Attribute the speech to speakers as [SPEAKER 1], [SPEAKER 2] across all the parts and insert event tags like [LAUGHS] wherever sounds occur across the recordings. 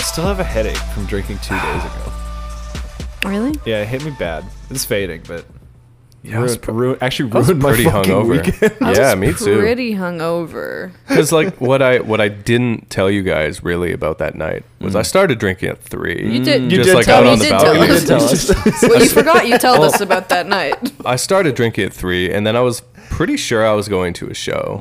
[SPEAKER 1] still have a headache from drinking two days ago.
[SPEAKER 2] Really?
[SPEAKER 1] Yeah, it hit me bad. It's fading, but
[SPEAKER 3] Yeah, I was
[SPEAKER 1] ruined, ruined- actually
[SPEAKER 3] I was
[SPEAKER 1] ruined my
[SPEAKER 3] pretty
[SPEAKER 1] fucking
[SPEAKER 3] hungover. [LAUGHS]
[SPEAKER 1] weekend.
[SPEAKER 3] yeah, me too.
[SPEAKER 2] Pretty hungover.
[SPEAKER 3] Because like what I what I didn't tell you guys really about that night was I started drinking at three.
[SPEAKER 2] You did-
[SPEAKER 3] just
[SPEAKER 1] Mm. did
[SPEAKER 3] like
[SPEAKER 1] tell
[SPEAKER 3] out
[SPEAKER 1] me.
[SPEAKER 3] on
[SPEAKER 1] You
[SPEAKER 3] the
[SPEAKER 2] did tell
[SPEAKER 3] [LAUGHS] balcony.
[SPEAKER 2] us.
[SPEAKER 1] tell us. [LAUGHS]
[SPEAKER 2] Well, you forgot you told us about that night.
[SPEAKER 3] I started drinking at three, and then I was pretty sure I was going to a show.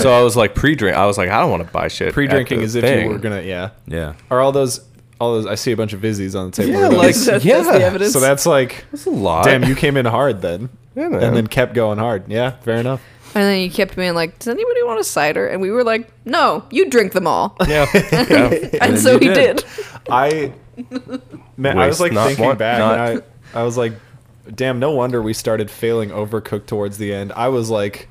[SPEAKER 3] So I was like pre-drink. I was like, I don't want to buy shit. at
[SPEAKER 1] Mm, Pre-drinking
[SPEAKER 3] the
[SPEAKER 1] as if
[SPEAKER 3] thing.
[SPEAKER 1] you were gonna, yeah.
[SPEAKER 4] Yeah.
[SPEAKER 1] Are all those, all those? I see a bunch of Vizzies on the table.
[SPEAKER 3] Yeah,
[SPEAKER 1] Are those-
[SPEAKER 3] like
[SPEAKER 2] That's- that's
[SPEAKER 3] yeah.
[SPEAKER 2] the evidence.
[SPEAKER 1] so that's like,
[SPEAKER 3] That's a lot.
[SPEAKER 1] damn, you came in hard then,
[SPEAKER 3] Yeah, man.
[SPEAKER 1] and then kept going hard. Yeah, fair enough.
[SPEAKER 2] And then you kept being like, "Does anybody want a cider?" And we were like, "No, you drink them all." [LAUGHS]
[SPEAKER 3] Yeah. yeah.
[SPEAKER 2] And
[SPEAKER 4] then
[SPEAKER 2] so
[SPEAKER 4] you
[SPEAKER 2] he
[SPEAKER 4] did.
[SPEAKER 2] did.
[SPEAKER 1] I, man, I was
[SPEAKER 3] Waste
[SPEAKER 1] like
[SPEAKER 3] not,
[SPEAKER 1] thinking
[SPEAKER 3] want
[SPEAKER 1] back,
[SPEAKER 3] not.
[SPEAKER 1] and I, I was like, damn, no wonder we started failing overcooked towards the end. I was like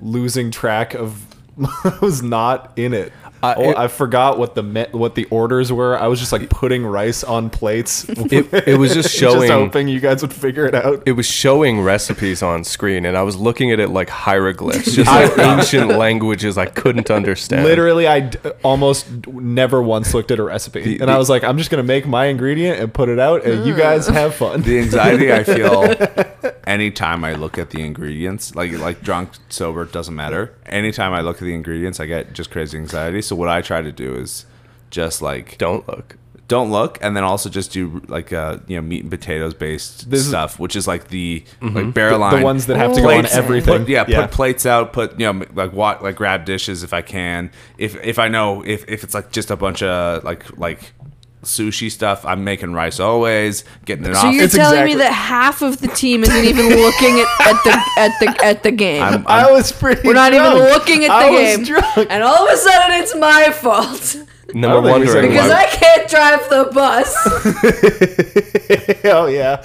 [SPEAKER 1] losing track of. [LAUGHS] I was not in it.
[SPEAKER 3] I-
[SPEAKER 1] I,
[SPEAKER 3] it-
[SPEAKER 1] I forgot what the me- what the orders were. I was just like putting rice on plates.
[SPEAKER 3] [LAUGHS]
[SPEAKER 1] [LAUGHS]
[SPEAKER 3] It, it was just
[SPEAKER 1] just
[SPEAKER 3] showing.
[SPEAKER 1] hoping [LAUGHS] you guys would figure it out.
[SPEAKER 3] it was showing recipes on screen, and I was looking at it like hieroglyphs,
[SPEAKER 1] [LAUGHS]
[SPEAKER 3] just like ancient languages I couldn't understand.
[SPEAKER 1] Literally, I d- almost d- never once looked at a recipe, and I was like, "I'm just gonna make my ingredient and put it out, and you guys have fun."
[SPEAKER 4] The anxiety I feel anytime I look at the ingredients, like like drunk, sober, it doesn't matter. Anytime I look at the ingredients, I get just crazy anxiety. So what I try to do is just like
[SPEAKER 3] don't look.
[SPEAKER 4] don't look, and then also just do like uh you know meat and potatoes based
[SPEAKER 1] This is-
[SPEAKER 4] stuff, which is like the like barrel line,
[SPEAKER 1] the ones that have to go on
[SPEAKER 4] plates-
[SPEAKER 1] everything.
[SPEAKER 4] Put, yeah, put plates out. Put you know like what like grab dishes if I can. If if I know if if it's like just a bunch of like like sushi stuff, I'm making rice always, getting it
[SPEAKER 2] So
[SPEAKER 4] off.
[SPEAKER 2] you're
[SPEAKER 1] It's
[SPEAKER 2] telling me
[SPEAKER 1] exactly-
[SPEAKER 2] that half of the team isn't even looking at, at the at the at the game.
[SPEAKER 4] I'm-
[SPEAKER 1] I was pretty.
[SPEAKER 2] We're not
[SPEAKER 1] drunk.
[SPEAKER 2] even looking at the
[SPEAKER 1] I
[SPEAKER 2] game.
[SPEAKER 1] Was drunk.
[SPEAKER 2] And all of a sudden, it's my fault
[SPEAKER 3] No
[SPEAKER 1] think he's
[SPEAKER 3] wondering
[SPEAKER 1] like-
[SPEAKER 2] because
[SPEAKER 3] why-
[SPEAKER 2] I can't drive the bus. [LAUGHS]
[SPEAKER 1] Hell Oh, yeah!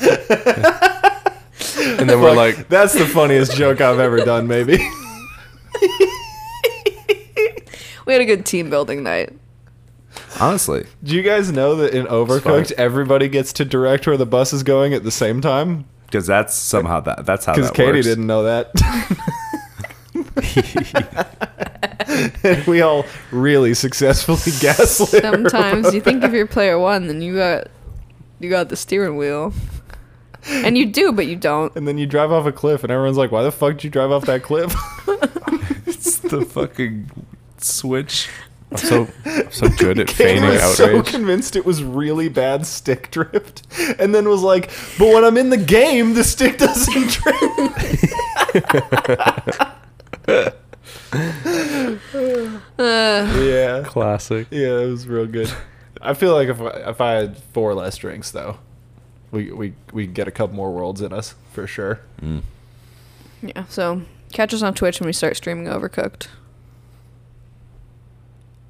[SPEAKER 3] and then we're like,
[SPEAKER 1] that's the funniest joke I've ever done. Maybe [LAUGHS]
[SPEAKER 2] we had a good team building night.
[SPEAKER 4] honestly.
[SPEAKER 1] do you guys know that in Overcooked, everybody gets to direct where the bus is going at the same time?
[SPEAKER 4] Because that's somehow that that's how.
[SPEAKER 1] Because
[SPEAKER 4] that
[SPEAKER 1] Katie
[SPEAKER 4] works.
[SPEAKER 1] didn't know that. [LAUGHS] And we all really successfully [LAUGHS] gaslit. her.
[SPEAKER 2] Sometimes you think if you're player one, then you got you got the steering wheel, and you do, but
[SPEAKER 1] [LAUGHS]
[SPEAKER 2] you don't.
[SPEAKER 1] And then you drive off a cliff, and everyone's like, "Why the fuck did you drive off that cliff?" [LAUGHS]
[SPEAKER 4] [LAUGHS] It's the fucking switch.
[SPEAKER 3] I'm so I'm
[SPEAKER 1] [LAUGHS]
[SPEAKER 3] so good at
[SPEAKER 1] Kane
[SPEAKER 3] feigning
[SPEAKER 1] was so
[SPEAKER 3] outrage.
[SPEAKER 1] convinced it was really bad stick drift, and then was like, "But when I'm in the game, the stick [LAUGHS] doesn't drift."
[SPEAKER 2] Uh,
[SPEAKER 1] yeah,
[SPEAKER 3] Classic.
[SPEAKER 1] yeah, it was real good. I feel like if I, if I had four less drinks, though, we we we get a couple more worlds in us for sure.
[SPEAKER 2] yeah. So catch us on Twitch when we start streaming Overcooked.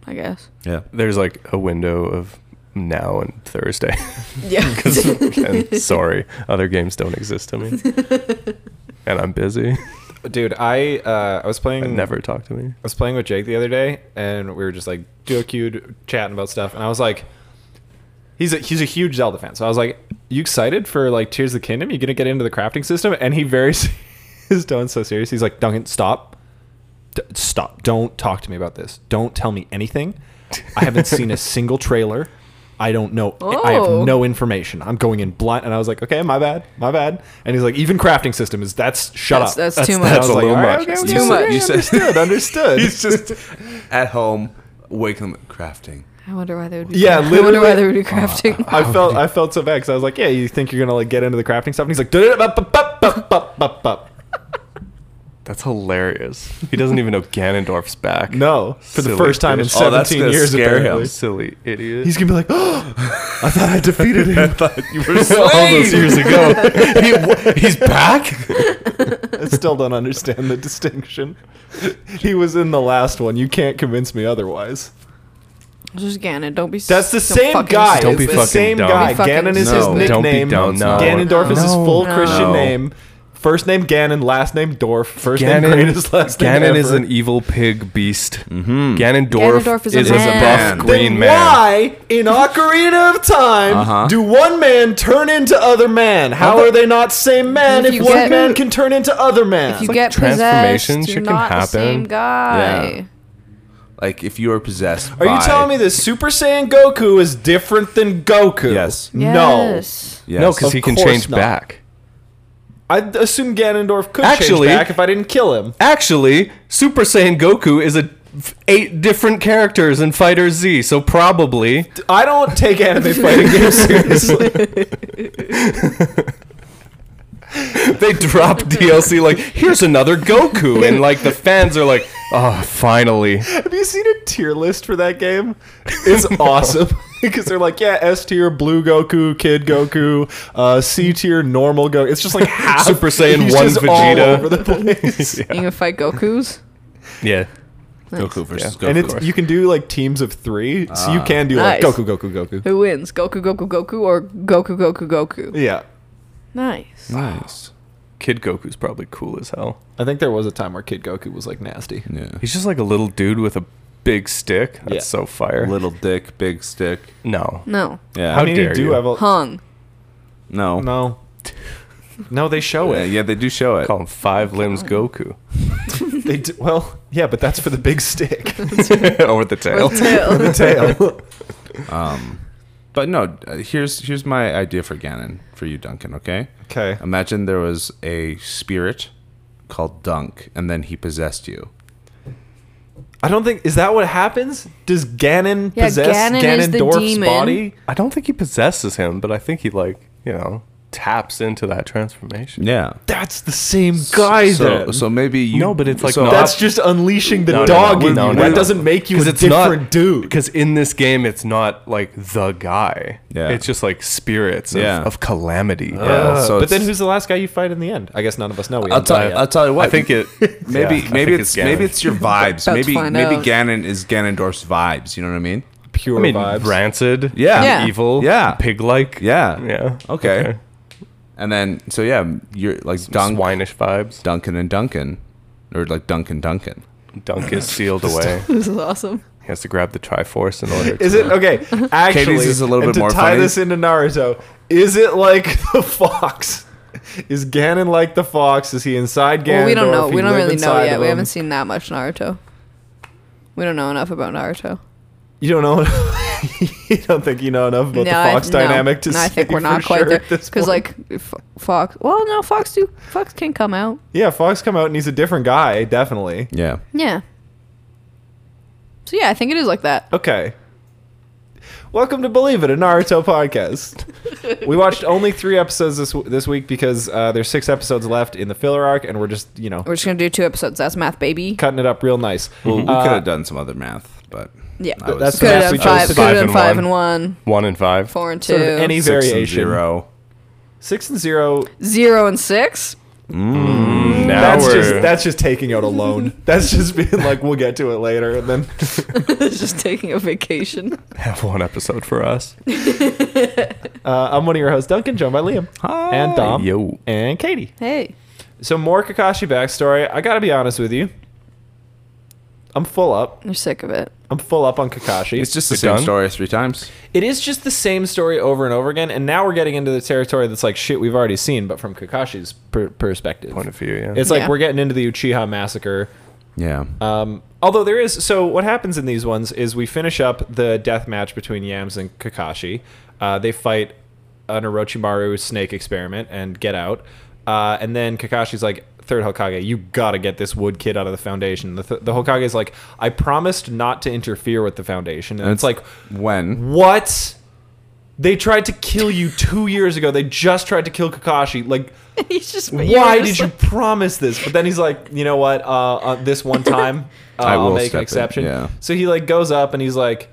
[SPEAKER 2] I guess.
[SPEAKER 4] Yeah.
[SPEAKER 3] [LAUGHS] There's like a window of now and Thursday. [LAUGHS]
[SPEAKER 2] Yeah. [LAUGHS]
[SPEAKER 3] and sorry, other games don't exist to me. And I'm busy.
[SPEAKER 1] Dude, I uh, I was playing
[SPEAKER 3] And never talk to me.
[SPEAKER 1] I was playing with Jake the other day, and we were just like doq chatting about stuff, and I was like, he's a he's a huge Zelda fan, so I was like, you excited for like Tears of the Kingdom? You gonna get into the crafting system? And he very [LAUGHS] se- his tone's so serious. He's like, Duncan, stop, D- stop, don't talk to me about this. Don't tell me anything. I haven't seen a single trailer. I don't know. I
[SPEAKER 2] Oh.
[SPEAKER 1] have no information. I'm going in blind. And I was like, okay, my bad, my bad. And he's like, even crafting system is that's shut
[SPEAKER 2] That's-
[SPEAKER 1] up.
[SPEAKER 2] that's too
[SPEAKER 1] and
[SPEAKER 2] much.
[SPEAKER 1] I was
[SPEAKER 2] That's a
[SPEAKER 1] like,
[SPEAKER 4] little
[SPEAKER 1] "All right,
[SPEAKER 4] much.
[SPEAKER 1] okay,
[SPEAKER 4] It's
[SPEAKER 1] okay,
[SPEAKER 2] too
[SPEAKER 1] okay,
[SPEAKER 2] much."
[SPEAKER 4] You
[SPEAKER 1] Understood.
[SPEAKER 4] said- [LAUGHS]
[SPEAKER 1] Understood.
[SPEAKER 4] He's just at home, waking up crafting.
[SPEAKER 2] I wonder why they would. Be
[SPEAKER 1] Yeah,
[SPEAKER 2] crafting. I wonder why
[SPEAKER 1] literally- uh,
[SPEAKER 2] they would be crafting.
[SPEAKER 1] I
[SPEAKER 4] [LAUGHS]
[SPEAKER 1] felt I felt so bad because I was like, "Yeah, you think you're gonna like get into the crafting stuff?" And he's like, "Da-da-da-bup-bup-bup-bup-bup-bup."
[SPEAKER 3] That's hilarious. He doesn't even know Ganondorf's back.
[SPEAKER 1] "No, for
[SPEAKER 3] Silly
[SPEAKER 1] the first time in
[SPEAKER 3] bitch.
[SPEAKER 4] Oh, that's
[SPEAKER 1] 17
[SPEAKER 4] gonna
[SPEAKER 1] years."
[SPEAKER 4] scare him.
[SPEAKER 1] Apparently,
[SPEAKER 3] Silly idiot.
[SPEAKER 1] he's gonna be like, "Oh, I thought [LAUGHS] I defeated
[SPEAKER 4] [LAUGHS]
[SPEAKER 1] him."
[SPEAKER 4] you were
[SPEAKER 3] all those years ago. He w- he's back?
[SPEAKER 1] I still don't understand the distinction. He was in the last one. You can't convince me otherwise.
[SPEAKER 2] Just Ganon. Don't be. s-
[SPEAKER 1] That's the
[SPEAKER 2] don't
[SPEAKER 1] same
[SPEAKER 2] fucking
[SPEAKER 1] guy.
[SPEAKER 3] Don't
[SPEAKER 2] stupid.
[SPEAKER 3] be
[SPEAKER 1] it's the
[SPEAKER 3] fucking
[SPEAKER 1] same
[SPEAKER 3] dumb.
[SPEAKER 1] guy.
[SPEAKER 2] Don't be fucking
[SPEAKER 1] Ganon is his
[SPEAKER 2] No,
[SPEAKER 4] don't be
[SPEAKER 1] nickname.
[SPEAKER 4] dumb. No.
[SPEAKER 1] Ganondorf is his
[SPEAKER 3] No.
[SPEAKER 1] full
[SPEAKER 2] No.
[SPEAKER 1] Christian
[SPEAKER 4] No.
[SPEAKER 1] name. First name Ganon, last name Dorf. First name
[SPEAKER 3] Ganon,
[SPEAKER 1] greatest, last name
[SPEAKER 3] Ganon
[SPEAKER 1] ever.
[SPEAKER 3] is an e evil pig beast. Mm-hmm. Ganondorf,
[SPEAKER 2] Ganondorf
[SPEAKER 3] is, a
[SPEAKER 1] Then
[SPEAKER 2] man.
[SPEAKER 3] buff green man.
[SPEAKER 1] Why in Ocarina of Time
[SPEAKER 4] Uh-huh.
[SPEAKER 1] do one man turn into other man? How are they not same man
[SPEAKER 2] If
[SPEAKER 1] if,
[SPEAKER 2] you
[SPEAKER 1] one
[SPEAKER 2] get-
[SPEAKER 1] man can turn into other man?
[SPEAKER 2] If you get possessed,
[SPEAKER 3] transformation
[SPEAKER 2] you're
[SPEAKER 3] shit can
[SPEAKER 2] not the
[SPEAKER 3] happen.
[SPEAKER 2] same guy.
[SPEAKER 4] Yeah. Like if you are possessed.
[SPEAKER 1] Are you telling me that Super Saiyan Goku is different than Goku?
[SPEAKER 4] Yes.
[SPEAKER 1] No.
[SPEAKER 2] Yes.
[SPEAKER 4] Yes.
[SPEAKER 3] No, because
[SPEAKER 1] Of
[SPEAKER 3] he can
[SPEAKER 1] course
[SPEAKER 3] change
[SPEAKER 1] not.
[SPEAKER 3] back.
[SPEAKER 1] I assume Ganondorf could
[SPEAKER 3] Actually-
[SPEAKER 1] change back if I didn't kill him.
[SPEAKER 3] Actually, Super Saiyan Goku is a eight different characters in Fighter Z, so probably
[SPEAKER 1] I don't take anime fighting
[SPEAKER 3] [LAUGHS]
[SPEAKER 1] games seriously.
[SPEAKER 3] they drop DLC like here's another Goku, and like the fans are like, oh, finally.
[SPEAKER 1] Have you seen a tier list for that game?
[SPEAKER 3] [LAUGHS]
[SPEAKER 1] It's awesome because they're like, yeah, S tier blue Goku, kid Goku, uh, C tier normal Goku. It's
[SPEAKER 3] [LAUGHS]
[SPEAKER 1] just like half
[SPEAKER 3] Super Saiyan
[SPEAKER 1] He's
[SPEAKER 3] 1
[SPEAKER 1] just all
[SPEAKER 3] Vegeta.
[SPEAKER 1] over the
[SPEAKER 3] [LAUGHS]
[SPEAKER 1] place.
[SPEAKER 2] You gonna fight Goku's?
[SPEAKER 3] Yeah.
[SPEAKER 4] Goku versus Goku.
[SPEAKER 1] and it's you can do like teams of three, so
[SPEAKER 3] Ah.
[SPEAKER 1] you can do like
[SPEAKER 2] Nice.
[SPEAKER 1] Goku, Goku, Goku.
[SPEAKER 2] Who wins? Goku, Goku, Goku, or Goku, Goku, Goku?
[SPEAKER 1] Yeah,
[SPEAKER 2] Nice.
[SPEAKER 4] nice.
[SPEAKER 3] Kid Goku's probably cool as hell.
[SPEAKER 1] I think there was a time where Kid Goku was like nasty.
[SPEAKER 4] Yeah.
[SPEAKER 3] He's just like a little dude with a big stick. That's
[SPEAKER 1] Yeah.
[SPEAKER 3] so fire.
[SPEAKER 4] Little dick, big stick.
[SPEAKER 3] No.
[SPEAKER 2] No.
[SPEAKER 4] Yeah.
[SPEAKER 1] I mean,
[SPEAKER 3] dare
[SPEAKER 1] you do
[SPEAKER 3] you.
[SPEAKER 1] have a
[SPEAKER 2] Hung.
[SPEAKER 4] No.
[SPEAKER 1] no, no. They show
[SPEAKER 3] [LAUGHS]
[SPEAKER 4] Yeah,
[SPEAKER 1] it.
[SPEAKER 4] yeah, they do show it.
[SPEAKER 3] Call him Five Limbs Goku.
[SPEAKER 1] They do, well, yeah, but that's for the big stick,
[SPEAKER 3] Over the tail.
[SPEAKER 1] the [LAUGHS] tail.
[SPEAKER 4] Um, but no, uh, here's here's my idea for Ganon for you, Duncan. Okay.
[SPEAKER 1] Okay.
[SPEAKER 4] Imagine there was a spirit called Dunk, and then he possessed you.
[SPEAKER 1] I don't think is that what happens. Does Ganon
[SPEAKER 2] Yeah,
[SPEAKER 1] possess
[SPEAKER 2] Ganon is the
[SPEAKER 1] Ganondorf's
[SPEAKER 2] demon.
[SPEAKER 1] body?
[SPEAKER 3] I don't think he possesses him, but I think he like, you know, taps into that transformation.
[SPEAKER 4] Yeah.
[SPEAKER 1] That's the same guy.
[SPEAKER 4] So,
[SPEAKER 1] then.
[SPEAKER 4] so maybe you.
[SPEAKER 3] No, but it's like
[SPEAKER 4] so
[SPEAKER 3] not-
[SPEAKER 1] that's just unleashing the
[SPEAKER 3] No, no,
[SPEAKER 1] dog
[SPEAKER 3] no,
[SPEAKER 1] in
[SPEAKER 3] no,
[SPEAKER 1] you.
[SPEAKER 3] no,
[SPEAKER 1] that
[SPEAKER 3] no.
[SPEAKER 1] doesn't make you a
[SPEAKER 3] 'Cause it's not-
[SPEAKER 1] different dude.
[SPEAKER 4] [LAUGHS]
[SPEAKER 3] Because in this game, it's not like the guy.
[SPEAKER 4] Yeah.
[SPEAKER 3] It's just like spirits of,
[SPEAKER 4] Yeah.
[SPEAKER 3] of calamity.
[SPEAKER 4] Yeah.
[SPEAKER 1] Uh,
[SPEAKER 4] so
[SPEAKER 1] but then
[SPEAKER 4] it's-
[SPEAKER 1] who's the last guy you fight in the end? I guess none of us know. We
[SPEAKER 4] I'll
[SPEAKER 1] haven't
[SPEAKER 4] tell
[SPEAKER 1] done
[SPEAKER 4] you.
[SPEAKER 1] it
[SPEAKER 4] I'll tell you what.
[SPEAKER 3] I think it.
[SPEAKER 4] [LAUGHS] Maybe
[SPEAKER 3] yeah, I
[SPEAKER 4] maybe
[SPEAKER 3] think
[SPEAKER 4] it's, maybe
[SPEAKER 3] Ganon.
[SPEAKER 4] it's your vibes.
[SPEAKER 2] [LAUGHS] About to
[SPEAKER 4] maybe
[SPEAKER 2] find
[SPEAKER 4] maybe
[SPEAKER 2] out.
[SPEAKER 4] Ganon is Ganondorf's vibes. You know what I mean?
[SPEAKER 1] yet. pure
[SPEAKER 3] I mean,
[SPEAKER 1] vibes.
[SPEAKER 3] rancid.
[SPEAKER 4] Yeah.
[SPEAKER 2] Yeah.
[SPEAKER 3] Evil.
[SPEAKER 4] Yeah.
[SPEAKER 3] Pig like.
[SPEAKER 4] Yeah.
[SPEAKER 3] Yeah.
[SPEAKER 4] Okay. And then so yeah, you're like
[SPEAKER 3] Dunk.
[SPEAKER 4] Dunk,
[SPEAKER 3] Swinish vibes.
[SPEAKER 4] Duncan, and Duncan, or like Duncan, Duncan. [LAUGHS]
[SPEAKER 3] Dunk is sealed away.
[SPEAKER 2] [LAUGHS] This is awesome.
[SPEAKER 3] He has to grab the Triforce in order.
[SPEAKER 1] Is it okay? Actually,
[SPEAKER 4] [LAUGHS] Katie's is a little
[SPEAKER 1] and
[SPEAKER 4] bit
[SPEAKER 1] to
[SPEAKER 4] more
[SPEAKER 1] tie
[SPEAKER 4] funny.
[SPEAKER 1] this into Naruto. Is it like [LAUGHS] the fox? Is Ganon like the fox? Is he inside Ganon?
[SPEAKER 2] Well, we don't know. We don't really know yet. We haven't seen that much Naruto. We don't know enough about Naruto.
[SPEAKER 1] You don't know. [LAUGHS] you don't think you know enough about
[SPEAKER 2] No, I-
[SPEAKER 1] the fox
[SPEAKER 2] no.
[SPEAKER 1] dynamic to
[SPEAKER 2] No,
[SPEAKER 1] say
[SPEAKER 2] I think we're
[SPEAKER 1] for
[SPEAKER 2] not
[SPEAKER 1] sure
[SPEAKER 2] quite there
[SPEAKER 1] at
[SPEAKER 2] [LAUGHS]
[SPEAKER 1] this
[SPEAKER 2] because
[SPEAKER 1] point.
[SPEAKER 2] like f- Fox. Well, no, Fox do Fox can come out.
[SPEAKER 1] yeah, fox come out and he's a different guy, definitely.
[SPEAKER 4] Yeah.
[SPEAKER 2] Yeah. So yeah, I think it is like that.
[SPEAKER 1] Okay. Welcome to Believe It, a Naruto podcast. we watched only three episodes this this week because uh, there's six episodes left in the filler arc, and we're just you know
[SPEAKER 2] We're just gonna do two episodes. That's math, baby.
[SPEAKER 1] cutting it up real nice.
[SPEAKER 4] Well, we
[SPEAKER 1] Uh,
[SPEAKER 4] could have done some other math, but
[SPEAKER 2] Yeah.
[SPEAKER 4] I was-
[SPEAKER 1] That's
[SPEAKER 2] Could
[SPEAKER 1] math
[SPEAKER 2] have
[SPEAKER 1] we
[SPEAKER 2] done
[SPEAKER 1] chose
[SPEAKER 2] five.
[SPEAKER 1] to do.
[SPEAKER 2] Could have done
[SPEAKER 3] Five
[SPEAKER 2] five
[SPEAKER 3] and
[SPEAKER 2] and one.
[SPEAKER 3] One and five.
[SPEAKER 2] Four and two.
[SPEAKER 1] Sort of any
[SPEAKER 4] six and
[SPEAKER 1] variation.
[SPEAKER 4] zero.
[SPEAKER 1] Six and zero.
[SPEAKER 2] Zero and six.
[SPEAKER 3] Mm, Now
[SPEAKER 1] That's
[SPEAKER 3] we're
[SPEAKER 1] just that's just taking out a loan. that's just being like, we'll get to it later, and then
[SPEAKER 2] It's [LAUGHS] just taking a vacation.
[SPEAKER 3] have one episode for us.
[SPEAKER 1] uh, I'm one of your hosts, Duncan, joined by Liam and Dom
[SPEAKER 3] Yo.
[SPEAKER 1] and Katie.
[SPEAKER 2] [LAUGHS] Hey.
[SPEAKER 1] So more Kakashi backstory. I gotta be honest with you. I'm full up.
[SPEAKER 2] You're sick of it.
[SPEAKER 1] I'm full up on Kakashi.
[SPEAKER 4] It's just the
[SPEAKER 3] You're
[SPEAKER 4] same
[SPEAKER 3] done?
[SPEAKER 4] story three times.
[SPEAKER 1] it is just the same story over and over again, and now we're getting into the territory that's like shit we've already seen, but from Kakashi's per- perspective.
[SPEAKER 3] Point of view. Yeah.
[SPEAKER 1] It's like
[SPEAKER 2] Yeah.
[SPEAKER 1] we're getting into the Uchiha massacre.
[SPEAKER 4] Yeah.
[SPEAKER 1] Um, although there is, so what happens in these ones is we finish up the death match between Yams and Kakashi. Uh, they fight an Orochimaru snake experiment and get out. Uh, and then Kakashi's like, Third Hokage, you gotta get this wood kid out of the foundation. The, th- the Hokage is like, I promised not to interfere with the foundation. And, it's like,
[SPEAKER 4] when?
[SPEAKER 1] what? They tried to kill you two years ago. They just tried to kill Kakashi. Like,
[SPEAKER 2] [LAUGHS] He's just.
[SPEAKER 1] why did
[SPEAKER 2] [LAUGHS]
[SPEAKER 1] you promise this? But then he's like, you know what? Uh, uh, this
[SPEAKER 2] [LAUGHS]
[SPEAKER 1] one time, uh,
[SPEAKER 4] I
[SPEAKER 1] I will
[SPEAKER 4] will
[SPEAKER 1] make
[SPEAKER 4] step
[SPEAKER 1] an
[SPEAKER 4] in,
[SPEAKER 1] exception.
[SPEAKER 4] yeah.
[SPEAKER 1] So he like goes up and he's like,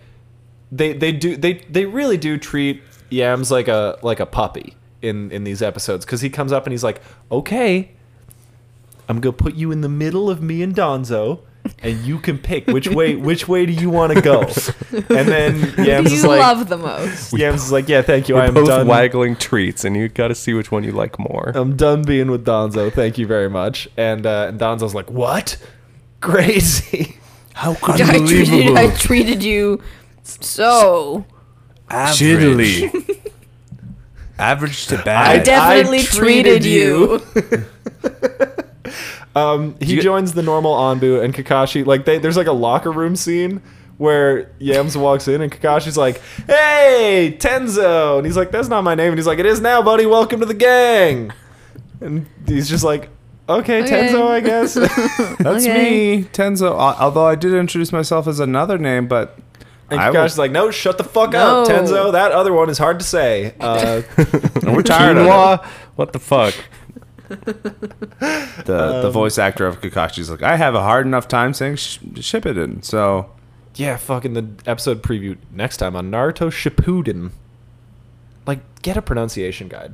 [SPEAKER 1] they they do they they really do treat Yams like a like a puppy in in these episodes because he comes up and he's like, okay, I'm gonna put you in the middle of me and Donzo. And you can pick which
[SPEAKER 2] [LAUGHS]
[SPEAKER 1] way. Which way do you want to go? And then Yams is
[SPEAKER 2] You
[SPEAKER 1] like,
[SPEAKER 2] love
[SPEAKER 1] [LAUGHS]
[SPEAKER 2] the most.
[SPEAKER 1] Yams is like, yeah, thank you.
[SPEAKER 3] we're
[SPEAKER 1] I am
[SPEAKER 3] both
[SPEAKER 1] done.
[SPEAKER 3] waggling treats, and you got to see which one you like more.
[SPEAKER 1] I'm done being with Donzo. Thank you very much. And uh, and Donzo's like, what? Crazy. [LAUGHS]
[SPEAKER 4] How
[SPEAKER 2] [LAUGHS]
[SPEAKER 4] could
[SPEAKER 2] I treated, I treated you so.
[SPEAKER 3] Shittily.
[SPEAKER 4] average to
[SPEAKER 1] I
[SPEAKER 2] I
[SPEAKER 4] bad? [LAUGHS]
[SPEAKER 1] def-
[SPEAKER 2] definitely
[SPEAKER 1] treated
[SPEAKER 2] treated,
[SPEAKER 1] you.
[SPEAKER 2] you.
[SPEAKER 1] Um, he
[SPEAKER 4] you-
[SPEAKER 1] joins the normal Anbu and Kakashi. Like they, there's like a locker room scene where Yams walks in and Kakashi's like, "Hey, Tenzo," and he's like, "That's not my name," and he's like, "It is now, buddy. Welcome to the gang." And he's just like, "Okay,
[SPEAKER 2] Okay.
[SPEAKER 1] Tenzo, I
[SPEAKER 2] [LAUGHS]
[SPEAKER 1] guess." and
[SPEAKER 4] That's
[SPEAKER 2] Okay.
[SPEAKER 4] me, Tenzo. Al- Although I did introduce myself as another name, but [LAUGHS] I
[SPEAKER 1] Kakashi's
[SPEAKER 4] was,
[SPEAKER 1] like, "No, shut the fuck
[SPEAKER 2] No.
[SPEAKER 1] up, Tenzo. That other one is hard to say."
[SPEAKER 4] [LAUGHS]
[SPEAKER 1] Uh,
[SPEAKER 4] and we're tired of it.
[SPEAKER 3] Quinoa? What the fuck?
[SPEAKER 4] the
[SPEAKER 2] Um,
[SPEAKER 4] the voice actor of Kakashi's like, I have a hard enough time saying sh- ship it in. So
[SPEAKER 1] yeah, fucking the episode preview next time on Naruto Shippuden. Like, get a pronunciation guide,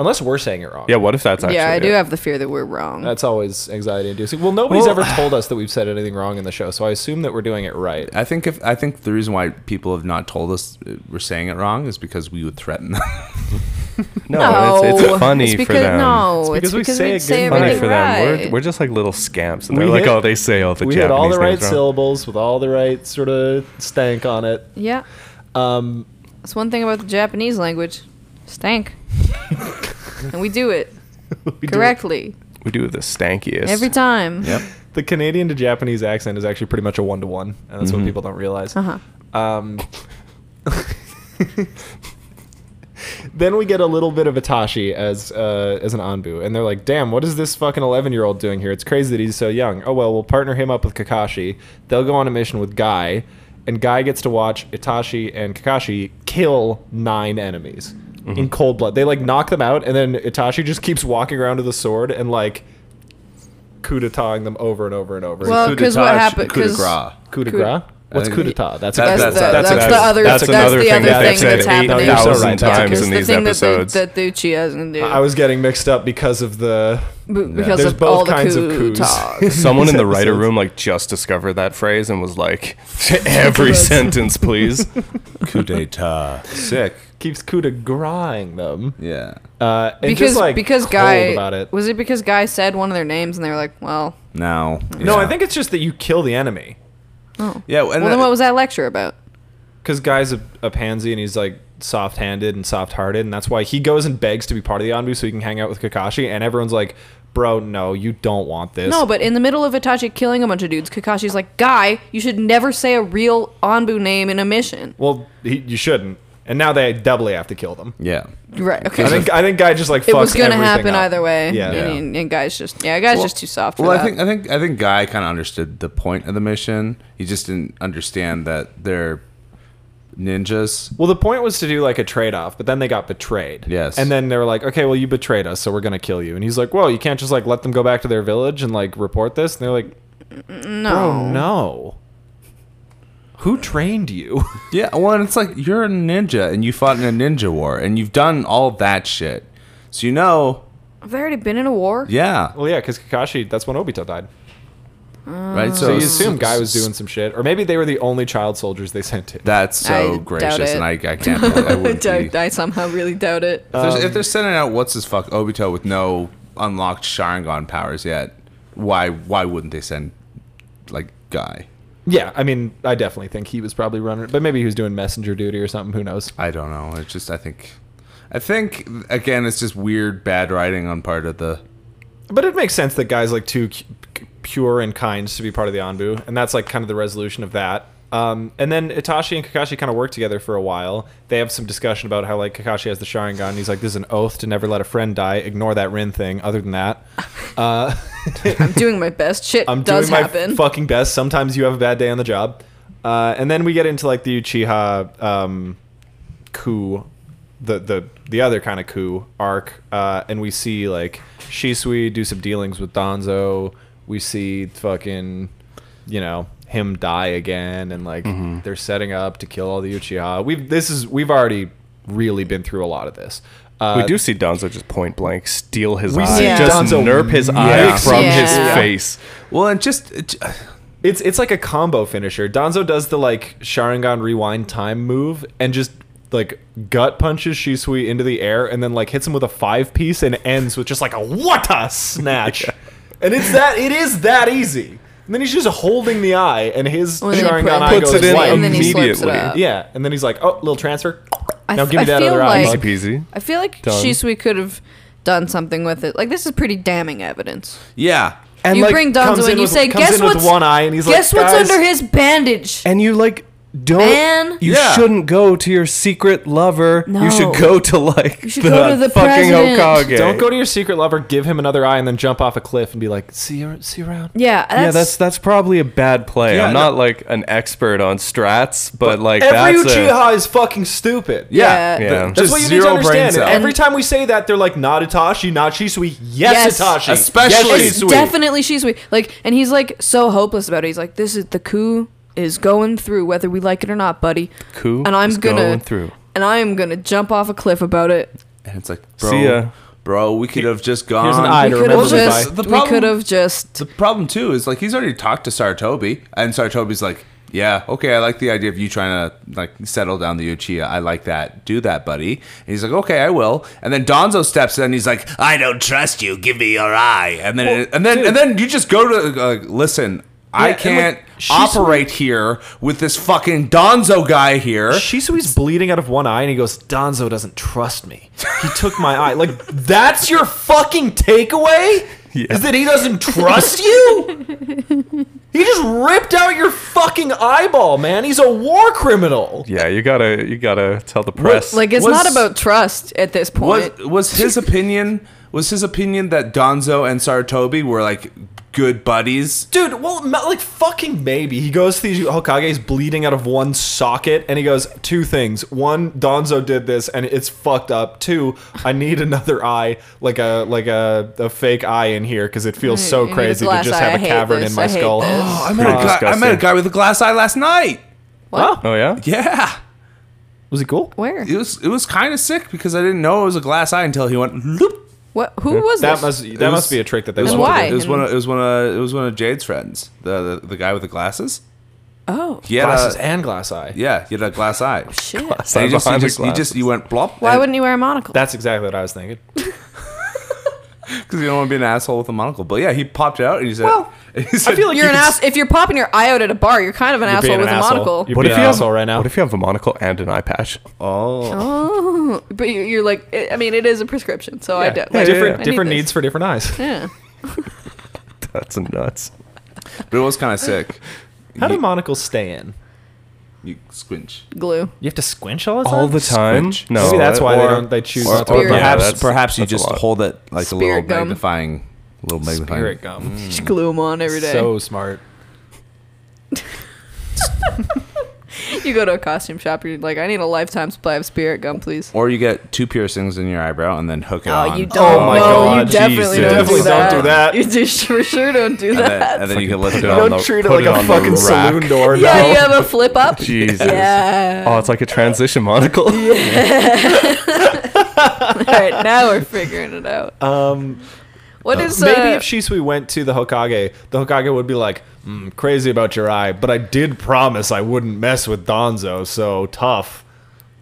[SPEAKER 1] unless we're saying it wrong.
[SPEAKER 3] Yeah, what if that's actually
[SPEAKER 2] yeah, I do
[SPEAKER 3] it?
[SPEAKER 2] have the fear that we're wrong.
[SPEAKER 1] That's always anxiety inducing. Well, nobody's
[SPEAKER 3] Well- [SIGHS]
[SPEAKER 1] ever told us that we've said anything wrong in the show, so I assume that we're doing it right.
[SPEAKER 4] I think if I think the reason why people have not told us uh, we're saying it wrong is because we would threaten them.
[SPEAKER 3] No, it's, it's funny
[SPEAKER 2] It's
[SPEAKER 3] for
[SPEAKER 2] because,
[SPEAKER 3] them.
[SPEAKER 2] No, it's
[SPEAKER 1] It's because
[SPEAKER 2] because,
[SPEAKER 1] we say
[SPEAKER 2] we
[SPEAKER 1] it
[SPEAKER 2] say
[SPEAKER 1] good
[SPEAKER 3] Funny
[SPEAKER 2] everything
[SPEAKER 3] for them.
[SPEAKER 2] right.
[SPEAKER 3] We're, we're just like little scamps, and they're
[SPEAKER 1] We
[SPEAKER 3] like,
[SPEAKER 1] hit-
[SPEAKER 3] "Oh, they say all the
[SPEAKER 1] we
[SPEAKER 3] Japanese
[SPEAKER 1] had all the right
[SPEAKER 3] names wrong."
[SPEAKER 1] syllables with all the right sort of stank on it.
[SPEAKER 2] yeah,
[SPEAKER 1] Um,
[SPEAKER 2] that's one thing about the Japanese language. Stank. [LAUGHS] and we do it
[SPEAKER 1] [LAUGHS] we do-
[SPEAKER 2] correctly
[SPEAKER 3] We do the stankiest.
[SPEAKER 2] every time.
[SPEAKER 4] [LAUGHS] yep.
[SPEAKER 1] the Canadian to Japanese accent is actually pretty much a one to one, and that's
[SPEAKER 3] Mm-hmm.
[SPEAKER 1] what people don't realize.
[SPEAKER 2] Uh-huh.
[SPEAKER 1] Um, then we get a little bit of Itachi as uh, as an Anbu, and they're like, "Damn, what is this fucking eleven year old doing here? It's crazy that he's so young." Oh well, we'll partner him up with Kakashi. They'll go on a mission with Guy, and Guy gets to watch Itachi and Kakashi kill nine enemies in cold blood. They like knock them out, and then Itachi just keeps walking around with a sword and like coup d'etating them over and over and over.
[SPEAKER 2] Well,
[SPEAKER 4] Coup
[SPEAKER 2] Oh, 'cause what
[SPEAKER 4] d'etat,
[SPEAKER 2] happened-
[SPEAKER 4] Coup de
[SPEAKER 2] 'cause-
[SPEAKER 4] grace.
[SPEAKER 1] coup de
[SPEAKER 2] coup-
[SPEAKER 1] grace. What's
[SPEAKER 4] think-
[SPEAKER 1] coup d'etat? That's
[SPEAKER 4] That's-
[SPEAKER 1] a
[SPEAKER 2] That's,
[SPEAKER 4] that's-
[SPEAKER 2] the,
[SPEAKER 4] that's
[SPEAKER 2] that's, the
[SPEAKER 4] another-
[SPEAKER 2] other.
[SPEAKER 3] that's
[SPEAKER 2] That's,
[SPEAKER 3] another
[SPEAKER 2] the
[SPEAKER 3] thing
[SPEAKER 2] other
[SPEAKER 3] that
[SPEAKER 2] they've
[SPEAKER 3] they've
[SPEAKER 2] thing
[SPEAKER 3] said
[SPEAKER 2] that's happening.
[SPEAKER 1] 8,000
[SPEAKER 2] Yeah, 'cause
[SPEAKER 1] times
[SPEAKER 2] the
[SPEAKER 1] in
[SPEAKER 3] these
[SPEAKER 2] thing
[SPEAKER 3] episodes.
[SPEAKER 2] That, they, that Ducci hasn't do
[SPEAKER 1] I was getting mixed up because of the
[SPEAKER 2] b- because
[SPEAKER 1] There's
[SPEAKER 2] of
[SPEAKER 1] both
[SPEAKER 2] all the
[SPEAKER 1] kinds of
[SPEAKER 2] coup
[SPEAKER 1] coups. [LAUGHS]
[SPEAKER 2] talk.
[SPEAKER 3] [LAUGHS] Someone in the
[SPEAKER 1] These
[SPEAKER 3] writer
[SPEAKER 1] episodes.
[SPEAKER 3] room like just discovered that phrase and was
[SPEAKER 1] [LAUGHS]
[SPEAKER 3] like, "Every sentence, please."
[SPEAKER 4] Coup d'etat. [LAUGHS] Sick.
[SPEAKER 1] keeps coup de graceing them.
[SPEAKER 4] Yeah.
[SPEAKER 1] Uh, and
[SPEAKER 2] because
[SPEAKER 1] just like
[SPEAKER 2] because
[SPEAKER 1] cold
[SPEAKER 2] guy
[SPEAKER 1] about it.
[SPEAKER 2] was it because guy said one of their names and they were like, well,
[SPEAKER 4] Now.
[SPEAKER 1] No, I think it's just that you kill the enemy
[SPEAKER 2] oh.
[SPEAKER 4] Yeah. And
[SPEAKER 2] well, then
[SPEAKER 4] that-
[SPEAKER 2] what was that lecture about?
[SPEAKER 1] because guy's a, a pansy and he's like soft-handed and soft-hearted, and that's why he goes and begs to be part of the Anbu so he can hang out with Kakashi. And everyone's like, "Bro, no, you don't want this."
[SPEAKER 2] No, but in the middle of Itachi killing a bunch of dudes, Kakashi's like, "Guy, you should never say a real Anbu name in a mission."
[SPEAKER 1] well, he, you shouldn't. And now they doubly have to kill them.
[SPEAKER 4] Yeah.
[SPEAKER 2] Right? Okay.
[SPEAKER 1] I think I think guy just like
[SPEAKER 2] it
[SPEAKER 1] fucks
[SPEAKER 2] was gonna
[SPEAKER 1] everything
[SPEAKER 2] happen
[SPEAKER 1] up.
[SPEAKER 2] either way.
[SPEAKER 1] Yeah.
[SPEAKER 2] And,
[SPEAKER 4] Yeah.
[SPEAKER 2] and- and guys just yeah, guys just too soft. For
[SPEAKER 4] well,
[SPEAKER 2] that.
[SPEAKER 4] I think I think I think Guy kind of understood the point of the mission. He just didn't understand that they're ninjas.
[SPEAKER 1] Well, the point was to do like a trade off, but then they got betrayed.
[SPEAKER 4] Yes.
[SPEAKER 1] And then they were like, okay, well, you betrayed us, so we're going to kill you. And he's like, well, you can't just like let them go back to their village and like report this. And they're like,
[SPEAKER 2] no.
[SPEAKER 1] oh, no. Who trained you? [LAUGHS]
[SPEAKER 4] Yeah. Well, and it's like you're a ninja and you fought in a ninja war and you've done all that shit, so you know.
[SPEAKER 2] Have they already been in a war?
[SPEAKER 4] Yeah.
[SPEAKER 1] well, yeah, because Kakashi, that's when Obito died.
[SPEAKER 4] Right.
[SPEAKER 1] Mm. So you assume Guy was doing some shit. Or maybe they were the only child soldiers they sent in.
[SPEAKER 4] That's so
[SPEAKER 2] I doubt
[SPEAKER 4] gracious,
[SPEAKER 2] it.
[SPEAKER 4] and I, I can't.
[SPEAKER 2] [LAUGHS]
[SPEAKER 4] believe- I wouldn't be.
[SPEAKER 2] I, I somehow really doubt it.
[SPEAKER 4] If, there's-
[SPEAKER 1] Um,
[SPEAKER 4] if they're sending out what's his fuck Obito with no unlocked Sharingan powers yet, why why wouldn't they send like guy?
[SPEAKER 1] Yeah, I mean, I definitely think he was probably running, but maybe he was doing messenger duty or something. Who knows?
[SPEAKER 4] I don't know. It's just I think I think again it's just weird bad writing on part of the
[SPEAKER 1] But it makes sense that guys like too c- c- pure and kind to be part of the Anbu, and that's like kind of the resolution of that. Um, and then Itachi and Kakashi kind of work together for a while. They have some discussion about how like Kakashi has the Sharingan. And he's like, "This is an oath to never let a friend die. Ignore that Rin thing. Other than that, uh, [LAUGHS]
[SPEAKER 2] I'm doing my best. Shit
[SPEAKER 1] I'm
[SPEAKER 2] does
[SPEAKER 1] doing my
[SPEAKER 2] happen.
[SPEAKER 1] fucking best. Sometimes you have a bad day on the job." Uh, and then we get into like the Uchiha um, coup, the the the other kind of coup arc, uh, and we see like Shisui do some dealings with Donzo. We see fucking, you know, him die again, and like
[SPEAKER 3] Mm-hmm.
[SPEAKER 1] they're setting up to kill all the Uchiha. We've this is we've already really been through a lot of this. Uh,
[SPEAKER 3] we do see Donzo just point blank steal his
[SPEAKER 1] We
[SPEAKER 3] eye,
[SPEAKER 2] see
[SPEAKER 3] just
[SPEAKER 1] Donzo
[SPEAKER 3] nerf his eye
[SPEAKER 1] mix
[SPEAKER 3] from
[SPEAKER 2] it.
[SPEAKER 3] his
[SPEAKER 2] Yeah.
[SPEAKER 3] face.
[SPEAKER 4] well and just
[SPEAKER 1] uh,
[SPEAKER 4] it,
[SPEAKER 1] It's it's like a combo finisher. Donzo does the like Sharingan rewind time move and just like gut punches Shisui into the air and then like hits him with a five piece and ends with just like a wata
[SPEAKER 3] [LAUGHS]
[SPEAKER 1] snatch. And it's that it is that easy. And then he's just holding the eye and his
[SPEAKER 2] Well, then he
[SPEAKER 1] Sharingan
[SPEAKER 2] put-
[SPEAKER 1] eye
[SPEAKER 3] puts
[SPEAKER 1] goes
[SPEAKER 3] it in
[SPEAKER 1] white.
[SPEAKER 2] and then he slips it
[SPEAKER 3] immediately.
[SPEAKER 2] up.
[SPEAKER 1] yeah, and then he's like, "Oh, little transfer."
[SPEAKER 2] I
[SPEAKER 1] Now
[SPEAKER 2] th-
[SPEAKER 1] give me
[SPEAKER 2] I
[SPEAKER 1] that
[SPEAKER 2] feel
[SPEAKER 1] other eye.
[SPEAKER 2] like-
[SPEAKER 3] Easy
[SPEAKER 1] bud.
[SPEAKER 3] peasy.
[SPEAKER 2] I feel like
[SPEAKER 1] Done.
[SPEAKER 2] Shisui could have done something with it. Like this is pretty damning evidence.
[SPEAKER 4] yeah
[SPEAKER 3] And
[SPEAKER 2] you
[SPEAKER 3] like,
[SPEAKER 2] bring Donzo
[SPEAKER 1] comes
[SPEAKER 2] and
[SPEAKER 1] in
[SPEAKER 2] you
[SPEAKER 1] with-
[SPEAKER 2] say,
[SPEAKER 1] comes
[SPEAKER 2] "Guess
[SPEAKER 1] in with
[SPEAKER 2] what's
[SPEAKER 1] one eye," and he's like,
[SPEAKER 2] guess what's
[SPEAKER 1] "Guys."
[SPEAKER 2] under his bandage?"
[SPEAKER 3] and you like don't
[SPEAKER 2] Man.
[SPEAKER 3] you
[SPEAKER 4] Yeah.
[SPEAKER 3] shouldn't go to your secret lover.
[SPEAKER 2] No.
[SPEAKER 3] You should go to like
[SPEAKER 2] You should go to the
[SPEAKER 3] fucking
[SPEAKER 2] president.
[SPEAKER 3] Hokage.
[SPEAKER 1] Don't go to your secret lover, give him another eye, and then jump off a cliff and be like, see you, see you around.
[SPEAKER 2] yeah, that's,
[SPEAKER 3] yeah, that's that's probably a bad play.
[SPEAKER 4] Yeah,
[SPEAKER 3] I'm not like an expert on strats, but, like
[SPEAKER 1] Every
[SPEAKER 3] that's a-
[SPEAKER 1] Uchiha is fucking stupid.
[SPEAKER 4] Yeah.
[SPEAKER 1] [LAUGHS]
[SPEAKER 2] Yeah.
[SPEAKER 3] Yeah.
[SPEAKER 1] That's
[SPEAKER 4] Just
[SPEAKER 1] what you need
[SPEAKER 4] zero
[SPEAKER 1] to
[SPEAKER 4] brain
[SPEAKER 1] understand.
[SPEAKER 4] cells.
[SPEAKER 1] Every time we say that, they're like, not Itachi, not Shisui. Yes,
[SPEAKER 2] Yes.
[SPEAKER 1] Itachi.
[SPEAKER 4] Especially
[SPEAKER 1] yes,
[SPEAKER 2] it's
[SPEAKER 1] Shisui.
[SPEAKER 4] Shisui.
[SPEAKER 2] definitely she's weak. Like, and he's like so hopeless about it. He's like, "This is the coup is going through, whether we like it or not, buddy."
[SPEAKER 3] coup
[SPEAKER 2] and I'm
[SPEAKER 3] is
[SPEAKER 2] gonna
[SPEAKER 3] going through.
[SPEAKER 2] and I am gonna jump off a cliff about it.
[SPEAKER 4] And it's like, bro,
[SPEAKER 3] See ya.
[SPEAKER 4] bro, we could have just gone.
[SPEAKER 1] Here's an eye to
[SPEAKER 2] We could have
[SPEAKER 1] remember
[SPEAKER 4] Wasn't
[SPEAKER 1] this
[SPEAKER 2] just
[SPEAKER 1] by.
[SPEAKER 4] the
[SPEAKER 2] we
[SPEAKER 4] problem-
[SPEAKER 2] could have just
[SPEAKER 4] The problem too is like he's already talked to Sartobi, and Sartobi's like, "Yeah, okay, I like the idea of you trying to like settle down the Uchiha. I like that. Do that, buddy." And he's like, "Okay, I will." And then Donzo steps in. and He's like, "I don't trust you. Give me your eye." And then and then and then you just go to uh, listen. I
[SPEAKER 1] Yeah, and, like,
[SPEAKER 4] can't
[SPEAKER 1] she's-
[SPEAKER 4] operate here with this fucking Donzo guy here.
[SPEAKER 1] Shisui's bleeding out of one eye, and he goes, Donzo doesn't trust me. He took my eye. Like, that's your fucking takeaway? Is that he doesn't trust you? he just ripped out your fucking eyeball, man. He's a war criminal.
[SPEAKER 3] Yeah, you gotta you gotta tell the press.
[SPEAKER 2] like it's
[SPEAKER 4] was-
[SPEAKER 2] not about trust at this
[SPEAKER 4] was
[SPEAKER 2] point.
[SPEAKER 4] was [LAUGHS] his opinion was his opinion that Donzo and Saratobi were like good buddies?
[SPEAKER 1] Dude, well, ma- like fucking maybe. He goes to the Hokage, he's bleeding out of one socket, and he goes, two things. One, Donzo did this, and it's fucked up. Two, I need another eye, like a like a, a fake eye in here, because it feels so
[SPEAKER 2] I need a
[SPEAKER 1] crazy to
[SPEAKER 2] glass
[SPEAKER 1] just
[SPEAKER 2] eye. I
[SPEAKER 1] have a
[SPEAKER 2] hate
[SPEAKER 1] cavern
[SPEAKER 2] this.
[SPEAKER 1] in my
[SPEAKER 2] I hate
[SPEAKER 1] skull.
[SPEAKER 2] this.
[SPEAKER 1] [GASPS]
[SPEAKER 2] Oh,
[SPEAKER 4] I met, a guy,
[SPEAKER 3] Pretty
[SPEAKER 4] I met a
[SPEAKER 3] disgusting.
[SPEAKER 4] guy with a glass eye last night.
[SPEAKER 2] What?
[SPEAKER 3] oh yeah?
[SPEAKER 4] Yeah.
[SPEAKER 1] Was he cool?
[SPEAKER 2] Where?
[SPEAKER 4] It was it was kind of sick because I didn't know it was a glass eye until he went loop.
[SPEAKER 2] What? Who was
[SPEAKER 1] That
[SPEAKER 2] this?
[SPEAKER 1] must that
[SPEAKER 4] It was-
[SPEAKER 1] must be a trick that they
[SPEAKER 4] it was
[SPEAKER 1] want
[SPEAKER 2] why?
[SPEAKER 1] to
[SPEAKER 4] It was one of it was one of it was one of Jade's friends. The the, the guy with the glasses.
[SPEAKER 2] oh
[SPEAKER 4] He
[SPEAKER 1] do.
[SPEAKER 4] had
[SPEAKER 1] Glasses
[SPEAKER 4] a,
[SPEAKER 1] and glass eye.
[SPEAKER 4] yeah, he had a glass [LAUGHS] eye. And
[SPEAKER 2] shit!
[SPEAKER 4] he just he
[SPEAKER 3] Behind the
[SPEAKER 4] just, he just you went blop.
[SPEAKER 2] Why wouldn't you wear a monocle?
[SPEAKER 1] That's exactly what I was thinking.
[SPEAKER 4] Because you don't want to be an asshole with a monocle. But yeah, he popped it out and he said,
[SPEAKER 1] Well,
[SPEAKER 4] [LAUGHS] he said
[SPEAKER 1] feel like
[SPEAKER 2] you're
[SPEAKER 1] you
[SPEAKER 2] an
[SPEAKER 1] could
[SPEAKER 2] ass. If you're popping your eye out at a bar, you're kind of an asshole
[SPEAKER 1] being
[SPEAKER 2] with
[SPEAKER 1] an
[SPEAKER 2] a
[SPEAKER 1] asshole.
[SPEAKER 2] monocle.
[SPEAKER 1] You're- What if you have- right now?
[SPEAKER 3] What if you have a monocle and an eye patch? [LAUGHS]
[SPEAKER 4] oh.
[SPEAKER 2] [LAUGHS] Oh, but you- you're like, I mean, it is a prescription, so I
[SPEAKER 1] Yeah,
[SPEAKER 2] do.
[SPEAKER 1] different
[SPEAKER 2] like,
[SPEAKER 3] yeah,
[SPEAKER 2] I
[SPEAKER 1] different
[SPEAKER 2] need this.
[SPEAKER 1] needs for different eyes.
[SPEAKER 2] Yeah.
[SPEAKER 3] That's nuts.
[SPEAKER 4] But it was kind of sick.
[SPEAKER 1] How do
[SPEAKER 4] You-
[SPEAKER 1] monocles stay in?
[SPEAKER 4] You squinch.
[SPEAKER 2] Glue. [LAUGHS]
[SPEAKER 1] You have to squinch all the time.
[SPEAKER 3] All the time?
[SPEAKER 4] Squinch.
[SPEAKER 3] No.
[SPEAKER 1] Maybe that's
[SPEAKER 3] that-
[SPEAKER 1] why they
[SPEAKER 4] or-
[SPEAKER 1] don't. They choose
[SPEAKER 3] or-
[SPEAKER 1] not to.
[SPEAKER 2] or
[SPEAKER 1] wear
[SPEAKER 2] Yeah,
[SPEAKER 4] perhaps
[SPEAKER 3] that's-
[SPEAKER 4] perhaps you
[SPEAKER 3] that's a
[SPEAKER 4] just
[SPEAKER 3] lot.
[SPEAKER 4] hold it like a little
[SPEAKER 2] Spirit gum.
[SPEAKER 4] magnifying, little magnifying.
[SPEAKER 1] spirit gum.
[SPEAKER 3] Mm.
[SPEAKER 2] Just glue them on every day.
[SPEAKER 1] So smart.
[SPEAKER 2] [LAUGHS] you go to a costume shop, you're like, I need a lifetime supply of spirit gum, please.
[SPEAKER 4] Or you get two piercings in your eyebrow and then hook it
[SPEAKER 2] Oh,
[SPEAKER 4] on.
[SPEAKER 2] you
[SPEAKER 4] And
[SPEAKER 2] don't.
[SPEAKER 1] Oh my
[SPEAKER 2] no,
[SPEAKER 1] God,
[SPEAKER 2] You definitely,
[SPEAKER 1] Jesus.
[SPEAKER 2] don't,
[SPEAKER 1] Definitely don't
[SPEAKER 2] do that.
[SPEAKER 1] do
[SPEAKER 2] [LAUGHS]
[SPEAKER 1] that.
[SPEAKER 2] You just for sure don't do
[SPEAKER 4] then,
[SPEAKER 2] that.
[SPEAKER 4] and then you can lift it
[SPEAKER 3] put it
[SPEAKER 4] on
[SPEAKER 3] on
[SPEAKER 4] the.
[SPEAKER 3] the- Treat it put like it a on the fucking rack. saloon [LAUGHS]
[SPEAKER 1] door.
[SPEAKER 2] [LAUGHS] yeah, you have a flip up.
[SPEAKER 3] Jesus.
[SPEAKER 2] Yeah.
[SPEAKER 3] Oh, it's like a transition
[SPEAKER 2] [LAUGHS]
[SPEAKER 3] monocle. [LAUGHS]
[SPEAKER 2] All right, now we're figuring it out.
[SPEAKER 1] Um,
[SPEAKER 2] What is
[SPEAKER 1] maybe
[SPEAKER 2] uh,
[SPEAKER 1] if Shisui went to the Hokage, the Hokage would be like, mm, "Crazy about your eye, but I did promise I wouldn't mess with Donzo. So tough."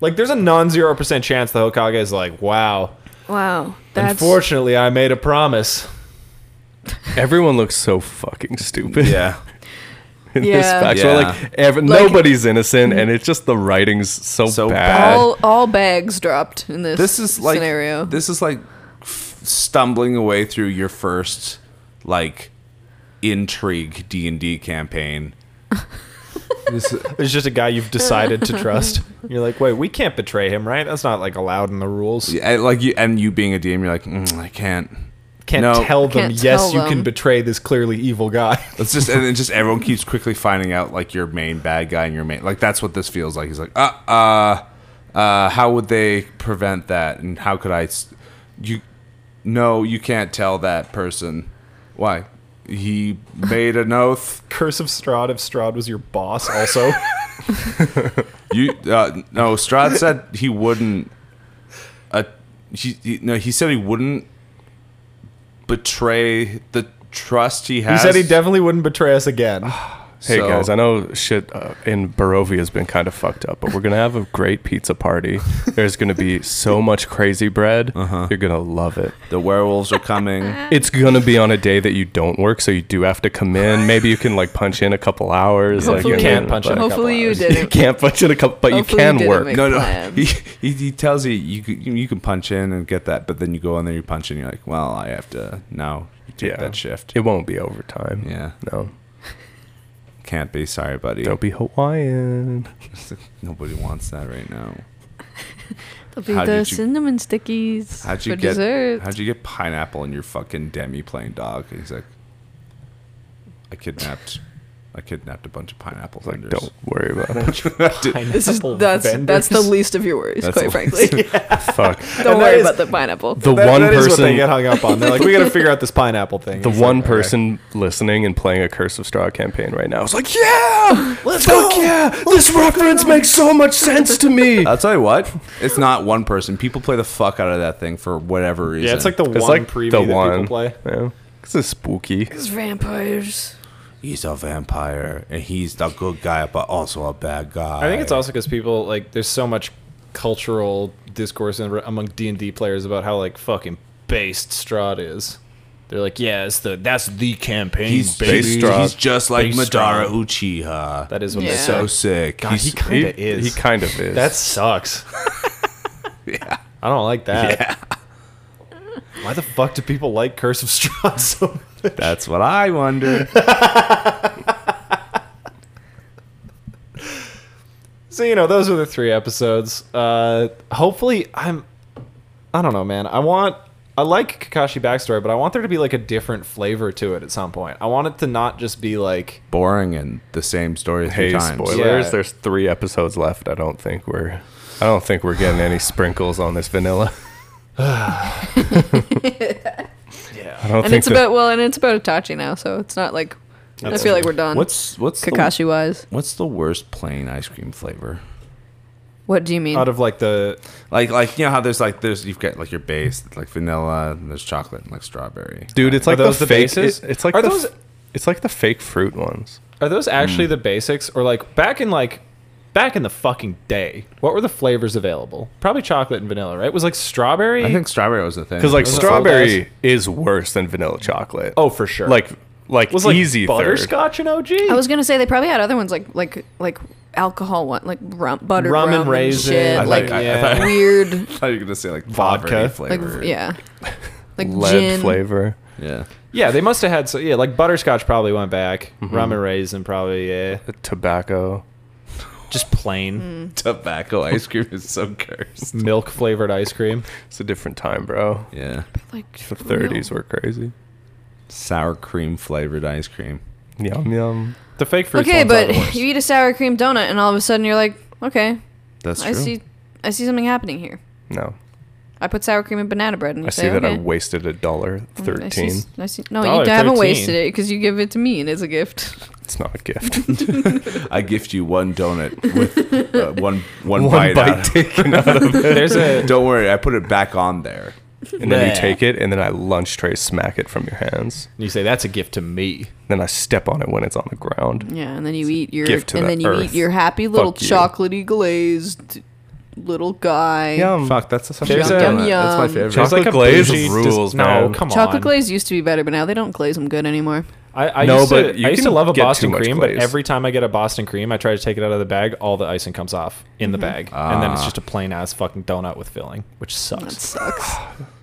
[SPEAKER 1] Like, there's a non-zero percent chance the Hokage is like, "Wow,
[SPEAKER 2] Wow, that's
[SPEAKER 1] unfortunately, I made a promise." [LAUGHS]
[SPEAKER 3] Everyone looks so fucking stupid.
[SPEAKER 4] [LAUGHS] Yeah.
[SPEAKER 3] [LAUGHS] In this
[SPEAKER 2] Yeah.
[SPEAKER 3] factual,
[SPEAKER 4] Yeah.
[SPEAKER 3] like, ev-
[SPEAKER 2] Like-
[SPEAKER 3] nobody's innocent, and it's just the writing's so,
[SPEAKER 4] So
[SPEAKER 3] bad.
[SPEAKER 2] all all bags dropped in this.
[SPEAKER 4] This is like
[SPEAKER 2] scenario.
[SPEAKER 4] This is like f- stumbling away through your first like intrigue D and D campaign.
[SPEAKER 1] This- There's just a guy you've decided to
[SPEAKER 2] [LAUGHS]
[SPEAKER 1] trust. You're like, "Wait, we can't betray him, right? That's not like allowed in the rules.
[SPEAKER 4] Yeah, and, like you and you being a DM, you're like, mm, I can't.
[SPEAKER 1] Can't
[SPEAKER 4] No.
[SPEAKER 1] tell them.
[SPEAKER 2] Can't
[SPEAKER 1] yes,
[SPEAKER 2] tell
[SPEAKER 1] you can
[SPEAKER 2] them."
[SPEAKER 1] betray this clearly evil guy."
[SPEAKER 4] It's just and then just everyone keeps quickly finding out like your main bad guy and your main like that's what this feels like. He's like, uh, uh, uh, how would they prevent that? And how could I? s- You, no, you can't tell that person. Why? He made an oath.
[SPEAKER 1] Curse of Strahd. If Strahd was your boss,
[SPEAKER 3] [LAUGHS]
[SPEAKER 1] also.
[SPEAKER 4] You uh, no. Strahd said he wouldn't. Uh, he, he no. He said he wouldn't betray the trust he
[SPEAKER 1] He
[SPEAKER 4] has.
[SPEAKER 1] said he definitely wouldn't betray us again.
[SPEAKER 3] Hey
[SPEAKER 4] So-
[SPEAKER 3] guys, [SIGHS] I know shit uh, in Barovia has been kind of fucked up, but we're gonna have a great pizza party. There's gonna be so much crazy bread.
[SPEAKER 4] Uh-huh.
[SPEAKER 3] You're gonna love it.
[SPEAKER 4] The werewolves are coming.
[SPEAKER 3] It's gonna be on a day that you don't work, so you do have to come in. Maybe you can like punch in a couple hours. like,
[SPEAKER 2] Hopefully- You
[SPEAKER 1] can't punch in a
[SPEAKER 3] but-
[SPEAKER 1] couple
[SPEAKER 2] Hopefully you
[SPEAKER 1] hours.
[SPEAKER 3] You [LAUGHS]
[SPEAKER 2] didn't.
[SPEAKER 3] can't punch in a couple, but
[SPEAKER 2] Hopefully you
[SPEAKER 3] you can
[SPEAKER 2] didn't
[SPEAKER 3] work.
[SPEAKER 2] make-
[SPEAKER 4] no, no.
[SPEAKER 2] plan.
[SPEAKER 4] [LAUGHS] He, he, he tells you you, could- you can punch in and get that, but then you go in there, you punch in, you're like, well, I have to now take
[SPEAKER 3] Yeah.
[SPEAKER 4] that shift.
[SPEAKER 3] It won't be overtime.
[SPEAKER 4] yeah,
[SPEAKER 3] No,
[SPEAKER 4] can't be. Sorry, buddy.
[SPEAKER 3] don't be Hawaiian.
[SPEAKER 4] [LAUGHS] Nobody wants that right now.
[SPEAKER 2] There'll be
[SPEAKER 4] How
[SPEAKER 2] the
[SPEAKER 4] did you-
[SPEAKER 2] cinnamon stickies
[SPEAKER 4] How'd you
[SPEAKER 2] for
[SPEAKER 4] get?
[SPEAKER 2] dessert.
[SPEAKER 4] How'd you get pineapple in your fucking demi plane, dog? He's like, I kidnapped, I kidnapped a bunch of pineapple
[SPEAKER 3] It's like,
[SPEAKER 4] vendors. [LAUGHS]
[SPEAKER 3] don't worry about it.
[SPEAKER 2] This is
[SPEAKER 1] Pineapple
[SPEAKER 2] that's that's the
[SPEAKER 1] vendors.
[SPEAKER 2] least of your worries,
[SPEAKER 4] That's
[SPEAKER 2] quite
[SPEAKER 4] the
[SPEAKER 2] frankly.
[SPEAKER 3] Fuck.
[SPEAKER 2] Don't
[SPEAKER 1] And
[SPEAKER 2] worry
[SPEAKER 1] there's-
[SPEAKER 2] about the pineapple.
[SPEAKER 3] The
[SPEAKER 1] That-
[SPEAKER 3] one
[SPEAKER 1] that is what
[SPEAKER 3] person
[SPEAKER 1] they get hung up on. They're like, we got to figure out this pineapple thing.
[SPEAKER 3] The
[SPEAKER 1] It's
[SPEAKER 3] one
[SPEAKER 1] like, okay.
[SPEAKER 3] person listening and playing a Curse of Straw campaign right now is like, yeah,
[SPEAKER 1] Let's
[SPEAKER 3] fuck
[SPEAKER 1] go!
[SPEAKER 3] yeah, this reference makes so much sense to [LAUGHS] me.
[SPEAKER 4] I'll tell you what, it's not one person. People play the fuck out of that thing for whatever reason.
[SPEAKER 1] Yeah, it's like the
[SPEAKER 3] it's
[SPEAKER 1] one
[SPEAKER 3] like
[SPEAKER 1] preview
[SPEAKER 3] the
[SPEAKER 1] that
[SPEAKER 3] one.
[SPEAKER 1] people play.
[SPEAKER 3] Yeah. This is spooky.
[SPEAKER 2] It's vampires.
[SPEAKER 4] he's a vampire and he's the good guy, but also a bad guy.
[SPEAKER 1] I think it's also because people like there's so much cultural discourse in, among D and D players about how like fucking based Strahd is. They're like, yeah, it's the that's the campaign.
[SPEAKER 4] he's
[SPEAKER 1] baby."
[SPEAKER 4] based,
[SPEAKER 3] based on-
[SPEAKER 4] he's just like
[SPEAKER 1] based
[SPEAKER 4] Madara
[SPEAKER 1] on-
[SPEAKER 4] Uchiha.
[SPEAKER 1] That is what they
[SPEAKER 2] Yeah.
[SPEAKER 1] say.
[SPEAKER 4] so sick.
[SPEAKER 1] God, he
[SPEAKER 4] he's,
[SPEAKER 1] kind of
[SPEAKER 3] He-
[SPEAKER 1] is.
[SPEAKER 3] He kind of is. [LAUGHS]
[SPEAKER 1] that sucks. I don't like that. Why the fuck do people like Curse of Strahd [LAUGHS] so much?
[SPEAKER 4] that's what
[SPEAKER 1] [LAUGHS]
[SPEAKER 4] I wonder.
[SPEAKER 1] So you know, those are the three episodes. Uh, hopefully, I'm. I don't know, man. I want. I like Kakashi backstory, but I want there to be like a different flavor to it at some point. I want it to not just be like.
[SPEAKER 4] Boring and the same story three
[SPEAKER 3] hey,
[SPEAKER 4] times.
[SPEAKER 3] spoilers.
[SPEAKER 1] Yeah.
[SPEAKER 3] There's three episodes left. I don't think we're. I don't think we're getting any sprinkles on this
[SPEAKER 1] [SIGHS]
[SPEAKER 3] vanilla. I
[SPEAKER 1] Yeah.
[SPEAKER 3] don't
[SPEAKER 2] And
[SPEAKER 3] think
[SPEAKER 2] it's
[SPEAKER 3] that-
[SPEAKER 2] about well, and it's about Itachi now, so it's not like I feel like we're done.
[SPEAKER 4] What's what's the,
[SPEAKER 2] Kakashi wise?
[SPEAKER 4] what's the worst plain ice cream flavor?
[SPEAKER 2] What do you mean?
[SPEAKER 1] Out of like the
[SPEAKER 4] Like like you know how there's like there's you've got like your base like vanilla and there's chocolate and like strawberry.
[SPEAKER 3] dude. It's
[SPEAKER 1] Are
[SPEAKER 3] like
[SPEAKER 1] those
[SPEAKER 3] the
[SPEAKER 1] the
[SPEAKER 3] fake.
[SPEAKER 1] bases?
[SPEAKER 3] it- it's like
[SPEAKER 1] Are
[SPEAKER 3] the,
[SPEAKER 1] those-
[SPEAKER 3] f- It's like the fake fruit ones.
[SPEAKER 1] are those actually
[SPEAKER 3] Mm.
[SPEAKER 1] the basics or like back in like back in the fucking day? What were the flavors available? Probably chocolate and vanilla, right? It was like strawberry.
[SPEAKER 4] I think strawberry was the thing.
[SPEAKER 3] Because like
[SPEAKER 1] Those are full
[SPEAKER 3] strawberry is worse than vanilla chocolate.
[SPEAKER 1] Oh, for sure.
[SPEAKER 3] like like
[SPEAKER 1] was like
[SPEAKER 3] easy third.
[SPEAKER 1] butterscotch and OG.
[SPEAKER 2] I was gonna say they probably had other ones like like like alcohol one like rum butter
[SPEAKER 1] Rum
[SPEAKER 2] rum,
[SPEAKER 1] and
[SPEAKER 2] and
[SPEAKER 1] raisin.
[SPEAKER 2] shit,
[SPEAKER 1] I
[SPEAKER 2] like
[SPEAKER 1] like- I- I
[SPEAKER 4] thought-
[SPEAKER 2] weird
[SPEAKER 4] [LAUGHS] I thought you were gonna say like
[SPEAKER 1] Vodka.
[SPEAKER 4] poverty
[SPEAKER 2] like
[SPEAKER 4] flavor.
[SPEAKER 2] yeah like
[SPEAKER 3] lead
[SPEAKER 2] gin
[SPEAKER 3] flavor.
[SPEAKER 4] yeah.
[SPEAKER 1] yeah, they must have had so yeah, like butterscotch probably went back.
[SPEAKER 3] Mm-hmm.
[SPEAKER 1] Rum and raisin probably yeah,
[SPEAKER 3] Tobacco.
[SPEAKER 1] just plain.
[SPEAKER 4] [LAUGHS] Tobacco ice cream is so cursed.
[SPEAKER 2] Mm.
[SPEAKER 1] milk flavored ice cream.
[SPEAKER 3] [LAUGHS] It's a different time, bro.
[SPEAKER 4] Yeah.
[SPEAKER 2] like
[SPEAKER 3] The 30s were crazy.
[SPEAKER 4] Sour cream flavored ice cream.
[SPEAKER 3] Yum yum.
[SPEAKER 1] The fake fruit.
[SPEAKER 2] Okay, but [LAUGHS] you eat a sour cream donut and all of a sudden you're like, okay,
[SPEAKER 4] That's true.
[SPEAKER 2] I see, I see something happening here.
[SPEAKER 3] No,
[SPEAKER 2] I put sour cream and banana bread, and you
[SPEAKER 3] I
[SPEAKER 2] say,
[SPEAKER 3] see that
[SPEAKER 2] okay.
[SPEAKER 3] I wasted a dollar
[SPEAKER 2] Mm, I see-
[SPEAKER 3] thirteen.
[SPEAKER 2] I see- no,
[SPEAKER 1] Dollar
[SPEAKER 2] you haven't
[SPEAKER 1] 13.
[SPEAKER 2] wasted it because you give it to me and it's a gift.
[SPEAKER 3] It's not a gift.
[SPEAKER 4] I gift you one donut
[SPEAKER 2] [LAUGHS]
[SPEAKER 4] with uh, one one
[SPEAKER 3] One
[SPEAKER 4] bite.
[SPEAKER 3] bite
[SPEAKER 4] out of it.
[SPEAKER 1] There's a
[SPEAKER 4] Don't worry, I put it [LAUGHS] back on there.
[SPEAKER 3] and then you
[SPEAKER 1] Bleh.
[SPEAKER 3] take it, and then I lunch tray smack it from your hands.
[SPEAKER 1] you say that's a gift to me.
[SPEAKER 3] Then I step on it when it's on the ground.
[SPEAKER 2] Yeah, and then you eat your
[SPEAKER 3] gift to
[SPEAKER 2] and
[SPEAKER 3] the
[SPEAKER 2] then you
[SPEAKER 3] earth.
[SPEAKER 2] eat your happy little
[SPEAKER 3] Fuck you.
[SPEAKER 2] chocolatey glazed little guy.
[SPEAKER 3] Yum.
[SPEAKER 4] Fuck, that's such
[SPEAKER 1] There's
[SPEAKER 4] good
[SPEAKER 1] a-
[SPEAKER 4] donut. That's my
[SPEAKER 2] Yum,
[SPEAKER 4] favorite.
[SPEAKER 3] yum. Chocolate glaze rules,
[SPEAKER 1] No,
[SPEAKER 3] man.
[SPEAKER 1] come
[SPEAKER 2] Chocolate
[SPEAKER 1] on.
[SPEAKER 2] glaze used to be better, but now they don't glaze them good anymore.
[SPEAKER 1] I, I
[SPEAKER 3] No,
[SPEAKER 1] used to,
[SPEAKER 3] but you
[SPEAKER 1] I used to
[SPEAKER 3] can
[SPEAKER 1] love a
[SPEAKER 3] get too
[SPEAKER 1] Boston
[SPEAKER 3] much
[SPEAKER 1] cream,
[SPEAKER 3] glaze.
[SPEAKER 1] but every time I get a Boston cream, I try to take it out of the bag. All the icing comes off in the bag, and
[SPEAKER 3] Ah.
[SPEAKER 1] then it's just a plain ass fucking donut with filling, which
[SPEAKER 2] That
[SPEAKER 1] sucks.
[SPEAKER 2] sucks.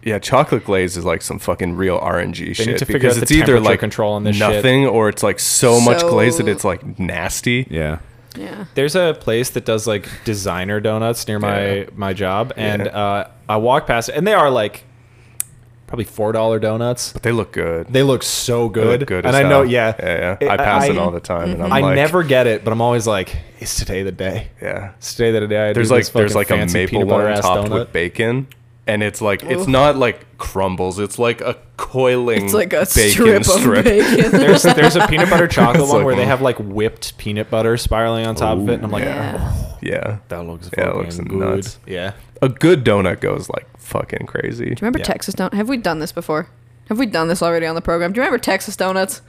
[SPEAKER 3] Yeah, chocolate glaze is like some fucking real RNG shit
[SPEAKER 1] need to figure
[SPEAKER 3] because
[SPEAKER 1] out the
[SPEAKER 3] it's either
[SPEAKER 1] temperature
[SPEAKER 3] like
[SPEAKER 1] control on this shit.
[SPEAKER 3] nothing or it's like so, much glaze that
[SPEAKER 2] So-
[SPEAKER 3] it's like nasty.
[SPEAKER 4] Yeah.
[SPEAKER 2] yeah.
[SPEAKER 1] There's a place that does like designer donuts near my
[SPEAKER 3] Yeah.
[SPEAKER 1] my job, and
[SPEAKER 3] Yeah.
[SPEAKER 1] uh, I walk past it, and they are like probably four dollar donuts.
[SPEAKER 3] But they look good.
[SPEAKER 1] They look so
[SPEAKER 3] They look
[SPEAKER 1] good,
[SPEAKER 3] good.
[SPEAKER 1] and
[SPEAKER 3] as
[SPEAKER 1] I know,
[SPEAKER 3] hell.
[SPEAKER 1] yeah,
[SPEAKER 3] yeah.
[SPEAKER 1] It-
[SPEAKER 3] I pass it
[SPEAKER 1] I-
[SPEAKER 3] all the time, and I'm
[SPEAKER 1] I
[SPEAKER 3] like,
[SPEAKER 1] never get it, but I'm always like, is today the day?
[SPEAKER 3] Yeah.
[SPEAKER 1] It's today that the day. I do
[SPEAKER 3] There's
[SPEAKER 1] this
[SPEAKER 3] like there's
[SPEAKER 1] fucking
[SPEAKER 3] like a
[SPEAKER 1] fancy
[SPEAKER 3] maple
[SPEAKER 1] peanut butter
[SPEAKER 3] one
[SPEAKER 1] ass
[SPEAKER 3] topped
[SPEAKER 1] donut."
[SPEAKER 3] with bacon, and it's like it's
[SPEAKER 2] Oof.
[SPEAKER 3] not like crumbles. It's like a coiling.
[SPEAKER 2] It's like a
[SPEAKER 3] bacon
[SPEAKER 2] strip,
[SPEAKER 3] [LAUGHS]
[SPEAKER 2] of bacon.
[SPEAKER 1] There's there's a peanut butter chocolate
[SPEAKER 3] It's
[SPEAKER 1] one
[SPEAKER 3] like,
[SPEAKER 1] where they
[SPEAKER 3] mm.
[SPEAKER 1] have like whipped peanut butter spiraling on top of it, and I'm like,
[SPEAKER 2] yeah.
[SPEAKER 3] Yeah,
[SPEAKER 1] that looks
[SPEAKER 3] Yeah, it
[SPEAKER 1] fucking
[SPEAKER 3] looks
[SPEAKER 1] good.
[SPEAKER 3] nuts.
[SPEAKER 1] Yeah,
[SPEAKER 3] a good donut goes like fucking crazy.
[SPEAKER 2] Do you remember
[SPEAKER 1] Yeah.
[SPEAKER 2] Texas Donut? Have we done this before? Have we done this already on the program? Do you remember Texas Donuts?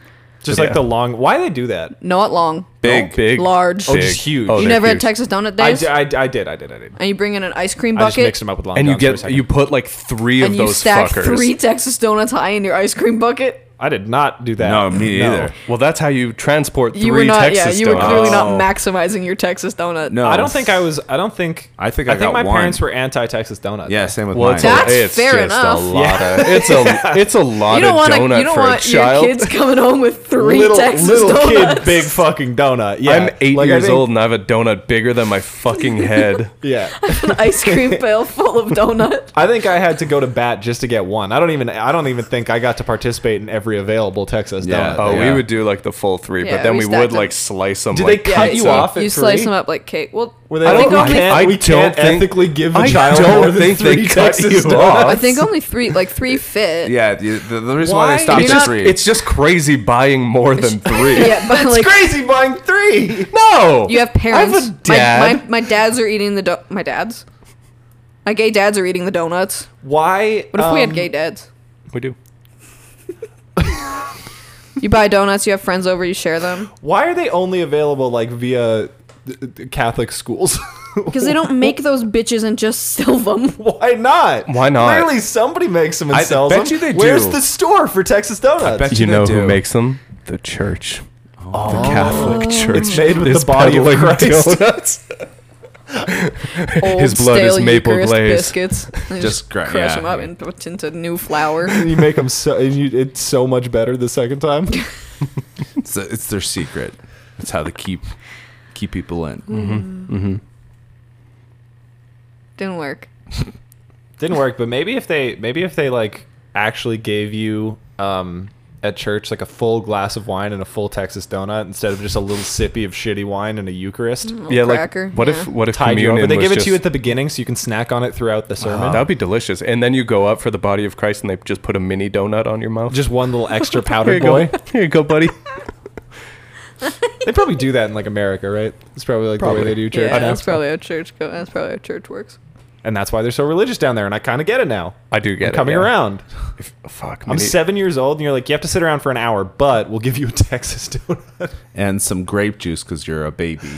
[SPEAKER 1] Just
[SPEAKER 3] Yeah.
[SPEAKER 1] like the long. Why they do that?
[SPEAKER 2] Not long.
[SPEAKER 3] Big, big,
[SPEAKER 2] Large.
[SPEAKER 1] Oh,
[SPEAKER 3] big.
[SPEAKER 1] just huge.
[SPEAKER 3] Oh,
[SPEAKER 1] You
[SPEAKER 2] you
[SPEAKER 3] they're
[SPEAKER 2] never had
[SPEAKER 3] huge.
[SPEAKER 2] Texas Donut
[SPEAKER 1] I,
[SPEAKER 2] Days?
[SPEAKER 1] d- I, d- I did. I did. I did.
[SPEAKER 2] and you bring in an ice cream
[SPEAKER 1] I just
[SPEAKER 2] bucket
[SPEAKER 1] mixed them up with long
[SPEAKER 3] and you
[SPEAKER 1] Johns for a
[SPEAKER 3] get
[SPEAKER 1] second.
[SPEAKER 3] you put like three
[SPEAKER 2] and
[SPEAKER 3] of
[SPEAKER 2] you
[SPEAKER 3] those
[SPEAKER 2] stack
[SPEAKER 3] fuckers.
[SPEAKER 2] three Texas donuts high in your ice cream bucket.
[SPEAKER 1] I did not do that.
[SPEAKER 4] No, me either.
[SPEAKER 3] Well, that's how you transport three
[SPEAKER 2] You were not,
[SPEAKER 3] Texas
[SPEAKER 2] yeah, you were
[SPEAKER 3] donuts.
[SPEAKER 2] clearly not
[SPEAKER 4] Oh.
[SPEAKER 2] maximizing your Texas donut.
[SPEAKER 4] No,
[SPEAKER 1] I don't think I was. I don't think.
[SPEAKER 4] I think I
[SPEAKER 1] think
[SPEAKER 4] got
[SPEAKER 1] my
[SPEAKER 4] one.
[SPEAKER 1] parents were anti-Texas donut.
[SPEAKER 4] Yeah, same with
[SPEAKER 3] Well,
[SPEAKER 4] mine.
[SPEAKER 3] it's,
[SPEAKER 2] That's
[SPEAKER 3] a, it's
[SPEAKER 2] fair
[SPEAKER 3] just
[SPEAKER 2] enough.
[SPEAKER 3] a lot of it's a it's a lot
[SPEAKER 2] You don't
[SPEAKER 3] of
[SPEAKER 2] want
[SPEAKER 3] donut
[SPEAKER 2] you don't
[SPEAKER 3] for
[SPEAKER 2] want
[SPEAKER 3] a child.
[SPEAKER 2] your kids coming home with three
[SPEAKER 1] little
[SPEAKER 2] Texas
[SPEAKER 1] little
[SPEAKER 2] donuts. [LAUGHS]
[SPEAKER 1] kid, big fucking donut. Yeah,
[SPEAKER 3] I'm eight
[SPEAKER 1] Like, I
[SPEAKER 3] years
[SPEAKER 1] think-
[SPEAKER 3] old and I have a donut bigger than my fucking
[SPEAKER 2] [LAUGHS]
[SPEAKER 3] head.
[SPEAKER 1] Yeah,
[SPEAKER 2] an ice
[SPEAKER 3] [LAUGHS]
[SPEAKER 2] cream pail full of donut.
[SPEAKER 1] I think I had to go to bat just to get one. I don't even. I don't even think I got to participate in every available Texas
[SPEAKER 4] Yeah.
[SPEAKER 1] donut.
[SPEAKER 3] Oh,
[SPEAKER 4] Yeah.
[SPEAKER 3] we would do like the full three,
[SPEAKER 2] Yeah,
[SPEAKER 3] but then
[SPEAKER 2] we
[SPEAKER 3] we,
[SPEAKER 2] stacked
[SPEAKER 3] would
[SPEAKER 2] them.
[SPEAKER 3] like slice them.
[SPEAKER 1] Did
[SPEAKER 3] like
[SPEAKER 1] they cut you
[SPEAKER 3] pizza.
[SPEAKER 1] off? at
[SPEAKER 2] You slice
[SPEAKER 1] three?
[SPEAKER 2] them up like cake. Well,
[SPEAKER 1] Were they
[SPEAKER 2] I
[SPEAKER 1] like,
[SPEAKER 2] think
[SPEAKER 1] we
[SPEAKER 2] only
[SPEAKER 1] can't,
[SPEAKER 3] I
[SPEAKER 1] we
[SPEAKER 3] don't
[SPEAKER 1] can't
[SPEAKER 3] think-
[SPEAKER 1] ethically give a
[SPEAKER 3] I
[SPEAKER 1] child
[SPEAKER 3] don't
[SPEAKER 1] more than
[SPEAKER 3] think they
[SPEAKER 1] three
[SPEAKER 3] cut
[SPEAKER 1] Texas
[SPEAKER 3] you
[SPEAKER 1] donuts.
[SPEAKER 3] off.
[SPEAKER 2] I think only three, like
[SPEAKER 3] [LAUGHS]
[SPEAKER 2] three fit.
[SPEAKER 4] Yeah, the, the, the reason
[SPEAKER 1] Why?
[SPEAKER 4] why they stopped
[SPEAKER 2] You're
[SPEAKER 4] at
[SPEAKER 2] not-
[SPEAKER 4] three.
[SPEAKER 3] It's just crazy
[SPEAKER 2] [LAUGHS]
[SPEAKER 3] buying more than three.
[SPEAKER 2] yeah, but like
[SPEAKER 1] crazy buying three.
[SPEAKER 3] [LAUGHS] No,
[SPEAKER 2] you have parents.
[SPEAKER 3] I have a dad.
[SPEAKER 2] My, my, my dads are eating the do- my dads. My gay dads are eating the donuts.
[SPEAKER 1] Why?
[SPEAKER 2] What if we had
[SPEAKER 1] um,
[SPEAKER 2] gay dads?
[SPEAKER 3] we do.
[SPEAKER 2] You buy donuts. You have friends over. You share them
[SPEAKER 1] Why are they only available like via th- th- Catholic schools? [LAUGHS]
[SPEAKER 2] because they don't make those bitches and just [LAUGHS] sell them.
[SPEAKER 1] Why not?
[SPEAKER 3] Why not?
[SPEAKER 1] Clearly, somebody makes them and
[SPEAKER 4] I
[SPEAKER 1] sells
[SPEAKER 4] bet
[SPEAKER 1] them.
[SPEAKER 4] you they do.
[SPEAKER 1] Where's the store for Texas donuts?
[SPEAKER 4] bet
[SPEAKER 3] You
[SPEAKER 4] they
[SPEAKER 3] know who
[SPEAKER 4] do.
[SPEAKER 3] makes them? The church. The [LAUGHS] Catholic Church.
[SPEAKER 1] It's made with
[SPEAKER 3] is
[SPEAKER 1] the body of
[SPEAKER 3] peddling
[SPEAKER 1] Christ.
[SPEAKER 3] donuts.
[SPEAKER 2] Old,
[SPEAKER 3] His blood is
[SPEAKER 2] stale
[SPEAKER 3] maple
[SPEAKER 2] Eucharist
[SPEAKER 3] glazed.
[SPEAKER 2] biscuits. They
[SPEAKER 4] Just
[SPEAKER 2] just
[SPEAKER 4] gra-
[SPEAKER 2] crush
[SPEAKER 4] yeah.
[SPEAKER 2] them up and put into new flour.
[SPEAKER 1] [LAUGHS] you make them so and you, it's so much better the second time.
[SPEAKER 4] It's, the- it's their secret. It's how they keep keep people in.
[SPEAKER 2] Mm. Didn't work.
[SPEAKER 1] Didn't work, but maybe if they maybe if they like actually gave you um at church like a full glass of wine and a full Texas donut instead of just a little sippy of shitty wine and a Eucharist.
[SPEAKER 2] Mm.
[SPEAKER 3] yeah,
[SPEAKER 2] cracker,
[SPEAKER 3] like what if
[SPEAKER 2] yeah.
[SPEAKER 3] what if
[SPEAKER 1] Tied you
[SPEAKER 3] communion
[SPEAKER 1] over. They
[SPEAKER 3] was
[SPEAKER 1] give it
[SPEAKER 3] just, Uh-huh.
[SPEAKER 1] to you at the beginning so you can snack on it throughout the sermon.
[SPEAKER 3] That'd be delicious. And then you go up for the body of Christ and they just put a mini donut on your mouth.
[SPEAKER 1] Just one little
[SPEAKER 3] [LAUGHS]
[SPEAKER 1] extra
[SPEAKER 3] here
[SPEAKER 1] powder
[SPEAKER 3] you
[SPEAKER 1] boy.
[SPEAKER 3] go. Here you go, buddy.
[SPEAKER 1] They probably do that in like America, right? It's probably like
[SPEAKER 3] Probably.
[SPEAKER 1] the way they do church.
[SPEAKER 2] yeah,
[SPEAKER 1] now.
[SPEAKER 2] that's probably how church. Go- that's probably how church works.
[SPEAKER 1] and that's why they're so religious down there. And I kind of get it now.
[SPEAKER 3] I do get
[SPEAKER 1] I'm coming
[SPEAKER 3] it. yeah. [LAUGHS]
[SPEAKER 1] around.
[SPEAKER 3] If- fuck,
[SPEAKER 1] I'm
[SPEAKER 3] mini-
[SPEAKER 1] seven years old, and you're like, you have to sit around for an hour, but we'll give you a [LAUGHS] Texas donut. [LAUGHS]
[SPEAKER 4] And some grape juice because you're a baby.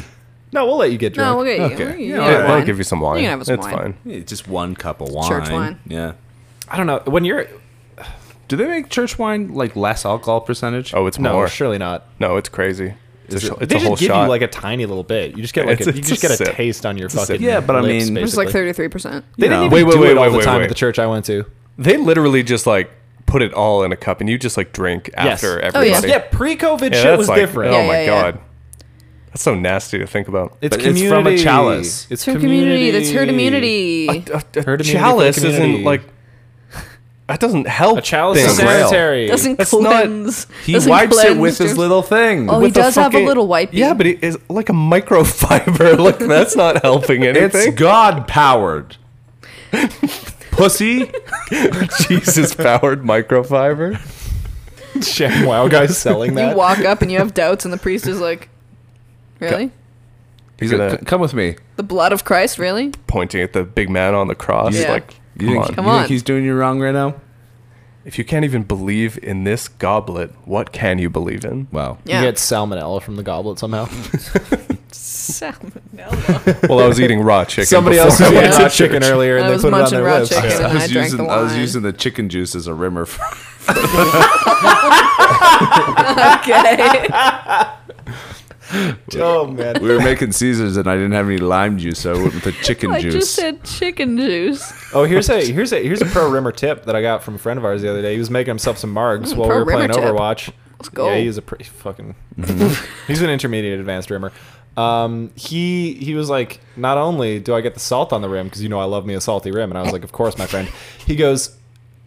[SPEAKER 1] no, we'll let you get drunk.
[SPEAKER 2] No, we'll get you.
[SPEAKER 4] Okay.
[SPEAKER 2] we'll get you-
[SPEAKER 4] Yeah,
[SPEAKER 2] you
[SPEAKER 4] all
[SPEAKER 2] can
[SPEAKER 3] Yeah,
[SPEAKER 2] have
[SPEAKER 3] they'll
[SPEAKER 2] wine.
[SPEAKER 3] give you some wine.
[SPEAKER 2] You can have us some
[SPEAKER 3] it's
[SPEAKER 2] wine.
[SPEAKER 3] fine.
[SPEAKER 4] Yeah, Just one cup of wine.
[SPEAKER 2] church wine.
[SPEAKER 4] Yeah.
[SPEAKER 1] I don't know. When you're
[SPEAKER 4] Do they make church wine like less alcohol percentage?
[SPEAKER 3] Oh, it's
[SPEAKER 1] no,
[SPEAKER 3] more.
[SPEAKER 1] surely not.
[SPEAKER 3] No, it's crazy. It's, a, sh- it's
[SPEAKER 1] they
[SPEAKER 3] a
[SPEAKER 1] just
[SPEAKER 3] whole
[SPEAKER 1] give
[SPEAKER 3] shot.
[SPEAKER 1] you like a tiny little bit. You just get like
[SPEAKER 3] It's-
[SPEAKER 1] a, you
[SPEAKER 3] it's
[SPEAKER 1] just
[SPEAKER 3] a
[SPEAKER 1] get a
[SPEAKER 3] sip.
[SPEAKER 1] taste on your
[SPEAKER 3] a
[SPEAKER 1] fucking
[SPEAKER 3] sip.
[SPEAKER 4] Yeah, but I
[SPEAKER 1] lips,
[SPEAKER 4] mean-
[SPEAKER 1] basically.
[SPEAKER 4] It
[SPEAKER 2] It was like thirty three percent.
[SPEAKER 1] They didn't
[SPEAKER 4] No.
[SPEAKER 1] even
[SPEAKER 3] Wait, wait,
[SPEAKER 1] do
[SPEAKER 3] wait,
[SPEAKER 1] it all
[SPEAKER 3] wait,
[SPEAKER 1] the
[SPEAKER 3] wait,
[SPEAKER 1] time
[SPEAKER 3] wait.
[SPEAKER 1] at the church I went to.
[SPEAKER 3] they literally just like put it all in a cup and you just like drink
[SPEAKER 1] Yes.
[SPEAKER 3] after
[SPEAKER 2] Oh, yeah.
[SPEAKER 3] everybody.
[SPEAKER 1] Yeah, pre-COVID
[SPEAKER 3] Yeah,
[SPEAKER 1] shit
[SPEAKER 3] that's
[SPEAKER 1] was
[SPEAKER 3] like-
[SPEAKER 1] different.
[SPEAKER 3] Oh
[SPEAKER 2] Yeah,
[SPEAKER 3] my
[SPEAKER 2] yeah, yeah.
[SPEAKER 3] god, that's so nasty to think about.
[SPEAKER 1] It's,
[SPEAKER 4] But it's from a chalice.
[SPEAKER 1] It's
[SPEAKER 2] Her community. That's her community.
[SPEAKER 1] Her immunity for the
[SPEAKER 3] chalice isn't
[SPEAKER 1] community.
[SPEAKER 3] like that doesn't help.
[SPEAKER 1] A chalice is
[SPEAKER 3] things.
[SPEAKER 4] Thing. Rail.
[SPEAKER 1] sanitary.
[SPEAKER 2] doesn't
[SPEAKER 1] [LAUGHS]
[SPEAKER 3] That's not-
[SPEAKER 2] cleanse.
[SPEAKER 4] he
[SPEAKER 2] doesn't
[SPEAKER 4] wipes it
[SPEAKER 2] cleanse
[SPEAKER 4] with his
[SPEAKER 2] germs.
[SPEAKER 4] little thing.
[SPEAKER 2] Oh, he
[SPEAKER 3] With the
[SPEAKER 2] does have a
[SPEAKER 3] fucking-
[SPEAKER 2] little wipey.
[SPEAKER 3] Yeah, but it is like a microfiber. [LAUGHS] like that's not helping
[SPEAKER 4] it's
[SPEAKER 3] anything.
[SPEAKER 2] [LAUGHS]
[SPEAKER 4] God powered. Pussy.
[SPEAKER 3] Jesus powered microfiber.
[SPEAKER 1] Sham Wow guys selling
[SPEAKER 2] You
[SPEAKER 1] that.
[SPEAKER 2] walk up and you have doubts, and the priest is like, "Really?
[SPEAKER 4] He's
[SPEAKER 3] Gonna-
[SPEAKER 4] like, "C- come with me.
[SPEAKER 2] The blood of Christ? Really?
[SPEAKER 3] Pointing at the big man on the cross.
[SPEAKER 2] Yeah.
[SPEAKER 3] Like,
[SPEAKER 4] You
[SPEAKER 3] come
[SPEAKER 4] think,
[SPEAKER 3] on.
[SPEAKER 2] Come
[SPEAKER 4] you
[SPEAKER 2] on.
[SPEAKER 4] think he's doing you wrong right now?
[SPEAKER 3] If you can't even believe in this goblet, what can you believe in?
[SPEAKER 4] Wow.
[SPEAKER 1] You
[SPEAKER 2] Yeah." [LAUGHS]
[SPEAKER 1] get salmonella from the goblet somehow.
[SPEAKER 2] Salmonella.
[SPEAKER 3] Well,
[SPEAKER 1] [LAUGHS]
[SPEAKER 3] I was eating raw chicken.
[SPEAKER 1] Somebody
[SPEAKER 3] before
[SPEAKER 1] else was
[SPEAKER 3] [LAUGHS] I went
[SPEAKER 1] eating
[SPEAKER 3] to
[SPEAKER 1] raw
[SPEAKER 3] church.
[SPEAKER 1] chicken earlier, and
[SPEAKER 2] I
[SPEAKER 1] they
[SPEAKER 2] was
[SPEAKER 1] put it on
[SPEAKER 2] munching
[SPEAKER 1] their
[SPEAKER 2] raw
[SPEAKER 1] lips.
[SPEAKER 2] chicken. And
[SPEAKER 4] I
[SPEAKER 2] then I
[SPEAKER 4] was,
[SPEAKER 2] drank
[SPEAKER 4] using,
[SPEAKER 2] the
[SPEAKER 4] I was
[SPEAKER 2] wine.
[SPEAKER 4] using the chicken juice as a rimmer.
[SPEAKER 2] [LAUGHS]
[SPEAKER 4] For,
[SPEAKER 2] okay.
[SPEAKER 1] [LAUGHS] Oh man,
[SPEAKER 4] we were making Caesars and I didn't have any lime juice, so I went with the
[SPEAKER 2] [LAUGHS]
[SPEAKER 4] chicken
[SPEAKER 2] I
[SPEAKER 4] juice.
[SPEAKER 2] just said chicken juice.
[SPEAKER 1] Oh, here's a here's a here's a pro rimmer tip that I got from a friend of ours the other day. He was making himself some margs while we
[SPEAKER 2] Mm, pro
[SPEAKER 1] were playing
[SPEAKER 2] rimmer tip.
[SPEAKER 1] Overwatch.
[SPEAKER 2] Let's go.
[SPEAKER 1] Yeah, he's a pretty fucking. [LAUGHS] he's an intermediate advanced rimmer. Um, he he was like, not only do I get the salt on the rim because you know I love me a salty rim, and I was like, of course, my friend. He goes,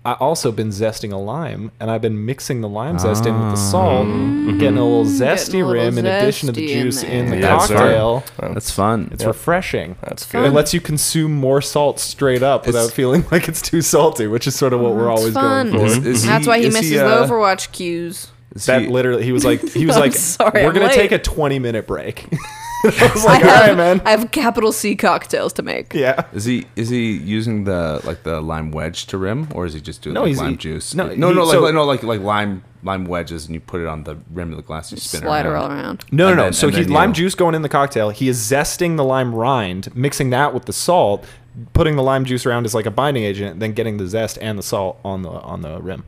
[SPEAKER 1] I also been zesting a lime, and I've been mixing the lime zest in with the salt, getting a little zesty
[SPEAKER 2] Ah. Mm, Getting a little
[SPEAKER 1] rim in addition to the
[SPEAKER 2] zesty in
[SPEAKER 1] juice in,
[SPEAKER 2] there.
[SPEAKER 1] the
[SPEAKER 3] Yeah, it's fun.
[SPEAKER 1] cocktail.
[SPEAKER 4] That's fun.
[SPEAKER 1] It's refreshing.
[SPEAKER 3] That's
[SPEAKER 2] fun.
[SPEAKER 3] good.
[SPEAKER 1] It lets you consume more salt straight up without
[SPEAKER 4] It's-
[SPEAKER 1] feeling [LAUGHS] like it's too salty, which is sort of what we're
[SPEAKER 2] It's
[SPEAKER 1] always
[SPEAKER 2] fun.
[SPEAKER 1] going for.
[SPEAKER 4] Mhm. Is
[SPEAKER 2] That's
[SPEAKER 4] he-
[SPEAKER 2] why he
[SPEAKER 4] is
[SPEAKER 2] misses
[SPEAKER 4] he,
[SPEAKER 2] the
[SPEAKER 4] uh,
[SPEAKER 2] Overwatch cues.
[SPEAKER 4] Is
[SPEAKER 1] That
[SPEAKER 4] he-
[SPEAKER 1] literally, he was like, he was [LAUGHS]
[SPEAKER 2] I'm
[SPEAKER 1] like,
[SPEAKER 2] sorry,
[SPEAKER 1] we're
[SPEAKER 2] I'm
[SPEAKER 1] gonna
[SPEAKER 2] late."
[SPEAKER 1] take a twenty minute break. [LAUGHS] I was like,
[SPEAKER 2] I
[SPEAKER 1] all
[SPEAKER 2] have,
[SPEAKER 1] right, man.
[SPEAKER 2] I have capital C cocktails to
[SPEAKER 1] [LAUGHS]
[SPEAKER 2] make.
[SPEAKER 1] yeah.
[SPEAKER 4] Is he is he using the like the lime wedge to rim, or is he just doing
[SPEAKER 1] No,
[SPEAKER 4] like,
[SPEAKER 1] he's-
[SPEAKER 4] lime
[SPEAKER 1] he-
[SPEAKER 4] juice?
[SPEAKER 1] no,
[SPEAKER 4] no,
[SPEAKER 1] he-
[SPEAKER 4] no, like,
[SPEAKER 1] so-
[SPEAKER 4] like- no, like like lime lime wedges, and you put it on the rim of the glass. You spin
[SPEAKER 2] Slide
[SPEAKER 4] it
[SPEAKER 2] her
[SPEAKER 4] around.
[SPEAKER 2] all around.
[SPEAKER 1] No, no,
[SPEAKER 4] And
[SPEAKER 1] no.
[SPEAKER 4] then-
[SPEAKER 1] so
[SPEAKER 4] and
[SPEAKER 1] he's
[SPEAKER 4] then
[SPEAKER 1] lime
[SPEAKER 4] you-
[SPEAKER 1] juice going in the cocktail. He is zesting the lime rind, mixing that with the salt, putting the lime juice around as like a binding agent, then getting the zest and the salt on the on the rim.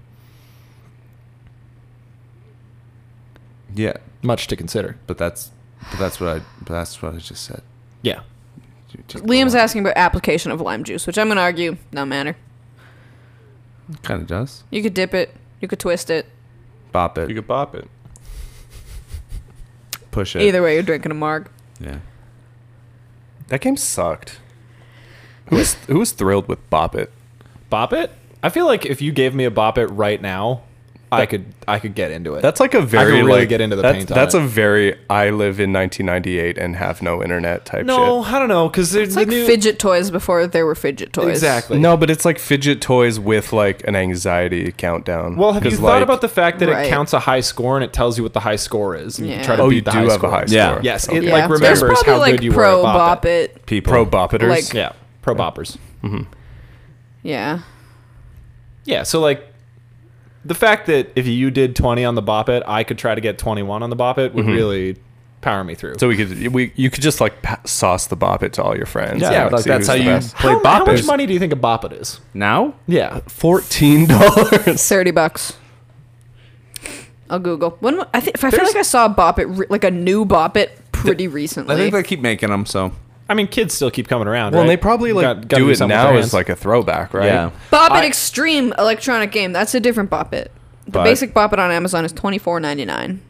[SPEAKER 4] Yeah,
[SPEAKER 1] Much to consider.
[SPEAKER 4] but that's but that's what I but that's what I just said.
[SPEAKER 1] Yeah.
[SPEAKER 4] You take the
[SPEAKER 2] Liam's
[SPEAKER 4] lime.
[SPEAKER 2] asking about application of lime juice, which I'm gonna argue no matter.
[SPEAKER 4] kind of does
[SPEAKER 2] You could dip it, you could twist it.
[SPEAKER 4] bop
[SPEAKER 3] You
[SPEAKER 4] it,
[SPEAKER 3] could pop it.
[SPEAKER 4] push it.
[SPEAKER 2] Either way, you're drinking a marg.
[SPEAKER 4] yeah.
[SPEAKER 3] That game sucked. Who was who was thrilled with Bop It?
[SPEAKER 1] Bop it? I feel like if you gave me a bop it right now, I could I could get into it.
[SPEAKER 3] That's like a very
[SPEAKER 1] really
[SPEAKER 3] like
[SPEAKER 1] get into the
[SPEAKER 3] that's,
[SPEAKER 1] paint on
[SPEAKER 3] That's
[SPEAKER 1] it.
[SPEAKER 3] a very I live in 1998 and have no internet type
[SPEAKER 1] no,
[SPEAKER 3] shit.
[SPEAKER 1] I don't know, because there's
[SPEAKER 2] It's like
[SPEAKER 1] new
[SPEAKER 2] fidget toys before there were fidget toys.
[SPEAKER 1] Exactly.
[SPEAKER 3] No, but it's like fidget toys with like an anxiety countdown.
[SPEAKER 1] Well, have you
[SPEAKER 3] 'Cause,
[SPEAKER 1] thought
[SPEAKER 3] like-
[SPEAKER 1] about the fact that
[SPEAKER 2] Right.
[SPEAKER 1] it counts a high score and it tells you what the high score is? And you can
[SPEAKER 2] Yeah.
[SPEAKER 1] try to
[SPEAKER 3] Oh,
[SPEAKER 1] beat
[SPEAKER 3] you
[SPEAKER 1] the
[SPEAKER 3] do
[SPEAKER 1] high
[SPEAKER 3] have
[SPEAKER 1] score.
[SPEAKER 3] a high score.
[SPEAKER 4] Yeah.
[SPEAKER 1] Yes, it
[SPEAKER 2] Yeah.
[SPEAKER 1] like
[SPEAKER 2] There's
[SPEAKER 1] remembers
[SPEAKER 2] probably
[SPEAKER 1] how
[SPEAKER 2] like
[SPEAKER 1] good you
[SPEAKER 2] pro
[SPEAKER 1] were at bop, it.
[SPEAKER 2] it.
[SPEAKER 4] People
[SPEAKER 3] Pro boppeters.
[SPEAKER 2] Like-
[SPEAKER 1] Yeah, pro boppers.
[SPEAKER 2] Yeah.
[SPEAKER 1] Yeah, so like the fact that if you did 20 on the bop it, I could try to get 21 on the bop it would really power me through.
[SPEAKER 3] Mm-hmm. so we could we you could just like pa- sauce the Bop It to all your friends.
[SPEAKER 1] Yeah,
[SPEAKER 3] and,
[SPEAKER 1] like,
[SPEAKER 3] see
[SPEAKER 4] that's
[SPEAKER 3] who's
[SPEAKER 4] how
[SPEAKER 3] the
[SPEAKER 4] you-
[SPEAKER 3] best.
[SPEAKER 1] how,
[SPEAKER 4] play Bop
[SPEAKER 1] how
[SPEAKER 4] It.
[SPEAKER 1] much money do you think a bop it is?
[SPEAKER 4] Now
[SPEAKER 1] Yeah. [LAUGHS]
[SPEAKER 3] Fourteen dollars.
[SPEAKER 2] Thirty bucks. I'll Google. When wa- I think if I feel like I saw Bop It, re- like a new Bop It, pretty
[SPEAKER 4] I
[SPEAKER 2] recently.
[SPEAKER 4] think they keep making them. So
[SPEAKER 1] I mean, kids still keep coming around.
[SPEAKER 3] Well, and they
[SPEAKER 1] right?
[SPEAKER 3] probably like
[SPEAKER 1] Got- gotta
[SPEAKER 3] do it
[SPEAKER 1] something with
[SPEAKER 3] now
[SPEAKER 1] their
[SPEAKER 3] as
[SPEAKER 1] hands.
[SPEAKER 3] like a throwback, right?
[SPEAKER 4] yeah,
[SPEAKER 2] Bop It
[SPEAKER 1] I-
[SPEAKER 2] Extreme electronic game. That's a different Bop It. The
[SPEAKER 4] But-
[SPEAKER 2] basic Bop It on Amazon is twenty four ninety nine.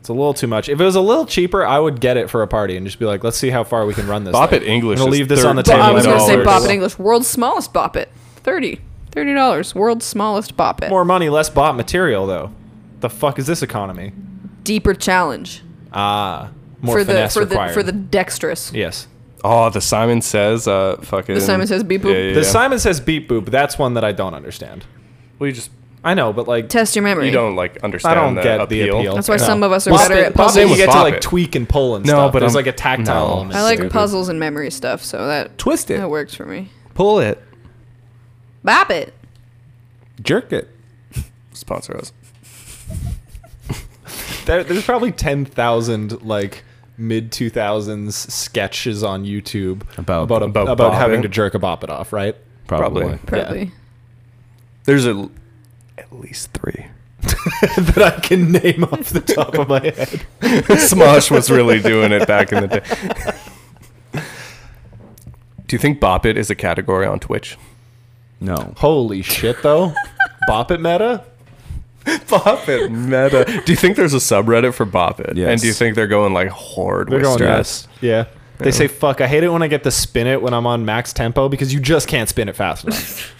[SPEAKER 1] it's a little too much. If it was a little cheaper, I would get it for a party and just be like, let's see how far we can run this.
[SPEAKER 3] Bop
[SPEAKER 1] thing.
[SPEAKER 3] It English
[SPEAKER 1] I'm gonna
[SPEAKER 3] is
[SPEAKER 1] leave this on the
[SPEAKER 3] $30.
[SPEAKER 1] table.
[SPEAKER 2] I was gonna say
[SPEAKER 3] $10.
[SPEAKER 2] Bop It English, world's smallest Bop It, thirty. Thirty dollars, world's smallest Bop It.
[SPEAKER 1] More money, less bop material though. The fuck is this economy?
[SPEAKER 2] Deeper challenge
[SPEAKER 1] Ah, more
[SPEAKER 2] for the
[SPEAKER 1] finesse
[SPEAKER 2] for the
[SPEAKER 1] required.
[SPEAKER 2] for the dexterous.
[SPEAKER 1] yes.
[SPEAKER 3] Oh, the Simon says, uh, fucking.
[SPEAKER 2] The Simon Says beep boop.
[SPEAKER 3] Yeah, yeah,
[SPEAKER 1] The
[SPEAKER 3] yeah.
[SPEAKER 1] Simon says beep boop. That's one that I don't understand.
[SPEAKER 3] Well, you just
[SPEAKER 1] I know, but like
[SPEAKER 2] Test your memory.
[SPEAKER 3] you don't like
[SPEAKER 1] I
[SPEAKER 3] understand.
[SPEAKER 1] don't
[SPEAKER 3] the
[SPEAKER 1] get
[SPEAKER 3] appeal.
[SPEAKER 1] the appeal.
[SPEAKER 2] That's why some of us are better at
[SPEAKER 1] Bop
[SPEAKER 2] puzzles.
[SPEAKER 1] It, You
[SPEAKER 3] Same
[SPEAKER 1] get
[SPEAKER 3] with
[SPEAKER 1] to
[SPEAKER 3] Bop
[SPEAKER 1] like
[SPEAKER 3] It.
[SPEAKER 1] tweak and pull and
[SPEAKER 3] No,
[SPEAKER 1] stuff.
[SPEAKER 3] but
[SPEAKER 1] There's
[SPEAKER 3] I'm-
[SPEAKER 1] like a tactile
[SPEAKER 3] no.
[SPEAKER 1] element.
[SPEAKER 2] I like
[SPEAKER 1] to it.
[SPEAKER 2] puzzles and memory stuff, so that
[SPEAKER 4] twist
[SPEAKER 2] that
[SPEAKER 4] it,
[SPEAKER 2] works for me.
[SPEAKER 3] Pull it.
[SPEAKER 2] Bop It.
[SPEAKER 4] jerk it.
[SPEAKER 3] Sponsor us.
[SPEAKER 1] There, there's probably ten thousand like mid two thousands sketches on YouTube
[SPEAKER 4] About-
[SPEAKER 1] about a-
[SPEAKER 3] about
[SPEAKER 1] about,
[SPEAKER 3] Bop
[SPEAKER 1] having
[SPEAKER 3] It.
[SPEAKER 1] to jerk a bop it off, right?
[SPEAKER 3] Probably.
[SPEAKER 2] Probably.
[SPEAKER 3] There's a, at least three. [LAUGHS]
[SPEAKER 1] [LAUGHS] that I can name off the top of my head.
[SPEAKER 3] Smosh was really doing it back in the day. Do you think Bop It is a category on Twitch?
[SPEAKER 4] No,
[SPEAKER 1] Holy shit, though! bop it meta.
[SPEAKER 3] Bop It meta. Do you think there's a subreddit for Bop It?
[SPEAKER 4] Yes.
[SPEAKER 3] And do you think they're going like hard
[SPEAKER 1] They're
[SPEAKER 3] with
[SPEAKER 1] going
[SPEAKER 3] stress?
[SPEAKER 1] nuts. Yeah. They say fuck. I hate it when I get to spin it when I'm on max tempo because you just can't spin it fast enough.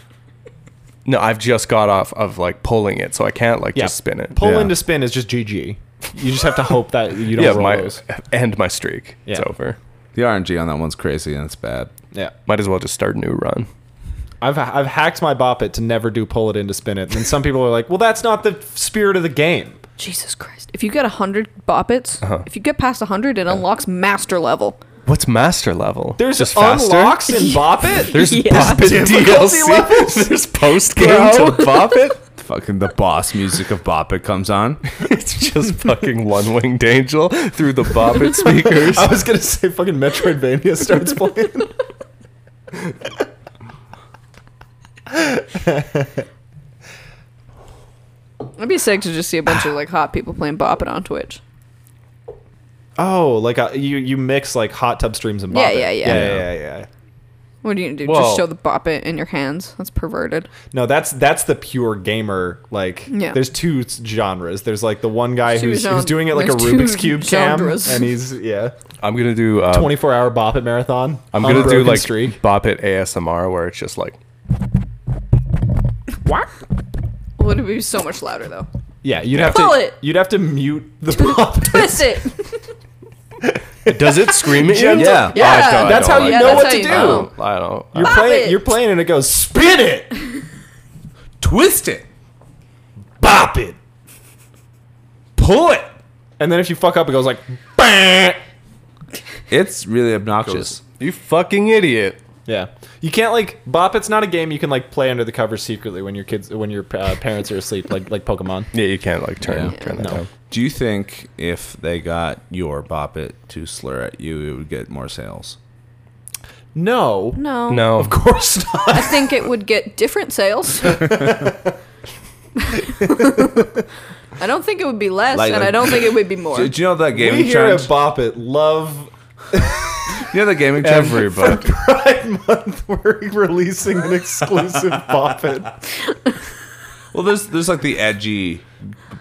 [SPEAKER 3] No, I've just got off of like pulling it, so I can't like just spin it.
[SPEAKER 1] Pull
[SPEAKER 4] Yeah.
[SPEAKER 1] into spin is just GG. You just have to hope that you don't
[SPEAKER 3] yeah,
[SPEAKER 1] roll
[SPEAKER 3] my [LAUGHS]
[SPEAKER 1] those.
[SPEAKER 3] end my streak. It's
[SPEAKER 1] Yeah.
[SPEAKER 3] over.
[SPEAKER 4] the RNG on that one's crazy and it's bad.
[SPEAKER 1] Yeah.
[SPEAKER 3] Might as well just start a new run.
[SPEAKER 1] I've I've hacked my bop it to never do pull it in to spin it. And then some people are like, well, that's not the spirit of the game.
[SPEAKER 2] Jesus Christ. If you get 100 boppets, if you get past 100, it unlocks master level.
[SPEAKER 3] What's master level?
[SPEAKER 4] [LAUGHS]
[SPEAKER 1] There's
[SPEAKER 3] just faster?
[SPEAKER 1] unlocks and bop it.
[SPEAKER 2] [LAUGHS]
[SPEAKER 3] There's
[SPEAKER 2] Yeah.
[SPEAKER 3] Bop It DLC. [LAUGHS] There's post game to Bop It.
[SPEAKER 4] [LAUGHS] Fucking the boss music of Bop it comes
[SPEAKER 3] [LAUGHS]
[SPEAKER 4] on.
[SPEAKER 3] It's
[SPEAKER 4] [LAUGHS]
[SPEAKER 3] just fucking one winged angel through the Bop It
[SPEAKER 4] [LAUGHS]
[SPEAKER 3] speakers.
[SPEAKER 1] [LAUGHS] I was gonna say fucking Metroidvania starts playing.
[SPEAKER 2] It'd be sick to just see a bunch of like hot people playing Bop It on Twitch.
[SPEAKER 1] oh, like uh, you you mix like hot tub streams and bop
[SPEAKER 2] Yeah,
[SPEAKER 1] it.
[SPEAKER 2] yeah, yeah.
[SPEAKER 1] yeah, yeah, yeah.
[SPEAKER 2] What are you gonna do?
[SPEAKER 3] Well-
[SPEAKER 2] Just show the Bop It in your hands? That's perverted.
[SPEAKER 1] No, that's that's the pure gamer. Like,
[SPEAKER 2] Yeah.
[SPEAKER 1] there's two s- genres. There's like the one guy
[SPEAKER 2] Two
[SPEAKER 1] who's,
[SPEAKER 2] gen-
[SPEAKER 1] who's doing it like a
[SPEAKER 2] there's two
[SPEAKER 1] Rubik's
[SPEAKER 2] [LAUGHS]
[SPEAKER 1] cube cam,
[SPEAKER 2] genres.
[SPEAKER 1] and he's yeah,
[SPEAKER 3] I'm gonna do uh,
[SPEAKER 1] 24 hour bop it marathon.
[SPEAKER 3] I'm gonna do
[SPEAKER 1] Unbroken
[SPEAKER 3] like
[SPEAKER 1] streak.
[SPEAKER 3] Bop It ASMR where it's just like
[SPEAKER 1] What?
[SPEAKER 2] Well, it'd be so much louder though.
[SPEAKER 1] Yeah, you'd have
[SPEAKER 2] Pull
[SPEAKER 1] to
[SPEAKER 2] it.
[SPEAKER 1] you'd have to mute
[SPEAKER 2] [LAUGHS]
[SPEAKER 1] the bop.
[SPEAKER 2] Twist it!
[SPEAKER 3] Does it scream at you?
[SPEAKER 1] Gentle-
[SPEAKER 4] [LAUGHS] Yeah.
[SPEAKER 2] Yeah.
[SPEAKER 3] I don't- I
[SPEAKER 1] That's
[SPEAKER 3] don't
[SPEAKER 1] how you
[SPEAKER 3] like
[SPEAKER 1] know
[SPEAKER 3] that.
[SPEAKER 1] what
[SPEAKER 2] how
[SPEAKER 1] to
[SPEAKER 2] you
[SPEAKER 1] do.
[SPEAKER 3] I
[SPEAKER 2] know.
[SPEAKER 3] don't. I don't.
[SPEAKER 1] You're
[SPEAKER 2] Bop
[SPEAKER 1] playing
[SPEAKER 2] it.
[SPEAKER 1] you're playing and it goes spin it.
[SPEAKER 4] Twist it.
[SPEAKER 1] bop it, pull it, and then if you fuck up, it goes like, "Bang."
[SPEAKER 4] It's really obnoxious.
[SPEAKER 3] [LAUGHS] You fucking idiot.
[SPEAKER 1] Yeah, you can't like Bop. It's not a game you can like play under the covers secretly when your kids when your uh, parents are asleep, like like Pokemon.
[SPEAKER 3] Yeah, you can't like turn
[SPEAKER 4] Yeah.
[SPEAKER 3] turn that
[SPEAKER 1] No.
[SPEAKER 3] down.
[SPEAKER 4] Do you think if they got your Bop It to slur at you, it would get more sales?
[SPEAKER 1] No,
[SPEAKER 2] [LAUGHS] No.
[SPEAKER 3] No,
[SPEAKER 1] of course not.
[SPEAKER 4] [LAUGHS]
[SPEAKER 2] I think it would get different sales. I don't think it would be less,
[SPEAKER 4] Like-
[SPEAKER 2] and I don't think it would be more.
[SPEAKER 4] Do, do you know that
[SPEAKER 1] we
[SPEAKER 4] gaming
[SPEAKER 1] here
[SPEAKER 4] trend?
[SPEAKER 1] at Bop It love
[SPEAKER 4] you know the gaming trend?
[SPEAKER 3] everybody.
[SPEAKER 1] Pride Month. [LAUGHS] We're releasing an exclusive Bop It.
[SPEAKER 4] Well, there's there's like the edgy,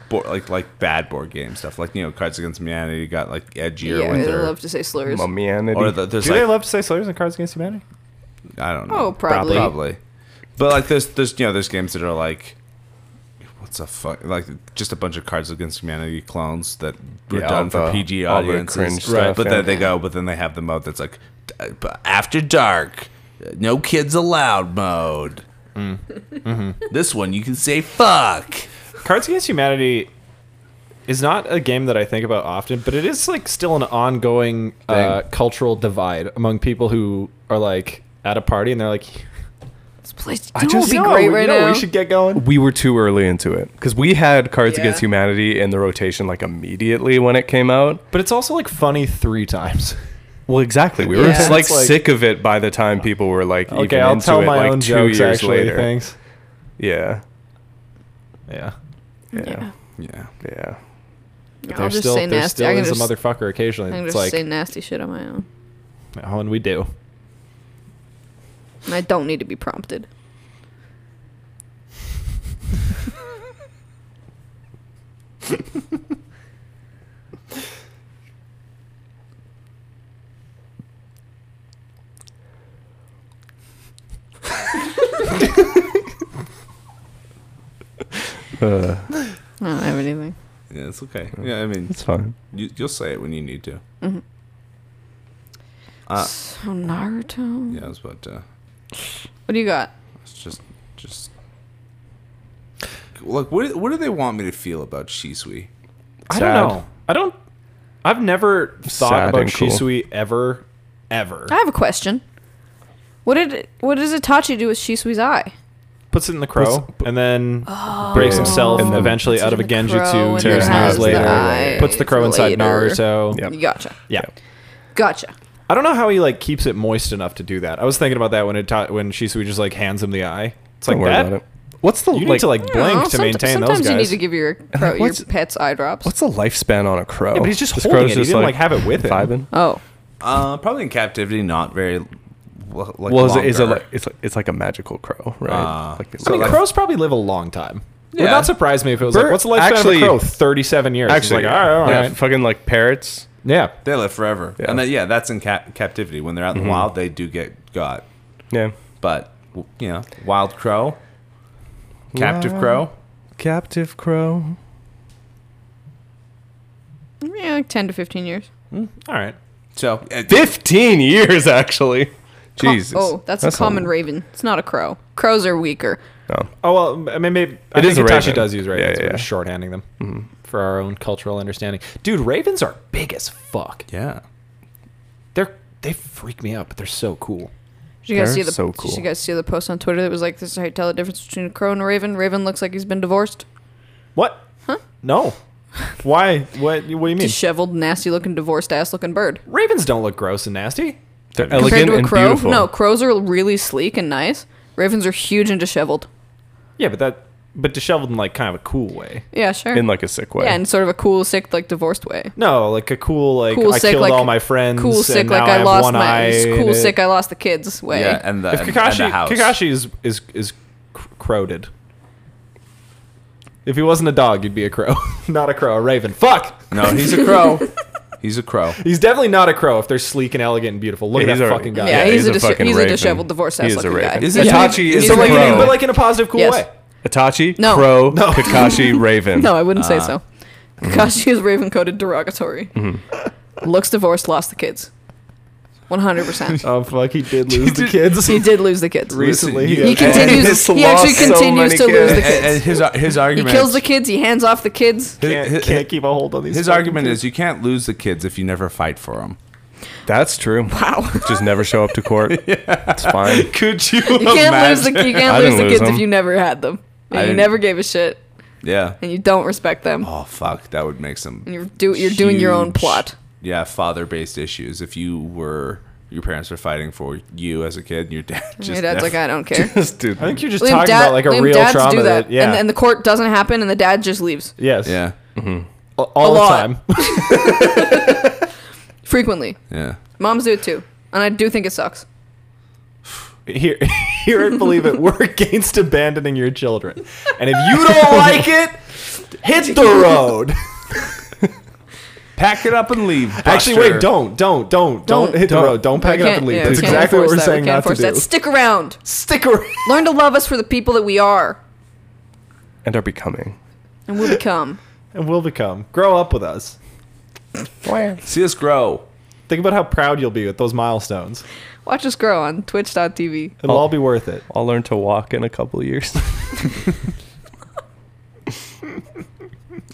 [SPEAKER 4] board, like like bad board game stuff, like you know Cards Against Humanity. You got like edgier
[SPEAKER 2] yeah, I
[SPEAKER 4] with their
[SPEAKER 2] love to say slurs.
[SPEAKER 3] Mummianity.
[SPEAKER 4] or the, there's
[SPEAKER 1] Do
[SPEAKER 4] like
[SPEAKER 1] they love to say slurs in Cards Against Humanity?
[SPEAKER 4] I don't know.
[SPEAKER 2] Oh, probably.
[SPEAKER 4] Probably. But like there's there's you know there's games that are like what's the fuck like just a bunch of Cards Against Humanity clones that were
[SPEAKER 3] Yeah, all
[SPEAKER 4] done for
[SPEAKER 3] the-
[SPEAKER 4] PG
[SPEAKER 3] all the
[SPEAKER 4] audiences,
[SPEAKER 3] cringe
[SPEAKER 1] Right. stuff,
[SPEAKER 4] But
[SPEAKER 3] yeah.
[SPEAKER 4] then they go, but then they have the mode that's like uh, after dark, no kids allowed mode.
[SPEAKER 3] Mm.
[SPEAKER 4] [LAUGHS]
[SPEAKER 3] Mm-hmm.
[SPEAKER 4] this one you can say fuck.
[SPEAKER 1] Cards Against Humanity is not a game that I think about often, but it is like still an ongoing uh,
[SPEAKER 4] Thing.
[SPEAKER 1] cultural divide among people who are like at a party and they're like, [LAUGHS]
[SPEAKER 2] this place
[SPEAKER 3] I
[SPEAKER 2] I
[SPEAKER 3] just-
[SPEAKER 2] just, be
[SPEAKER 1] "No,
[SPEAKER 2] great
[SPEAKER 1] we-
[SPEAKER 2] right
[SPEAKER 1] no,
[SPEAKER 2] now.
[SPEAKER 1] we should get going.
[SPEAKER 3] we were too early into it because we had Cards
[SPEAKER 2] Yeah.
[SPEAKER 3] Against Humanity in the rotation like immediately when it came out.
[SPEAKER 1] But it's also like funny three times. [LAUGHS]
[SPEAKER 3] Well, exactly. We were
[SPEAKER 2] Yeah.
[SPEAKER 3] just, like,
[SPEAKER 1] It's like-
[SPEAKER 3] sick of it by the time people were like even
[SPEAKER 1] okay, I'll
[SPEAKER 3] into
[SPEAKER 1] tell
[SPEAKER 3] it,
[SPEAKER 1] my
[SPEAKER 3] like
[SPEAKER 1] own
[SPEAKER 3] two
[SPEAKER 1] jokes
[SPEAKER 3] years
[SPEAKER 1] actually.
[SPEAKER 3] later.
[SPEAKER 1] Thanks.
[SPEAKER 3] Yeah,
[SPEAKER 1] Yeah.
[SPEAKER 3] yeah,
[SPEAKER 4] Yeah.
[SPEAKER 3] yeah.
[SPEAKER 2] Yeah,
[SPEAKER 1] There's
[SPEAKER 2] I'll just
[SPEAKER 1] still,
[SPEAKER 2] say
[SPEAKER 1] there
[SPEAKER 2] nasty.
[SPEAKER 1] still
[SPEAKER 2] I can
[SPEAKER 1] is
[SPEAKER 2] just,
[SPEAKER 1] a motherfucker occasionally.
[SPEAKER 2] I can
[SPEAKER 1] that's
[SPEAKER 2] just
[SPEAKER 1] like,
[SPEAKER 2] say nasty shit on my own.
[SPEAKER 1] oh, and we do.
[SPEAKER 2] And I don't need to be prompted.
[SPEAKER 3] Uh,
[SPEAKER 2] I don't have anything.
[SPEAKER 4] Yeah, it's okay. Yeah, I mean,
[SPEAKER 3] it's fine.
[SPEAKER 4] you, you'll say it when you need to.
[SPEAKER 2] So Naruto.
[SPEAKER 4] Yeah, it's about uh,
[SPEAKER 2] What do you got?
[SPEAKER 4] It's just, just look. What do- what do they want me to feel about Shisui?
[SPEAKER 1] I don't
[SPEAKER 3] Sad.
[SPEAKER 1] know. I don't. I've never thought
[SPEAKER 3] Sad
[SPEAKER 1] about
[SPEAKER 3] and cool.
[SPEAKER 1] Shisui ever, ever.
[SPEAKER 2] I have a question. What did what does Itachi do with Shisui's eye?
[SPEAKER 1] Puts it in the crow
[SPEAKER 3] Puts-
[SPEAKER 1] and then breaks himself
[SPEAKER 3] And then
[SPEAKER 1] eventually
[SPEAKER 2] puts
[SPEAKER 1] out of
[SPEAKER 2] it
[SPEAKER 1] a
[SPEAKER 2] in the crow
[SPEAKER 1] Genjutsu
[SPEAKER 2] and
[SPEAKER 1] two
[SPEAKER 3] then has
[SPEAKER 1] years
[SPEAKER 3] the
[SPEAKER 1] later.
[SPEAKER 2] eye
[SPEAKER 1] puts the crow inside
[SPEAKER 2] later.
[SPEAKER 1] Naruto.
[SPEAKER 3] Yep.
[SPEAKER 2] Gotcha.
[SPEAKER 1] Yeah.
[SPEAKER 2] Gotcha.
[SPEAKER 1] I don't know how he like keeps it moist enough to do that. I was thinking about that when it ta- when Shisui just like hands him the eye. It's like
[SPEAKER 3] Don't worry
[SPEAKER 1] that.
[SPEAKER 3] about it. What's the
[SPEAKER 1] You need
[SPEAKER 3] like?
[SPEAKER 1] to like
[SPEAKER 2] I don't
[SPEAKER 1] blink
[SPEAKER 2] know,
[SPEAKER 1] to
[SPEAKER 2] somet-
[SPEAKER 1] maintain
[SPEAKER 2] sometimes
[SPEAKER 1] those guys.
[SPEAKER 2] you need to give
[SPEAKER 3] [LAUGHS]
[SPEAKER 2] your crow, your
[SPEAKER 3] What's-
[SPEAKER 2] pets eye drops.
[SPEAKER 3] What's the lifespan on a crow?
[SPEAKER 1] Yeah, but he's just
[SPEAKER 3] This
[SPEAKER 1] holding
[SPEAKER 3] crow's
[SPEAKER 1] it. He didn't, like, have it with him.
[SPEAKER 3] Vibing.
[SPEAKER 2] oh,
[SPEAKER 4] Uh, probably in captivity, not very. l- Like
[SPEAKER 3] well, is it, is it
[SPEAKER 4] longer.
[SPEAKER 3] like it's like it's like a magical crow, right?
[SPEAKER 4] Uh,
[SPEAKER 3] like, it's
[SPEAKER 1] I mean,
[SPEAKER 3] like-
[SPEAKER 1] crows probably live a long time. It Would
[SPEAKER 4] Yeah.
[SPEAKER 1] not surprise me if it was
[SPEAKER 3] Bird-
[SPEAKER 1] like, what's the lifespan
[SPEAKER 3] actually-
[SPEAKER 1] of a crow? Thirty-seven years. It's
[SPEAKER 3] actually,
[SPEAKER 1] like, all right, all
[SPEAKER 3] yeah,
[SPEAKER 1] right.
[SPEAKER 3] fucking like parrots.
[SPEAKER 1] yeah.
[SPEAKER 4] they live forever?
[SPEAKER 3] Yeah.
[SPEAKER 4] And then, yeah, that's in cap- captivity. When they're out in the wild, they do get got.
[SPEAKER 3] Yeah,
[SPEAKER 4] But w- you know, wild crow, captive
[SPEAKER 3] Wild-
[SPEAKER 4] crow.
[SPEAKER 3] captive crow.
[SPEAKER 2] yeah, like ten to fifteen years.
[SPEAKER 1] All right.
[SPEAKER 4] So uh,
[SPEAKER 3] 15 years actually.
[SPEAKER 2] Co-
[SPEAKER 3] Jesus.
[SPEAKER 2] oh, that's, a common raven. It's not a crow. Crows are weaker.
[SPEAKER 3] No.
[SPEAKER 1] Oh well, I mean, maybe I
[SPEAKER 3] It
[SPEAKER 1] think
[SPEAKER 3] is a
[SPEAKER 1] Hitachi
[SPEAKER 3] raven.
[SPEAKER 1] does use ravens.
[SPEAKER 3] Yeah, yeah,
[SPEAKER 1] We're
[SPEAKER 3] yeah. Mm-hmm.
[SPEAKER 1] just shorthanding them for our own cultural understanding. Dude, ravens are big as fuck.
[SPEAKER 4] yeah,
[SPEAKER 1] They're they freak me out, but they're so cool.
[SPEAKER 2] Did you guys
[SPEAKER 3] They're
[SPEAKER 2] see the
[SPEAKER 3] so
[SPEAKER 2] Did
[SPEAKER 3] cool.
[SPEAKER 2] you guys see the post on Twitter that was like, "This is how you tell the difference between a crow and a raven." Raven looks like he's been divorced.
[SPEAKER 1] What? Huh? No. Why? What? What do you mean?
[SPEAKER 2] Disheveled, nasty-looking, divorced-ass-looking bird.
[SPEAKER 1] ravens don't look gross and nasty.
[SPEAKER 3] They're
[SPEAKER 2] Compared
[SPEAKER 3] elegant
[SPEAKER 2] to a
[SPEAKER 3] and
[SPEAKER 2] crow,
[SPEAKER 3] beautiful.
[SPEAKER 2] no, crows are really sleek and nice. Ravens are huge and disheveled.
[SPEAKER 1] Yeah, but that but disheveled in like kind of a cool way.
[SPEAKER 2] Yeah, sure.
[SPEAKER 3] in like a sick way.
[SPEAKER 2] yeah, in sort of a cool, sick, like divorced way.
[SPEAKER 1] No, like a cool like
[SPEAKER 2] Cool,
[SPEAKER 1] I
[SPEAKER 2] sick,
[SPEAKER 1] killed
[SPEAKER 2] like-
[SPEAKER 1] all my friends.
[SPEAKER 2] cool,
[SPEAKER 1] and
[SPEAKER 2] sick,
[SPEAKER 1] now
[SPEAKER 2] like
[SPEAKER 1] I,
[SPEAKER 2] I,
[SPEAKER 1] have
[SPEAKER 2] lost
[SPEAKER 1] one
[SPEAKER 2] my
[SPEAKER 1] eye.
[SPEAKER 2] cool,
[SPEAKER 1] and
[SPEAKER 2] sick,
[SPEAKER 1] it-
[SPEAKER 2] I lost the kids way.
[SPEAKER 4] yeah, and uh, the,
[SPEAKER 1] If
[SPEAKER 4] and-
[SPEAKER 1] Kakashi
[SPEAKER 4] and the house.
[SPEAKER 1] Kakashi is is is cr- crowded. If he wasn't a dog, he'd be a crow, [LAUGHS] not a crow, a raven. Fuck.
[SPEAKER 4] No, he's a crow. he's a crow.
[SPEAKER 1] He's definitely not a crow if they're sleek and elegant and beautiful. Look at
[SPEAKER 3] Yeah, he's
[SPEAKER 1] that
[SPEAKER 3] alright.
[SPEAKER 1] fucking guy.
[SPEAKER 2] Yeah,
[SPEAKER 3] Yeah,
[SPEAKER 2] he's,
[SPEAKER 3] he's
[SPEAKER 2] a,
[SPEAKER 3] a
[SPEAKER 2] dis-
[SPEAKER 3] fucking
[SPEAKER 2] he's a
[SPEAKER 3] raven.
[SPEAKER 2] disheveled,
[SPEAKER 3] He
[SPEAKER 2] divorced-ass
[SPEAKER 3] is a
[SPEAKER 2] looking guy.
[SPEAKER 3] raven. Is
[SPEAKER 2] That's what-
[SPEAKER 3] Itachi is
[SPEAKER 2] he's
[SPEAKER 1] so
[SPEAKER 3] a
[SPEAKER 1] like,
[SPEAKER 3] crow.
[SPEAKER 1] but like in a positive, cool
[SPEAKER 2] Yes.
[SPEAKER 1] way.
[SPEAKER 3] Itachi,
[SPEAKER 2] No.
[SPEAKER 3] crow,
[SPEAKER 1] No.
[SPEAKER 3] Kakashi, raven.
[SPEAKER 2] No, I wouldn't say so. Kakashi is raven coded derogatory. Looks divorced, lost the kids.
[SPEAKER 1] [LAUGHS]
[SPEAKER 2] 100%.
[SPEAKER 1] Oh fuck, he did
[SPEAKER 4] [LAUGHS]
[SPEAKER 1] lose the kids.
[SPEAKER 2] he did lose the kids.
[SPEAKER 1] Recently,
[SPEAKER 4] Listen,
[SPEAKER 2] He
[SPEAKER 4] And-
[SPEAKER 2] continues.
[SPEAKER 3] he's
[SPEAKER 2] He actually
[SPEAKER 3] lost so
[SPEAKER 2] continues
[SPEAKER 3] many
[SPEAKER 2] to lose the
[SPEAKER 4] And,
[SPEAKER 3] kids.
[SPEAKER 2] kids.
[SPEAKER 4] and his his
[SPEAKER 2] He
[SPEAKER 4] argument.
[SPEAKER 2] kills the kids. He hands off the kids.
[SPEAKER 1] can't,
[SPEAKER 4] his,
[SPEAKER 1] can't keep a hold on these.
[SPEAKER 4] his
[SPEAKER 1] fucking
[SPEAKER 4] argument
[SPEAKER 1] kids.
[SPEAKER 4] is you can't lose the kids if you never fight for them.
[SPEAKER 3] That's true.
[SPEAKER 2] Wow.
[SPEAKER 3] Just never show up
[SPEAKER 2] [LAUGHS]
[SPEAKER 3] to court. It's fine.
[SPEAKER 4] Could you?
[SPEAKER 2] You can't lose the you
[SPEAKER 3] I
[SPEAKER 2] can't lose
[SPEAKER 3] didn't
[SPEAKER 2] the
[SPEAKER 3] lose
[SPEAKER 2] kids
[SPEAKER 3] them.
[SPEAKER 2] if you never had them.
[SPEAKER 4] I
[SPEAKER 2] And you
[SPEAKER 4] didn't-
[SPEAKER 2] never gave a shit,
[SPEAKER 4] yeah.
[SPEAKER 2] and you don't respect them.
[SPEAKER 4] Oh fuck, that would make some.
[SPEAKER 2] And you're do you're doing your own
[SPEAKER 4] huge-
[SPEAKER 2] plot.
[SPEAKER 4] Yeah, father-based issues. If you were your parents were fighting for you as a kid, and your dad just
[SPEAKER 2] Your dad's
[SPEAKER 4] never-
[SPEAKER 2] like,
[SPEAKER 1] [LAUGHS]
[SPEAKER 2] I don't care.
[SPEAKER 3] This dude.
[SPEAKER 1] I think you're just
[SPEAKER 2] Liam,
[SPEAKER 1] talking about like a
[SPEAKER 2] Liam,
[SPEAKER 1] real
[SPEAKER 2] dads
[SPEAKER 1] trauma.
[SPEAKER 2] do that,
[SPEAKER 1] that- yeah.
[SPEAKER 2] and, and the court doesn't happen, and the dad just leaves
[SPEAKER 1] yes.
[SPEAKER 4] [LAUGHS] yeah,
[SPEAKER 1] All, all
[SPEAKER 2] A
[SPEAKER 1] the
[SPEAKER 2] lot.
[SPEAKER 1] time. [LAUGHS]
[SPEAKER 2] frequently.
[SPEAKER 4] yeah.
[SPEAKER 2] Moms do it too, and I do think it sucks.
[SPEAKER 1] here, here I believe it. We're [LAUGHS] against abandoning your children, and if you
[SPEAKER 2] [LAUGHS]
[SPEAKER 1] don't like it, hit the road.
[SPEAKER 4] Pack it up
[SPEAKER 2] [LAUGHS]
[SPEAKER 4] and leave.
[SPEAKER 1] Actually, wait, don't, don't, don't, don't,
[SPEAKER 2] Don't.
[SPEAKER 1] hit
[SPEAKER 3] Don't.
[SPEAKER 1] the road. Don't pack
[SPEAKER 2] We
[SPEAKER 1] it up
[SPEAKER 2] can't-
[SPEAKER 1] and leave.
[SPEAKER 2] yeah,
[SPEAKER 1] That's
[SPEAKER 2] we can't
[SPEAKER 1] exactly what
[SPEAKER 2] enforce
[SPEAKER 1] we're
[SPEAKER 2] that.
[SPEAKER 1] saying
[SPEAKER 2] we can't
[SPEAKER 1] not to
[SPEAKER 2] enforce
[SPEAKER 1] do.
[SPEAKER 2] that. Stick around.
[SPEAKER 1] [LAUGHS] Stick around.
[SPEAKER 2] Learn to love us for the people that we are,
[SPEAKER 3] And are becoming.
[SPEAKER 2] and we'll become.
[SPEAKER 1] And we'll become. Grow up with us.
[SPEAKER 4] See us grow.
[SPEAKER 1] Think about how proud you'll be with those milestones.
[SPEAKER 2] Watch us grow on Twitch.tv.
[SPEAKER 1] It'll
[SPEAKER 3] Oh.
[SPEAKER 1] all be worth it.
[SPEAKER 3] I'll learn to walk in a couple
[SPEAKER 2] [LAUGHS]
[SPEAKER 3] of years.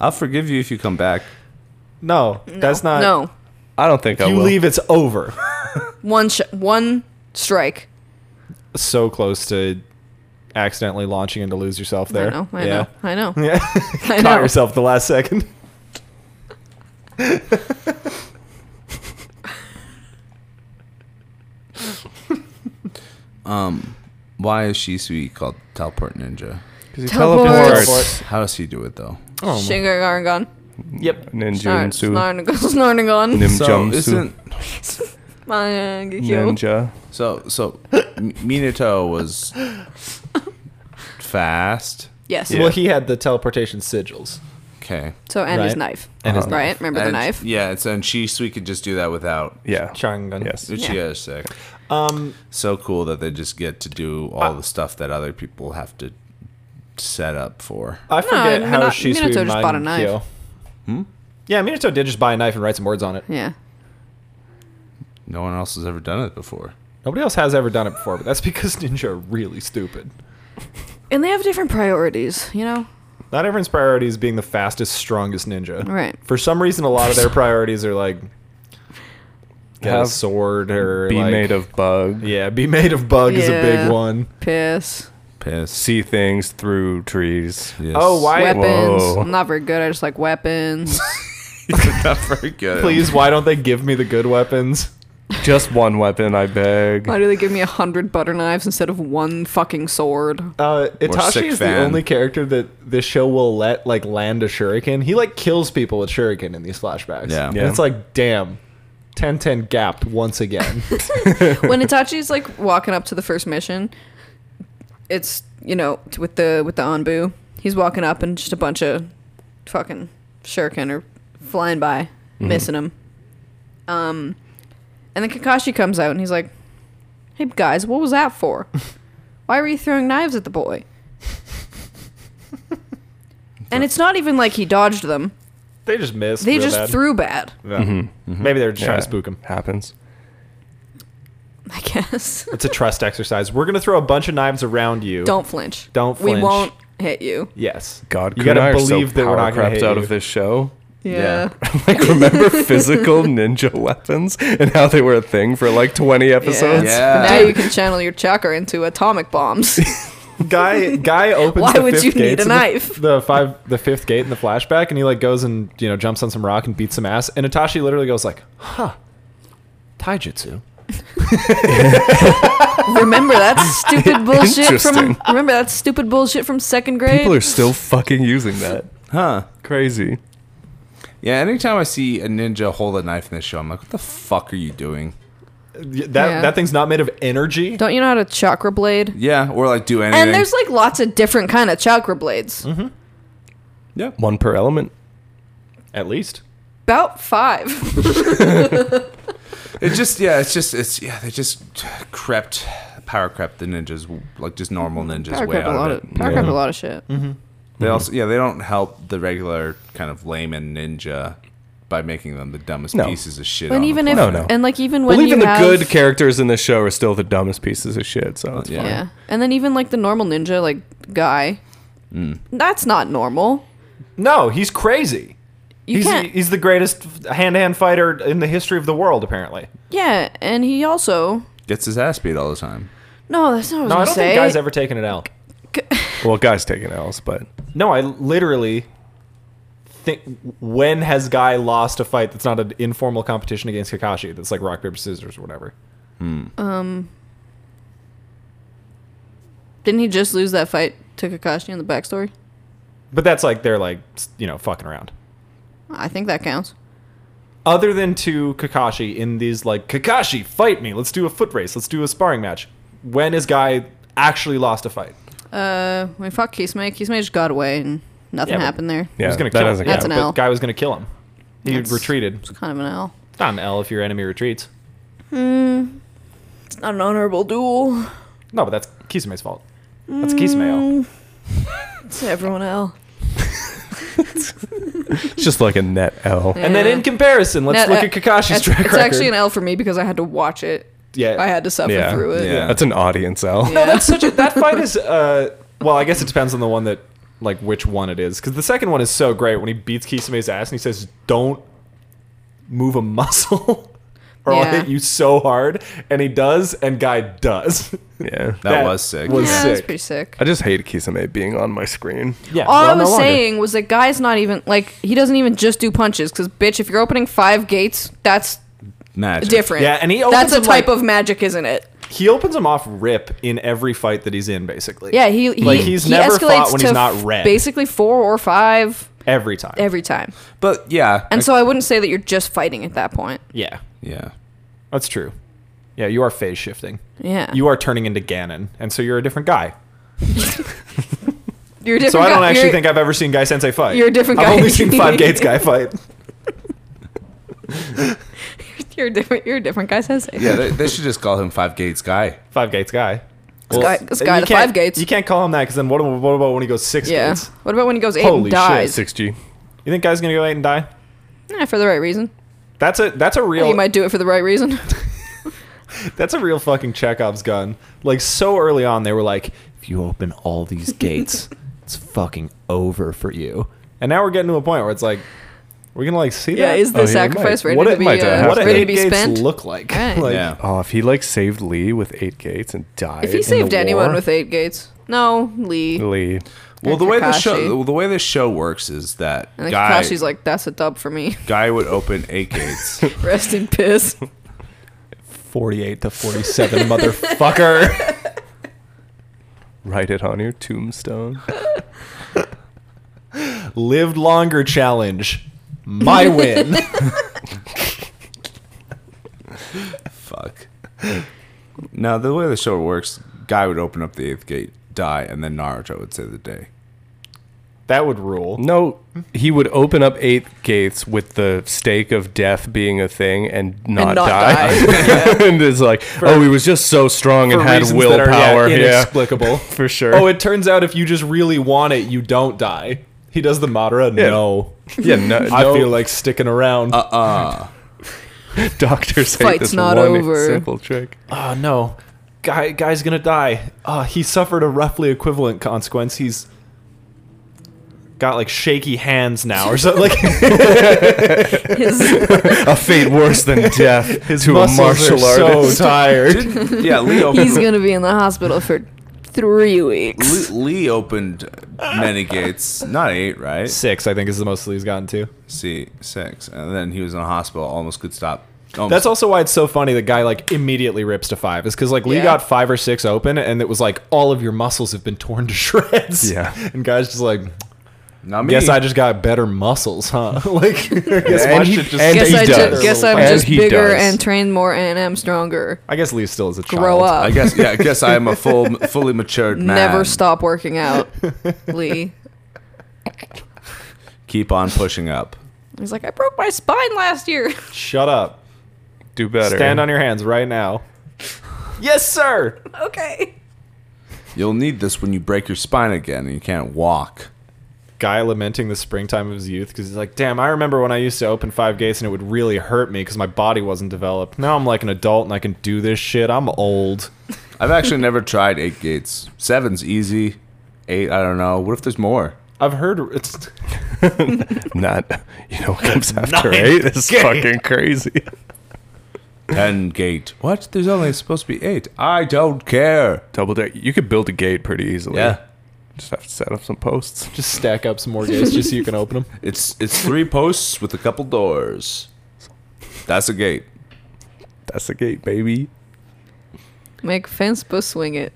[SPEAKER 4] I'll forgive you if you come back.
[SPEAKER 1] No, that's not.
[SPEAKER 2] No,
[SPEAKER 3] I don't think I
[SPEAKER 1] You
[SPEAKER 3] will.
[SPEAKER 1] leave, it's over.
[SPEAKER 2] one sh- one strike.
[SPEAKER 1] so close to accidentally launching into lose yourself there.
[SPEAKER 2] I know. I
[SPEAKER 1] yeah.
[SPEAKER 2] know. I know.
[SPEAKER 1] Yeah.
[SPEAKER 2] [LAUGHS] I know.
[SPEAKER 1] Caught yourself the last second.
[SPEAKER 4] Why is Shisui called Teleport Ninja?
[SPEAKER 3] Because he
[SPEAKER 2] Teleport.
[SPEAKER 3] teleports.
[SPEAKER 4] How does he do it though?
[SPEAKER 1] Oh,
[SPEAKER 2] Shingargangon.
[SPEAKER 1] Yep.
[SPEAKER 3] Ninja and Su.
[SPEAKER 2] Snarn- [LAUGHS] Snarnagon.
[SPEAKER 3] Nim Jumsu.
[SPEAKER 4] isn't
[SPEAKER 2] Mangekyo.
[SPEAKER 3] Ninja.
[SPEAKER 4] so
[SPEAKER 2] [LAUGHS]
[SPEAKER 4] so? M- Minato was fast.
[SPEAKER 2] Yes.
[SPEAKER 1] Well, he had the teleportation sigils.
[SPEAKER 4] Okay.
[SPEAKER 2] So and his
[SPEAKER 1] Right.
[SPEAKER 2] knife.
[SPEAKER 1] And his
[SPEAKER 2] Right. Remember the
[SPEAKER 4] And-
[SPEAKER 2] knife.
[SPEAKER 4] Yeah, it's and Shisui could just do that without
[SPEAKER 3] Yeah.
[SPEAKER 1] Sharingan.
[SPEAKER 3] Yes.
[SPEAKER 4] Which
[SPEAKER 2] Yeah.
[SPEAKER 4] yeah. is sick.
[SPEAKER 1] Um,
[SPEAKER 4] So cool that they just get to do all the stuff that other people have to set up for.
[SPEAKER 1] I forget
[SPEAKER 2] Minato-
[SPEAKER 1] how she's
[SPEAKER 2] Minato just bought a knife.
[SPEAKER 1] Hmm? Yeah, Minato did just buy a knife and write some words on it.
[SPEAKER 2] Yeah.
[SPEAKER 4] No one else has ever done it before.
[SPEAKER 1] Nobody else has ever done it before, but that's [LAUGHS] because ninja are really stupid.
[SPEAKER 2] And they have different priorities, you know.
[SPEAKER 1] Not everyone's priority is being the fastest, strongest ninja.
[SPEAKER 2] Right.
[SPEAKER 1] For some reason, a lot
[SPEAKER 2] [LAUGHS]
[SPEAKER 1] of their priorities are like get a
[SPEAKER 3] Have-
[SPEAKER 1] sword or
[SPEAKER 3] Be
[SPEAKER 1] like-
[SPEAKER 3] made of bug.
[SPEAKER 1] Yeah, be made of bug is a
[SPEAKER 2] Yeah.
[SPEAKER 1] big one.
[SPEAKER 2] Piss.
[SPEAKER 4] Piss.
[SPEAKER 3] See things through trees.
[SPEAKER 4] Yes.
[SPEAKER 1] Oh,
[SPEAKER 4] [LAUGHS]
[SPEAKER 1] why?
[SPEAKER 2] Weapons.
[SPEAKER 3] Whoa.
[SPEAKER 2] I'm not very good. I just
[SPEAKER 1] [LAUGHS]
[SPEAKER 2] like weapons.
[SPEAKER 4] Not very good.
[SPEAKER 1] Please, why don't they give me the good weapons?
[SPEAKER 3] Just one weapon, I beg.
[SPEAKER 2] Why do they give me a hundred butter knives instead of one fucking sword?
[SPEAKER 1] Uh, Itachi
[SPEAKER 4] sick
[SPEAKER 1] is
[SPEAKER 4] fan.
[SPEAKER 1] the only character that this show will let like land a shuriken. He like kills people with shuriken in these flashbacks.
[SPEAKER 4] Yeah.
[SPEAKER 1] And
[SPEAKER 3] Yeah.
[SPEAKER 1] it's like damn, 10-10 gapped once
[SPEAKER 2] [LAUGHS]
[SPEAKER 1] again.
[SPEAKER 2] when Itachi's like walking up to the first mission, it's you know t- with the with the Anbu, he's walking up and just a bunch of fucking shuriken are flying by,
[SPEAKER 1] Mm-hmm.
[SPEAKER 2] missing him. Um, and then Kakashi comes out and he's like, "Hey guys, what was
[SPEAKER 1] [LAUGHS]
[SPEAKER 2] that for? Why were you throwing knives at the boy?" and it's not even like he dodged them;
[SPEAKER 1] they just missed.
[SPEAKER 2] they
[SPEAKER 1] real
[SPEAKER 2] just
[SPEAKER 1] bad.
[SPEAKER 2] threw bad.
[SPEAKER 1] Yeah. Maybe they were just trying to
[SPEAKER 3] Mm-hmm. Yeah,
[SPEAKER 1] spook him.
[SPEAKER 3] Happens.
[SPEAKER 2] I guess.
[SPEAKER 1] It's a trust exercise. We're gonna throw a bunch of knives around you.
[SPEAKER 2] Don't flinch.
[SPEAKER 1] Don't
[SPEAKER 2] We
[SPEAKER 1] flinch.
[SPEAKER 2] won't hit you.
[SPEAKER 1] Yes.
[SPEAKER 3] God,
[SPEAKER 1] you gotta
[SPEAKER 3] Kunai are so
[SPEAKER 1] believe that we're
[SPEAKER 3] power
[SPEAKER 1] not gonna
[SPEAKER 3] crept
[SPEAKER 1] hit
[SPEAKER 3] out
[SPEAKER 1] you. [LAUGHS]
[SPEAKER 3] of this show. [LAUGHS]
[SPEAKER 2] yeah.
[SPEAKER 3] like remember physical ninja weapons and how they were a thing for like 20 episodes
[SPEAKER 2] But
[SPEAKER 4] Yeah.
[SPEAKER 2] now you can channel your chakra into atomic bombs. [LAUGHS]
[SPEAKER 1] guy [LAUGHS] guy opens
[SPEAKER 2] Why
[SPEAKER 1] the
[SPEAKER 2] would
[SPEAKER 1] fifth
[SPEAKER 2] you need
[SPEAKER 1] gates
[SPEAKER 2] a
[SPEAKER 1] in
[SPEAKER 2] knife?
[SPEAKER 1] the, the five the fifth gate in the flashback and he like goes and you know jumps on some rock and beats some ass and Itachi literally goes like huh taijutsu
[SPEAKER 2] remember that stupid bullshit from
[SPEAKER 3] Interesting.
[SPEAKER 2] remember that stupid bullshit from second grade?
[SPEAKER 3] people are still fucking using that
[SPEAKER 4] Huh.
[SPEAKER 3] crazy
[SPEAKER 4] Yeah, anytime I see a ninja hold a knife in this show, I'm like, what the fuck are you doing?
[SPEAKER 1] Y- that
[SPEAKER 2] Yeah.
[SPEAKER 1] that thing's not made of energy
[SPEAKER 2] [LAUGHS] Don't you know how to chakra blade?
[SPEAKER 4] Yeah, or like do anything.
[SPEAKER 2] And there's like lots of different kind of chakra blades.
[SPEAKER 3] one per element
[SPEAKER 1] at least
[SPEAKER 2] About five.
[SPEAKER 4] it just yeah, it's just it's yeah, they just crept power crept the ninjas like just normal ninjas
[SPEAKER 2] Power
[SPEAKER 4] way
[SPEAKER 2] grab a
[SPEAKER 4] out
[SPEAKER 2] lot
[SPEAKER 4] of
[SPEAKER 2] of
[SPEAKER 4] it.
[SPEAKER 2] power grab a lot of shit.
[SPEAKER 4] They also yeah, they don't help the regular kind of layman ninja by making them the dumbest
[SPEAKER 3] No.
[SPEAKER 4] pieces of shit.
[SPEAKER 2] And
[SPEAKER 4] on
[SPEAKER 2] even
[SPEAKER 4] the
[SPEAKER 2] if
[SPEAKER 3] No, no.
[SPEAKER 2] and like even
[SPEAKER 3] well
[SPEAKER 2] when you
[SPEAKER 3] even the
[SPEAKER 2] have,
[SPEAKER 3] good characters in this show are still the dumbest pieces of shit so it's
[SPEAKER 4] Yeah.
[SPEAKER 2] yeah. and then even like the normal ninja like guy, that's not normal.
[SPEAKER 1] no he's crazy
[SPEAKER 2] You
[SPEAKER 1] he's,
[SPEAKER 2] can't.
[SPEAKER 1] he's the greatest hand-to-hand fighter in the history of the world, apparently.
[SPEAKER 2] yeah, and he also.
[SPEAKER 4] Gets his ass beat all the time.
[SPEAKER 2] No, that's not what
[SPEAKER 1] No,
[SPEAKER 2] I
[SPEAKER 1] I
[SPEAKER 2] was
[SPEAKER 1] don't
[SPEAKER 2] going
[SPEAKER 1] think
[SPEAKER 2] to
[SPEAKER 1] guys
[SPEAKER 2] say.
[SPEAKER 1] ever taken it out.
[SPEAKER 3] Well, guys taking L's, but
[SPEAKER 1] No, I literally think when has guy lost a fight that's not an informal competition against Kakashi? That's like rock paper scissors or whatever.
[SPEAKER 2] Didn't he just lose that fight to Kakashi in the backstory?
[SPEAKER 1] But that's like they're like s- you know fucking around.
[SPEAKER 2] I think that counts.
[SPEAKER 1] Other than to Kakashi in these like Kakashi fight me, let's do a foot race, let's do a sparring match. When has guy actually lost a fight?
[SPEAKER 2] Uh, we fought Kisame. Kisame just got away and nothing
[SPEAKER 1] Yeah, but-
[SPEAKER 2] happened there.
[SPEAKER 1] He
[SPEAKER 3] yeah,
[SPEAKER 1] was gonna
[SPEAKER 3] that
[SPEAKER 1] kill
[SPEAKER 3] doesn't
[SPEAKER 1] him.
[SPEAKER 2] That's
[SPEAKER 3] count.
[SPEAKER 2] an
[SPEAKER 1] But
[SPEAKER 2] L.
[SPEAKER 1] guy was gonna kill him. He
[SPEAKER 2] That's-
[SPEAKER 1] retreated.
[SPEAKER 2] It's kind of an L.
[SPEAKER 1] It's not an L if your enemy retreats.
[SPEAKER 2] It's not an honorable duel.
[SPEAKER 1] No, but that's Kisame's fault. That's
[SPEAKER 2] Mm,
[SPEAKER 1] Kisame L.
[SPEAKER 2] It's everyone L.
[SPEAKER 3] It's just like a net L.
[SPEAKER 1] And then in comparison, let's
[SPEAKER 2] No,
[SPEAKER 1] look
[SPEAKER 2] uh,
[SPEAKER 1] at Kakashi's
[SPEAKER 2] it's,
[SPEAKER 1] track
[SPEAKER 2] it's
[SPEAKER 1] record.
[SPEAKER 2] actually an L for me because I had to watch it.
[SPEAKER 1] yeah,
[SPEAKER 2] I had to suffer
[SPEAKER 3] Yeah.
[SPEAKER 2] through it.
[SPEAKER 4] Yeah.
[SPEAKER 3] That's an audience L.
[SPEAKER 1] No, that's such a that
[SPEAKER 4] [LAUGHS]
[SPEAKER 1] fight is. Uh, well, I guess it depends on the one that, like, which one it is. Because the second one is so great when he beats Kisame's ass and he says, "Don't move a [LAUGHS] muscle, or I'll
[SPEAKER 2] Yeah.
[SPEAKER 1] hit you so hard." And he does, and guy does.
[SPEAKER 3] Yeah.
[SPEAKER 4] That was sick.
[SPEAKER 1] Was
[SPEAKER 2] Yeah, that's
[SPEAKER 1] sick. Uh,
[SPEAKER 2] pretty sick.
[SPEAKER 3] I just hate Kisame being on my screen.
[SPEAKER 1] yeah.
[SPEAKER 2] All
[SPEAKER 1] well,
[SPEAKER 2] I was
[SPEAKER 1] no longer.
[SPEAKER 2] saying was that guy's not even like he doesn't even just do punches because bitch, if you're opening five gates, that's
[SPEAKER 4] Magic.
[SPEAKER 2] different.
[SPEAKER 1] Yeah, and he opens
[SPEAKER 2] that's a
[SPEAKER 1] them,
[SPEAKER 2] type
[SPEAKER 1] like-
[SPEAKER 2] of magic, isn't it?
[SPEAKER 1] he opens him off rip in every fight that he's in, basically.
[SPEAKER 2] Yeah, he, he
[SPEAKER 1] like he's
[SPEAKER 2] he
[SPEAKER 1] never
[SPEAKER 2] escalates
[SPEAKER 1] fought when
[SPEAKER 2] to
[SPEAKER 1] he's not red.
[SPEAKER 2] Basically four or five
[SPEAKER 1] every time.
[SPEAKER 2] every time,
[SPEAKER 4] But yeah.
[SPEAKER 2] and so I wouldn't say that you're just fighting at that point.
[SPEAKER 1] yeah,
[SPEAKER 4] yeah.
[SPEAKER 1] that's true. Yeah, you are phase shifting.
[SPEAKER 2] Yeah,
[SPEAKER 1] You are turning into Ganon, and so you're a different guy.
[SPEAKER 2] you're a different.
[SPEAKER 1] [LAUGHS] So I don't
[SPEAKER 2] guy-
[SPEAKER 1] actually
[SPEAKER 2] you're-
[SPEAKER 1] think I've ever seen Guy Sensei fight.
[SPEAKER 2] You're a different guy.
[SPEAKER 1] I've only seen
[SPEAKER 2] [LAUGHS]
[SPEAKER 1] Five Gates guy fight.
[SPEAKER 2] you're a different. You're a different guy. Says it.
[SPEAKER 4] Yeah, they, they should just call him Five
[SPEAKER 2] [LAUGHS]
[SPEAKER 4] Gates Guy.
[SPEAKER 1] Five Gates guy.
[SPEAKER 2] guy- this guy
[SPEAKER 1] you
[SPEAKER 2] to
[SPEAKER 1] can't-
[SPEAKER 2] Five Gates.
[SPEAKER 1] You can't call him that because then what, what about when he goes six
[SPEAKER 2] Yeah.
[SPEAKER 1] gates?
[SPEAKER 2] What about when he goes eight
[SPEAKER 1] Holy shit,
[SPEAKER 2] and dies?
[SPEAKER 3] 6G.
[SPEAKER 1] You think guy's gonna go eight and die?
[SPEAKER 2] Nah, for the right reason.
[SPEAKER 1] That's a that's a
[SPEAKER 2] You
[SPEAKER 1] real
[SPEAKER 2] might do it for the
[SPEAKER 1] [LAUGHS]
[SPEAKER 2] right reason. [LAUGHS]
[SPEAKER 1] that's a real fucking Chekhov's gun. Like so early on, they were like, if you open all
[SPEAKER 2] [LAUGHS]
[SPEAKER 1] these gates, it's fucking over for you. And now we're getting to a point where it's like, we're gonna like see
[SPEAKER 2] yeah,
[SPEAKER 1] that.
[SPEAKER 2] is the
[SPEAKER 3] Oh, yeah, it
[SPEAKER 2] sacrifice
[SPEAKER 3] might.
[SPEAKER 2] ready
[SPEAKER 3] What
[SPEAKER 2] to
[SPEAKER 3] it
[SPEAKER 2] be
[SPEAKER 3] might, uh,
[SPEAKER 2] uh,
[SPEAKER 1] what do
[SPEAKER 2] ready to
[SPEAKER 1] eight
[SPEAKER 2] be
[SPEAKER 1] gates
[SPEAKER 2] spent?
[SPEAKER 1] look like?
[SPEAKER 2] Right.
[SPEAKER 1] Like,
[SPEAKER 4] yeah.
[SPEAKER 3] Oh, if he like saved Lee with eight gates and died.
[SPEAKER 2] if he
[SPEAKER 3] in
[SPEAKER 2] saved
[SPEAKER 3] the
[SPEAKER 2] anyone
[SPEAKER 3] war-
[SPEAKER 2] with eight gates, no Lee.
[SPEAKER 3] Lee.
[SPEAKER 4] Well, the way the
[SPEAKER 2] Kakashi.
[SPEAKER 4] show the way this show works is that
[SPEAKER 2] And then
[SPEAKER 4] guy
[SPEAKER 2] Kakashi's like, "That's a dub for me. [LAUGHS]
[SPEAKER 4] guy would open eight gates.
[SPEAKER 2] Rest in piss."
[SPEAKER 1] 48 to 47
[SPEAKER 2] [LAUGHS]
[SPEAKER 1] motherfucker
[SPEAKER 3] Write it on your tombstone.
[SPEAKER 1] lived longer challenge my win
[SPEAKER 4] Fuck. No, the way the show works, guy would open up the eighth gate, die, and then Naruto would save the day.
[SPEAKER 1] that would rule
[SPEAKER 3] No, he would open up eight gates with the stake of death being a thing and not,
[SPEAKER 2] not
[SPEAKER 3] [LAUGHS] die. and it's like, oh, he was just so strong and
[SPEAKER 1] For
[SPEAKER 3] had
[SPEAKER 1] reasons that are, yeah,
[SPEAKER 3] willpower.
[SPEAKER 1] [LAUGHS]
[SPEAKER 3] Yeah,
[SPEAKER 1] inexplicable
[SPEAKER 3] for sure.
[SPEAKER 1] oh it turns out if you just really want it you don't die he does the madara
[SPEAKER 3] Yeah.
[SPEAKER 1] Uh, no
[SPEAKER 3] yeah, no,
[SPEAKER 1] i
[SPEAKER 3] no
[SPEAKER 1] feel like sticking around uh,
[SPEAKER 3] doctors hate
[SPEAKER 2] Fight's
[SPEAKER 3] this
[SPEAKER 2] not
[SPEAKER 3] one
[SPEAKER 2] over.
[SPEAKER 3] simple trick.
[SPEAKER 1] oh no guy guy's gonna die uh, he suffered a roughly equivalent consequence he's got like shaky hands now or something like [LAUGHS]
[SPEAKER 2] His
[SPEAKER 3] a fate worse than death
[SPEAKER 1] his
[SPEAKER 3] to a
[SPEAKER 1] muscles
[SPEAKER 3] martial
[SPEAKER 1] are
[SPEAKER 3] artist.
[SPEAKER 1] so tired
[SPEAKER 2] [LAUGHS]
[SPEAKER 4] Yeah, Lee
[SPEAKER 2] He's
[SPEAKER 4] opened.
[SPEAKER 2] gonna be in the hospital for three weeks.
[SPEAKER 4] Lee, Lee opened many gates, not eight, right?
[SPEAKER 1] six i think is the most he's gotten to
[SPEAKER 4] See, six, and then he was in a hospital, almost could stop.
[SPEAKER 1] That's
[SPEAKER 4] Almost,
[SPEAKER 1] also why it's so funny. The guy like immediately rips to five is because like Lee
[SPEAKER 2] Yeah.
[SPEAKER 1] got five or six open, and it was like all of your muscles have been torn to [LAUGHS] shreds.
[SPEAKER 3] Yeah.
[SPEAKER 1] and guys just like,
[SPEAKER 4] not me.
[SPEAKER 1] guess I just got better muscles, huh? [LAUGHS] like, I guess
[SPEAKER 3] And
[SPEAKER 1] my
[SPEAKER 3] he-
[SPEAKER 1] shit just.
[SPEAKER 3] and
[SPEAKER 1] stays
[SPEAKER 2] guess
[SPEAKER 3] he
[SPEAKER 2] I
[SPEAKER 1] together
[SPEAKER 3] does.
[SPEAKER 2] ju-
[SPEAKER 1] a
[SPEAKER 2] guess
[SPEAKER 1] little
[SPEAKER 2] I'm
[SPEAKER 1] bit.
[SPEAKER 3] And
[SPEAKER 2] just
[SPEAKER 3] he
[SPEAKER 2] bigger
[SPEAKER 3] does.
[SPEAKER 2] and trained more and am stronger.
[SPEAKER 1] I guess Lee still is a child.
[SPEAKER 2] Grow up.
[SPEAKER 4] I guess. Yeah, I guess I am a full, fully matured man.
[SPEAKER 2] Never stop working out, [LAUGHS] Lee.
[SPEAKER 4] Keep on pushing up.
[SPEAKER 2] He's like, I broke my spine last year. [LAUGHS]
[SPEAKER 1] Shut up.
[SPEAKER 3] Do better.
[SPEAKER 1] Stand on your hands right now. yes, sir.
[SPEAKER 2] okay.
[SPEAKER 4] You'll need this when you break your spine again and you can't walk.
[SPEAKER 1] Guy lamenting the springtime of his youth because he's like, damn, I remember when I used to open five gates and it would really hurt me because my body wasn't developed. Now I'm like an adult and I can do this shit. I'm old.
[SPEAKER 4] I've actually never tried eight gates. Seven's easy. Eight, I don't know. What if there's more?
[SPEAKER 1] I've heard it's [LAUGHS]
[SPEAKER 3] Not you know what comes after
[SPEAKER 4] Ninth
[SPEAKER 3] eight. It's
[SPEAKER 4] gate.
[SPEAKER 3] fucking crazy.
[SPEAKER 4] Ten gate. What? There's only supposed to be eight. I don't care.
[SPEAKER 3] [LAUGHS] Double deck. You could build a gate pretty easily. Just have to set up some posts.
[SPEAKER 1] Just stack up some more gates just so you can open them.
[SPEAKER 4] It's it's three posts with a couple doors. That's a gate.
[SPEAKER 3] That's a gate, baby.
[SPEAKER 2] Make fence but swing [LAUGHS] it.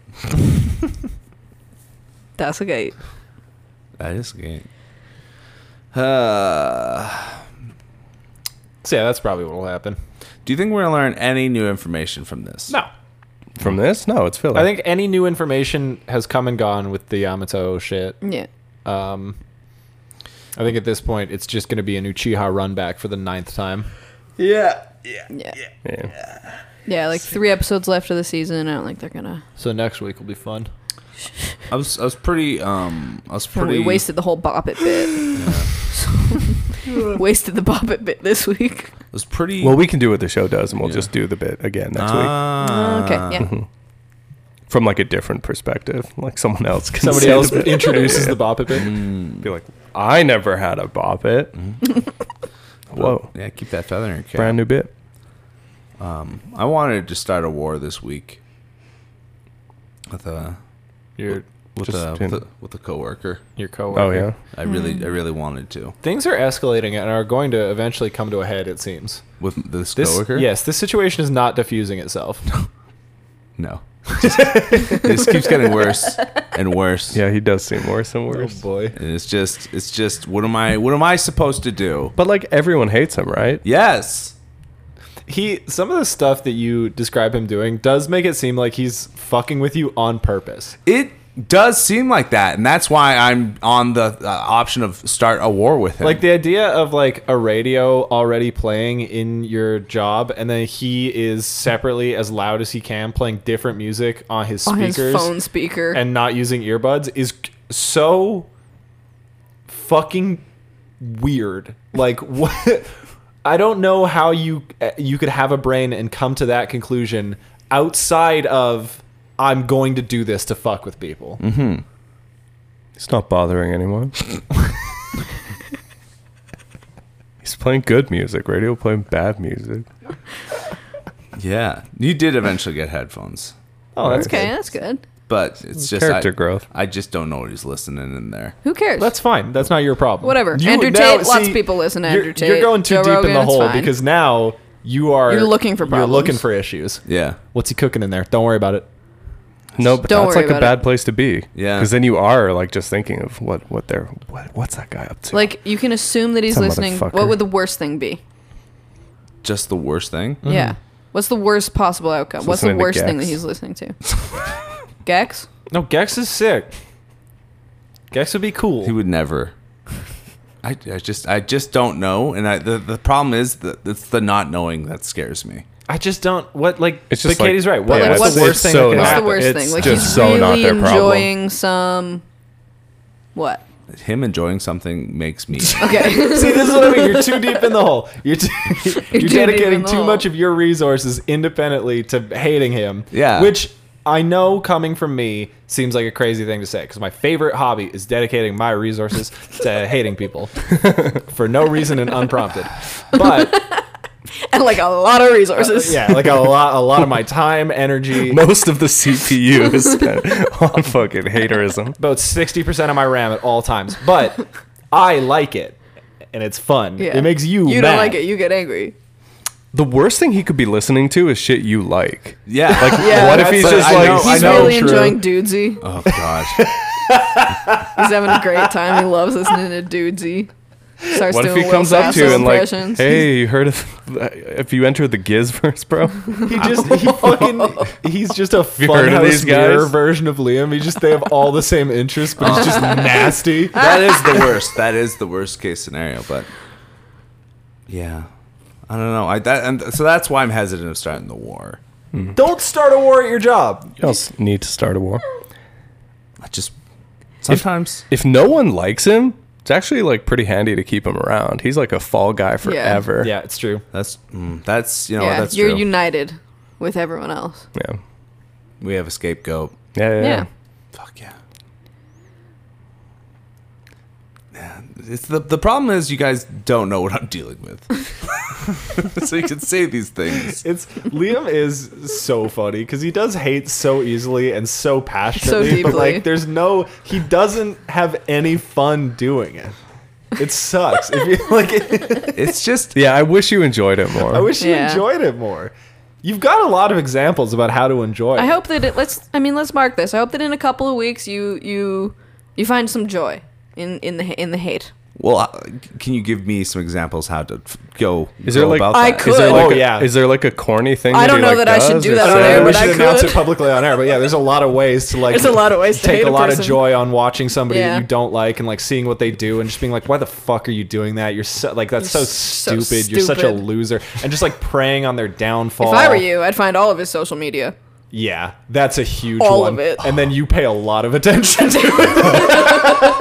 [SPEAKER 2] That's a gate.
[SPEAKER 4] That is a gate. Uh,
[SPEAKER 1] So yeah, that's probably what will happen.
[SPEAKER 4] do you think we're gonna learn any new information from this?
[SPEAKER 1] No.
[SPEAKER 3] From this? No, it's filler.
[SPEAKER 1] I think any new information has come and gone with the Yamato shit.
[SPEAKER 2] Yeah.
[SPEAKER 1] Um, I think at this point it's just going to be an Uchiha run back for the ninth time.
[SPEAKER 4] Yeah. Yeah.
[SPEAKER 2] Yeah.
[SPEAKER 3] Yeah.
[SPEAKER 2] Yeah, like three episodes left of the season. I don't think they're gonna.
[SPEAKER 1] So next week will be fun.
[SPEAKER 4] I was I was pretty um I was
[SPEAKER 2] And
[SPEAKER 4] pretty
[SPEAKER 2] we wasted the whole Bop It bit.
[SPEAKER 3] [SIGHS]
[SPEAKER 2] [LAUGHS] wasted the Bop It bit this week.
[SPEAKER 4] I was pretty
[SPEAKER 3] Well, we can do what the show does, and we'll
[SPEAKER 4] Yeah.
[SPEAKER 3] just do the bit again next Uh,
[SPEAKER 4] Ah.
[SPEAKER 2] okay,
[SPEAKER 3] [LAUGHS]
[SPEAKER 2] yeah.
[SPEAKER 3] week from like a different perspective, like someone else. Can
[SPEAKER 1] Somebody
[SPEAKER 3] say
[SPEAKER 1] else
[SPEAKER 3] the bit.
[SPEAKER 1] introduces
[SPEAKER 3] Yeah.
[SPEAKER 1] the bop it bit.
[SPEAKER 3] [LAUGHS] Be like, I never had a bop it. Whoa,
[SPEAKER 4] Yeah, keep that feather in your cap. Um,
[SPEAKER 3] brand new bit.
[SPEAKER 4] I wanted to start a war this week with a
[SPEAKER 1] Your
[SPEAKER 4] with
[SPEAKER 3] Just
[SPEAKER 4] a
[SPEAKER 3] in-
[SPEAKER 4] with a, with a coworker.
[SPEAKER 1] your coworker.
[SPEAKER 3] Oh yeah,
[SPEAKER 4] I really I really wanted to
[SPEAKER 1] Things are escalating and are going to eventually come to a head. It seems.
[SPEAKER 4] with this,
[SPEAKER 1] This
[SPEAKER 4] coworker.
[SPEAKER 1] yes, this situation is not diffusing itself.
[SPEAKER 4] No. [LAUGHS] this keeps getting worse and worse.
[SPEAKER 3] yeah. He does seem worse and
[SPEAKER 1] oh
[SPEAKER 3] worse.
[SPEAKER 1] boy.
[SPEAKER 4] And it's just it's just what am I what am I supposed to do?
[SPEAKER 3] But like everyone hates him, right?
[SPEAKER 4] Yes.
[SPEAKER 1] He some of the stuff that you describe him doing does make it seem like he's fucking with you on purpose.
[SPEAKER 4] It does seem like that, and that's why I'm on the uh, option of start a war with him.
[SPEAKER 1] Like the idea of like a radio already playing in your job, and then he is separately as loud as he can playing different music on his
[SPEAKER 2] On
[SPEAKER 1] speakers
[SPEAKER 2] his phone speaker.
[SPEAKER 1] and not using earbuds is so fucking weird. Like [LAUGHS] what? I don't know how you uh, you could have a brain and come to that conclusion outside of I'm going to do this to fuck with people.
[SPEAKER 3] He's not bothering anyone. He's playing good music. Radio playing bad music.
[SPEAKER 4] yeah, you did eventually get headphones,
[SPEAKER 1] Oh, that's
[SPEAKER 2] okay,
[SPEAKER 1] good.
[SPEAKER 2] that's good.
[SPEAKER 4] but it's just
[SPEAKER 3] Character
[SPEAKER 4] I,
[SPEAKER 3] growth.
[SPEAKER 4] I just don't know what he's listening in there.
[SPEAKER 2] Who cares?
[SPEAKER 1] That's fine. That's not your problem.
[SPEAKER 2] Whatever. Andrew Tate, lots of people listen to
[SPEAKER 1] you're-
[SPEAKER 2] Andrew Tate.
[SPEAKER 1] You're going too
[SPEAKER 2] Joe
[SPEAKER 1] deep
[SPEAKER 2] Rogan,
[SPEAKER 1] in the
[SPEAKER 2] it's
[SPEAKER 1] hole
[SPEAKER 2] fine.
[SPEAKER 1] because now you are
[SPEAKER 2] You're looking for problems.
[SPEAKER 1] You're looking for issues.
[SPEAKER 4] Yeah,
[SPEAKER 1] What's he cooking in there? Don't worry about it.
[SPEAKER 3] No, but
[SPEAKER 2] Don't
[SPEAKER 3] that's
[SPEAKER 2] worry
[SPEAKER 3] like a
[SPEAKER 2] about
[SPEAKER 3] bad
[SPEAKER 2] it.
[SPEAKER 3] place to be.
[SPEAKER 4] Yeah.
[SPEAKER 3] because then you are like just thinking of what what they're what what's that guy up [LAUGHS] to?
[SPEAKER 2] like you can assume that he's
[SPEAKER 3] Some
[SPEAKER 2] listening.
[SPEAKER 3] motherfucker.
[SPEAKER 2] What would the worst thing be?
[SPEAKER 4] just the worst thing.
[SPEAKER 1] Mm-hmm.
[SPEAKER 2] Yeah. What's the worst possible outcome?
[SPEAKER 3] He's
[SPEAKER 2] What's the
[SPEAKER 3] listening to
[SPEAKER 2] worst thing that
[SPEAKER 3] Gex.
[SPEAKER 2] he's listening to?
[SPEAKER 1] [LAUGHS]
[SPEAKER 2] Gex?
[SPEAKER 1] No, Gex is sick. Gex would be cool.
[SPEAKER 4] He would never. [LAUGHS] I, I just I just don't know, and I the, the problem is that it's the not knowing that scares me.
[SPEAKER 1] I just don't. What like?
[SPEAKER 3] It's just
[SPEAKER 1] but
[SPEAKER 3] like-
[SPEAKER 1] Katie's right. What,
[SPEAKER 3] But
[SPEAKER 2] like,
[SPEAKER 1] what's
[SPEAKER 2] what's-
[SPEAKER 1] the worst
[SPEAKER 3] it's
[SPEAKER 1] thing
[SPEAKER 3] so
[SPEAKER 1] that
[SPEAKER 3] not-
[SPEAKER 1] can
[SPEAKER 2] What's the
[SPEAKER 1] happen?
[SPEAKER 2] worst
[SPEAKER 3] happened. It's
[SPEAKER 2] thing? Like
[SPEAKER 3] just
[SPEAKER 2] he's
[SPEAKER 3] so not
[SPEAKER 2] really
[SPEAKER 3] their problem.
[SPEAKER 2] enjoying some what?
[SPEAKER 4] Him enjoying something makes
[SPEAKER 3] [LAUGHS]
[SPEAKER 4] me. [LAUGHS]
[SPEAKER 2] Okay. [LAUGHS]
[SPEAKER 1] See, this is what I mean. You're too deep in the hole. You're, too, you're,
[SPEAKER 2] deep in
[SPEAKER 1] dedicating
[SPEAKER 2] the
[SPEAKER 1] too
[SPEAKER 2] hole.
[SPEAKER 1] much of your resources independently to hating him.
[SPEAKER 4] Yeah.
[SPEAKER 1] Which I know coming from me seems like a crazy thing to say because my favorite hobby is dedicating my
[SPEAKER 2] [LAUGHS]
[SPEAKER 1] resources to hating people [LAUGHS] for no reason and
[SPEAKER 2] [LAUGHS]
[SPEAKER 1] unprompted. But
[SPEAKER 2] and like a lot of resources.
[SPEAKER 1] Uh, yeah, like a lot, a lot of my time, energy,
[SPEAKER 3] most of the CPU is spent on fucking haterism.
[SPEAKER 1] about 60% of my RAM at all times.
[SPEAKER 2] [LAUGHS]
[SPEAKER 1] But I like it and it's fun.
[SPEAKER 2] Yeah.
[SPEAKER 1] It makes you
[SPEAKER 2] You
[SPEAKER 1] mad.
[SPEAKER 2] don't like it, you get angry.
[SPEAKER 3] The worst thing he could be listening to is shit you like.
[SPEAKER 4] Yeah,
[SPEAKER 3] Like,
[SPEAKER 2] Yeah,
[SPEAKER 3] what if
[SPEAKER 1] that's-
[SPEAKER 3] he's
[SPEAKER 1] but
[SPEAKER 3] just
[SPEAKER 1] I
[SPEAKER 3] like,
[SPEAKER 1] know-
[SPEAKER 2] He's
[SPEAKER 1] Oh, I know,
[SPEAKER 2] really
[SPEAKER 1] true.
[SPEAKER 2] enjoying Dudesy.
[SPEAKER 4] oh gosh.
[SPEAKER 2] He's having a great
[SPEAKER 1] [LAUGHS]
[SPEAKER 2] time. He loves listening to Dudesy. Starts
[SPEAKER 3] what if
[SPEAKER 2] doing
[SPEAKER 3] he comes
[SPEAKER 2] Will
[SPEAKER 3] up to you
[SPEAKER 2] Sasso
[SPEAKER 3] and like,
[SPEAKER 2] impressions.
[SPEAKER 3] hey, you heard of, [LAUGHS] if you enter the Gizverse,
[SPEAKER 2] [LAUGHS]
[SPEAKER 3] bro?
[SPEAKER 1] He just
[SPEAKER 3] [LAUGHS]
[SPEAKER 1] he fucking he's just a
[SPEAKER 3] Oh. you heard of
[SPEAKER 1] funhouse
[SPEAKER 3] these
[SPEAKER 1] mirror
[SPEAKER 3] guys?
[SPEAKER 1] version of Liam. He just they have all the same interests, but
[SPEAKER 3] [LAUGHS]
[SPEAKER 1] he's just nasty.
[SPEAKER 4] that is the worst. That is the worst case scenario. But yeah, I don't know. I that and so that's why I'm hesitant of starting the war.
[SPEAKER 1] Don't start a war at your job.
[SPEAKER 3] You don't need to start a war.
[SPEAKER 4] I just sometimes
[SPEAKER 3] If no one likes him, it's actually like pretty handy to keep him around. He's like a fall guy forever.
[SPEAKER 1] Yeah, it's true.
[SPEAKER 4] that's mm, that's you know
[SPEAKER 2] yeah,
[SPEAKER 4] that's
[SPEAKER 2] you're
[SPEAKER 4] true.
[SPEAKER 2] united with everyone else.
[SPEAKER 3] Yeah.
[SPEAKER 4] we have a scapegoat.
[SPEAKER 3] Yeah. Yeah.
[SPEAKER 2] Yeah.
[SPEAKER 3] yeah.
[SPEAKER 4] Fuck yeah. It's the the problem is you guys don't know what I'm dealing with, [LAUGHS] so you can say these things.
[SPEAKER 1] It's Liam is so funny because he does hate so easily and so passionately, but
[SPEAKER 2] deeply.
[SPEAKER 1] like there's no he doesn't have any fun doing it. It sucks. if you [LAUGHS] like,
[SPEAKER 4] It's just
[SPEAKER 3] Yeah, I wish you enjoyed it more.
[SPEAKER 1] I wish you
[SPEAKER 2] Yeah.
[SPEAKER 1] enjoyed it more. You've got a lot of examples about how to enjoy.
[SPEAKER 2] I
[SPEAKER 1] it.
[SPEAKER 2] hope that it let's I mean let's mark this. I hope that in a couple of weeks you you you find some joy in in the ha- in the hate.
[SPEAKER 4] well. uh, Can you give me some examples how to f- go?
[SPEAKER 3] Is there
[SPEAKER 4] go
[SPEAKER 3] like
[SPEAKER 4] about
[SPEAKER 2] I
[SPEAKER 4] that?
[SPEAKER 2] could-
[SPEAKER 3] Is there like
[SPEAKER 1] Oh,
[SPEAKER 3] a,
[SPEAKER 1] yeah.
[SPEAKER 3] Is there like a corny thing?
[SPEAKER 2] I
[SPEAKER 3] that
[SPEAKER 2] don't
[SPEAKER 3] he,
[SPEAKER 2] know
[SPEAKER 3] like,
[SPEAKER 2] that I should
[SPEAKER 3] does
[SPEAKER 2] do
[SPEAKER 3] or
[SPEAKER 2] that
[SPEAKER 1] I don't
[SPEAKER 2] today,
[SPEAKER 1] know.
[SPEAKER 2] but
[SPEAKER 1] We
[SPEAKER 3] says?
[SPEAKER 2] I
[SPEAKER 1] should announce
[SPEAKER 2] could.
[SPEAKER 1] it publicly on air. But yeah, there's a lot of ways to like.
[SPEAKER 2] There's a lot of ways to
[SPEAKER 1] take
[SPEAKER 2] hate
[SPEAKER 1] a
[SPEAKER 2] a
[SPEAKER 1] lot of
[SPEAKER 2] person.
[SPEAKER 1] joy on watching somebody
[SPEAKER 2] Yeah.
[SPEAKER 1] that you don't like and like seeing what they do and just being like, "Why the fuck are you doing that? You're so like that's
[SPEAKER 2] You're
[SPEAKER 1] so,
[SPEAKER 2] so
[SPEAKER 1] stupid. You're such a
[SPEAKER 2] stupid."
[SPEAKER 1] loser." And just like preying on their downfall.
[SPEAKER 2] If I were you, I'd find all of his social media.
[SPEAKER 1] yeah, that's a huge
[SPEAKER 2] All
[SPEAKER 1] one.
[SPEAKER 2] of it.
[SPEAKER 1] And then you pay a lot of attention
[SPEAKER 2] [LAUGHS]
[SPEAKER 1] to it.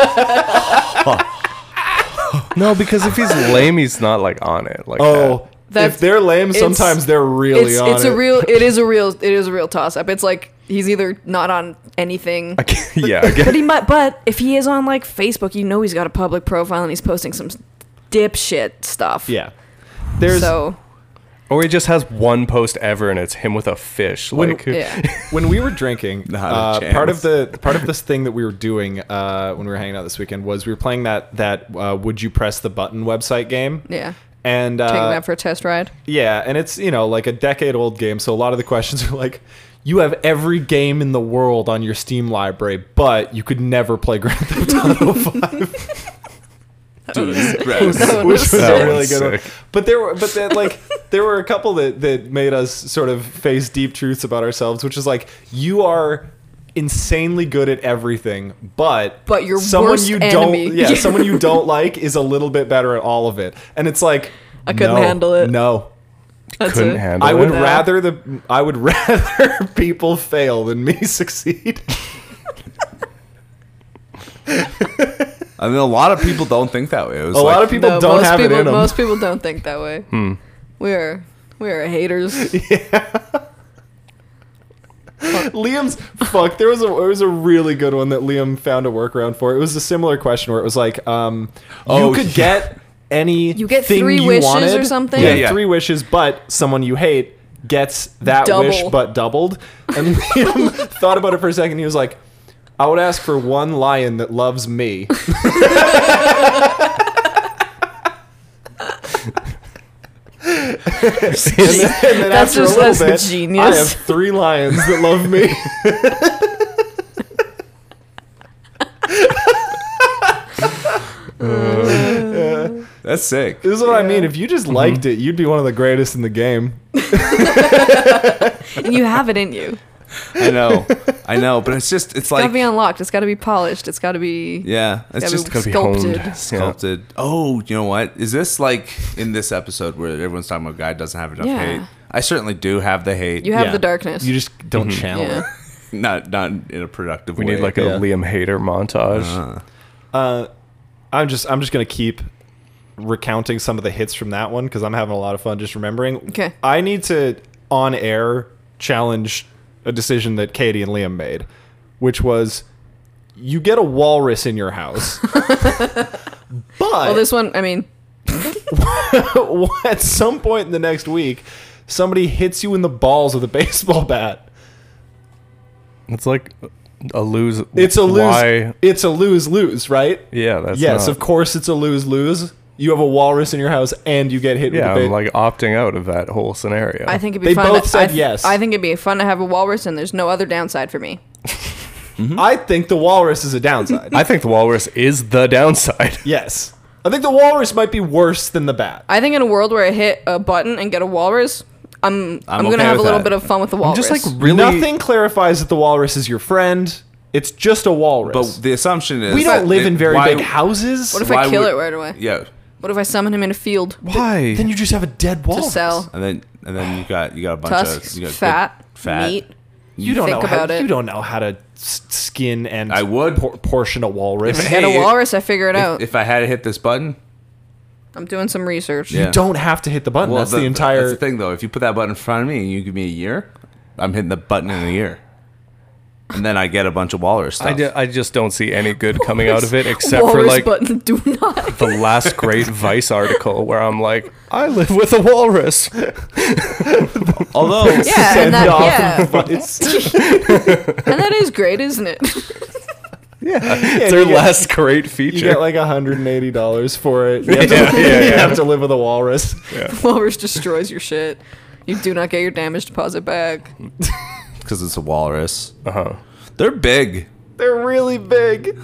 [SPEAKER 3] No, because
[SPEAKER 2] [LAUGHS]
[SPEAKER 3] if he's lame, he's not like on it. Like
[SPEAKER 1] Oh,
[SPEAKER 2] That's-
[SPEAKER 1] if they're lame,
[SPEAKER 2] it's-
[SPEAKER 1] sometimes they're really
[SPEAKER 2] it's
[SPEAKER 1] on
[SPEAKER 2] it's
[SPEAKER 1] it.
[SPEAKER 2] a real
[SPEAKER 1] [LAUGHS]
[SPEAKER 2] it is a real it is a real toss up. It's like he's either not on anything.
[SPEAKER 3] that. [LAUGHS] yeah. I guess.
[SPEAKER 2] But he might but if he is on like Facebook, you know he's got a public profile and he's posting some dipshit stuff.
[SPEAKER 1] yeah. There's
[SPEAKER 2] so
[SPEAKER 3] Or he just has one post ever, and it's him with a fish.
[SPEAKER 1] When-
[SPEAKER 3] Like
[SPEAKER 2] yeah.
[SPEAKER 1] [LAUGHS] when we were drinking,
[SPEAKER 4] [LAUGHS] Not a
[SPEAKER 1] uh,
[SPEAKER 4] chance.
[SPEAKER 1] part of the part of this thing that we were doing uh, when we were hanging out this weekend was we were playing that that uh, would you press the button website game.
[SPEAKER 2] Yeah.
[SPEAKER 1] And
[SPEAKER 2] Taking
[SPEAKER 1] uh,
[SPEAKER 2] that for a test ride.
[SPEAKER 1] yeah, and it's you know like a decade old game, so a lot of the questions are like, you have every game in the world on your Steam library, but you could never play Grand Theft Auto Five,
[SPEAKER 2] [LAUGHS]
[SPEAKER 4] Dude, gross.
[SPEAKER 1] [LAUGHS] which was
[SPEAKER 3] That
[SPEAKER 1] a really
[SPEAKER 3] one's
[SPEAKER 1] good one.
[SPEAKER 3] sick.
[SPEAKER 1] But there were but that like there were a couple that that made us sort of face deep truths about ourselves, which is like you are insanely good at everything, but
[SPEAKER 2] But your
[SPEAKER 1] someone
[SPEAKER 2] worst
[SPEAKER 1] you
[SPEAKER 2] enemy.
[SPEAKER 1] don't yeah,
[SPEAKER 2] [LAUGHS]
[SPEAKER 1] someone you don't like is a little bit better at all of it, and it's like
[SPEAKER 2] I couldn't
[SPEAKER 1] no,
[SPEAKER 2] handle it.
[SPEAKER 1] No,
[SPEAKER 2] That's
[SPEAKER 3] couldn't
[SPEAKER 2] it.
[SPEAKER 3] handle.
[SPEAKER 1] I would
[SPEAKER 3] it.
[SPEAKER 2] Yeah.
[SPEAKER 1] rather the I would [LAUGHS] rather people fail than me [LAUGHS] succeed.
[SPEAKER 4] I mean, a lot of people don't think that way. It was
[SPEAKER 1] A
[SPEAKER 4] like-
[SPEAKER 1] lot of people
[SPEAKER 2] No,
[SPEAKER 1] don't
[SPEAKER 2] most
[SPEAKER 1] have
[SPEAKER 2] people,
[SPEAKER 1] it in Hmm. them.
[SPEAKER 2] Most people don't think that way. We are we are haters.
[SPEAKER 1] [LAUGHS] Liam's fuck. There was a there was a really good one that Liam found a workaround for. It was a similar question where it was like, um,
[SPEAKER 4] Oh,
[SPEAKER 1] you could
[SPEAKER 4] yeah.
[SPEAKER 1] get any
[SPEAKER 2] [LAUGHS] You get
[SPEAKER 1] thing
[SPEAKER 2] three
[SPEAKER 1] you
[SPEAKER 2] wishes or
[SPEAKER 1] wanted.
[SPEAKER 2] something?
[SPEAKER 1] Yeah,
[SPEAKER 4] Yeah, yeah.
[SPEAKER 1] three wishes, but someone you hate gets that
[SPEAKER 2] Double.
[SPEAKER 1] wish but doubled. And [LAUGHS] Liam thought about it for a second. He was like, I would ask for one lion that loves
[SPEAKER 2] [LAUGHS]
[SPEAKER 1] me. [LAUGHS] And then, and then
[SPEAKER 2] That's
[SPEAKER 1] after
[SPEAKER 2] just-
[SPEAKER 1] a little
[SPEAKER 2] that's
[SPEAKER 1] bit,
[SPEAKER 2] genius.
[SPEAKER 1] I have three lions that love me. [LAUGHS]
[SPEAKER 4] that's sick.
[SPEAKER 1] this is what I mean. If you just liked it, you'd be one of the greatest in the game.
[SPEAKER 2] and you have it in you. It's
[SPEAKER 4] I know, I know, but it's just it's
[SPEAKER 2] gotta
[SPEAKER 4] like
[SPEAKER 2] be unlocked. It's gotta be polished. It's gotta be
[SPEAKER 4] yeah, it's
[SPEAKER 2] gotta
[SPEAKER 4] just
[SPEAKER 2] be
[SPEAKER 3] Gotta be
[SPEAKER 2] sculpted.
[SPEAKER 3] honed.
[SPEAKER 4] sculpted. Oh, you know what? Is this like in this episode where everyone's talking about guy doesn't have enough
[SPEAKER 2] Yeah.
[SPEAKER 4] hate? I certainly do have the hate.
[SPEAKER 2] You have the darkness.
[SPEAKER 1] You just don't channel
[SPEAKER 2] yeah.
[SPEAKER 1] it.
[SPEAKER 4] not not in a productive
[SPEAKER 3] We
[SPEAKER 4] way.
[SPEAKER 3] need like
[SPEAKER 1] Yeah. Uh.
[SPEAKER 3] a Liam Hater montage.
[SPEAKER 1] I'm just I'm just gonna keep recounting some of the hits from that one because I'm having a lot of fun just remembering.
[SPEAKER 2] Okay.
[SPEAKER 1] I need to on air challenge a decision that Katie and Liam made, which was you get a walrus in your
[SPEAKER 2] [LAUGHS]
[SPEAKER 1] house. but
[SPEAKER 2] Well, this one, I mean,
[SPEAKER 1] [LAUGHS] at some point in the next week, somebody hits you in the balls with a [LAUGHS] baseball bat.
[SPEAKER 3] It's like a lose.
[SPEAKER 1] It's a lose.
[SPEAKER 3] Why?
[SPEAKER 1] It's a lose lose, right?
[SPEAKER 3] Yeah, that's
[SPEAKER 1] yes,
[SPEAKER 3] not-
[SPEAKER 1] of course it's a lose lose. You have a walrus in your house and you get hit
[SPEAKER 3] Yeah,
[SPEAKER 1] with a
[SPEAKER 3] I'm
[SPEAKER 1] ba-
[SPEAKER 3] like opting out of that whole scenario.
[SPEAKER 2] I think it'd
[SPEAKER 1] They
[SPEAKER 2] be fun.
[SPEAKER 1] both
[SPEAKER 2] to-
[SPEAKER 1] said
[SPEAKER 2] I th-
[SPEAKER 1] yes.
[SPEAKER 2] I think it'd be fun to have a walrus, and there's no other downside for me.
[SPEAKER 1] I think the walrus is a
[SPEAKER 3] [LAUGHS]
[SPEAKER 1] downside.
[SPEAKER 3] I think the walrus is the downside.
[SPEAKER 1] yes. I think the walrus might be worse than the bat.
[SPEAKER 2] I think in a world where I hit a button and get a walrus, I'm I'm,
[SPEAKER 4] okay
[SPEAKER 2] gonna have a
[SPEAKER 4] with
[SPEAKER 2] little
[SPEAKER 4] that.
[SPEAKER 2] bit of fun with the
[SPEAKER 3] I'm
[SPEAKER 2] walrus.
[SPEAKER 3] just like really
[SPEAKER 1] Nothing clarifies that the walrus is your friend. It's just a
[SPEAKER 4] But
[SPEAKER 1] walrus.
[SPEAKER 4] the assumption is
[SPEAKER 1] we don't
[SPEAKER 4] that
[SPEAKER 1] live
[SPEAKER 4] it-
[SPEAKER 1] in very
[SPEAKER 4] why-
[SPEAKER 1] big houses.
[SPEAKER 2] What if I
[SPEAKER 4] why
[SPEAKER 2] kill
[SPEAKER 4] would-
[SPEAKER 2] it right away?
[SPEAKER 4] Yeah,
[SPEAKER 2] what if I summon him in a field?
[SPEAKER 3] [LAUGHS] Why?
[SPEAKER 1] then you just have a dead walrus.
[SPEAKER 2] sell.
[SPEAKER 4] and then and then you got you got a bunch
[SPEAKER 2] Tusks,
[SPEAKER 4] of you got good
[SPEAKER 2] fat,
[SPEAKER 4] fat.
[SPEAKER 2] meat.
[SPEAKER 1] You don't
[SPEAKER 2] Think
[SPEAKER 1] know
[SPEAKER 2] about
[SPEAKER 1] how,
[SPEAKER 2] it.
[SPEAKER 1] You don't know how to s- skin and
[SPEAKER 4] I would.
[SPEAKER 1] por- portion a walrus.
[SPEAKER 4] If-
[SPEAKER 2] Get
[SPEAKER 4] Hey,
[SPEAKER 2] a
[SPEAKER 4] it-
[SPEAKER 2] walrus, I figure it out.
[SPEAKER 4] If, if I had to hit this button,
[SPEAKER 2] I'm doing some research.
[SPEAKER 4] Yeah.
[SPEAKER 1] You don't have to hit the button.
[SPEAKER 4] well,
[SPEAKER 1] that's the, entire.
[SPEAKER 4] that's the thing though. If you put that button in front of me and you give me a year, I'm hitting the button in a year. and then I get a bunch of walrus stuff.
[SPEAKER 3] I, ju- I just don't see any good coming out of it except for
[SPEAKER 2] Walrus
[SPEAKER 3] like
[SPEAKER 2] button, do
[SPEAKER 4] [LAUGHS]
[SPEAKER 2] not.
[SPEAKER 3] the last
[SPEAKER 2] [LAUGHS]
[SPEAKER 3] great Vice article where I'm like, I live with a walrus.
[SPEAKER 4] [LAUGHS]
[SPEAKER 1] [LAUGHS]
[SPEAKER 4] Although,
[SPEAKER 2] Yeah, and that, [LAUGHS] yeah,
[SPEAKER 1] it's
[SPEAKER 2] and that is great, isn't it?
[SPEAKER 3] it's their last great feature.
[SPEAKER 1] You get like $180 for it.
[SPEAKER 4] [LAUGHS]
[SPEAKER 1] [LAUGHS] You have,
[SPEAKER 3] Yeah,
[SPEAKER 1] to,
[SPEAKER 3] yeah,
[SPEAKER 1] you
[SPEAKER 3] yeah.
[SPEAKER 1] have to live with a walrus.
[SPEAKER 2] [LAUGHS] Walrus destroys your shit. You do not get your damage deposit back.
[SPEAKER 4] because it's a walrus,
[SPEAKER 3] uh-huh.
[SPEAKER 4] they're big.
[SPEAKER 1] They're really big.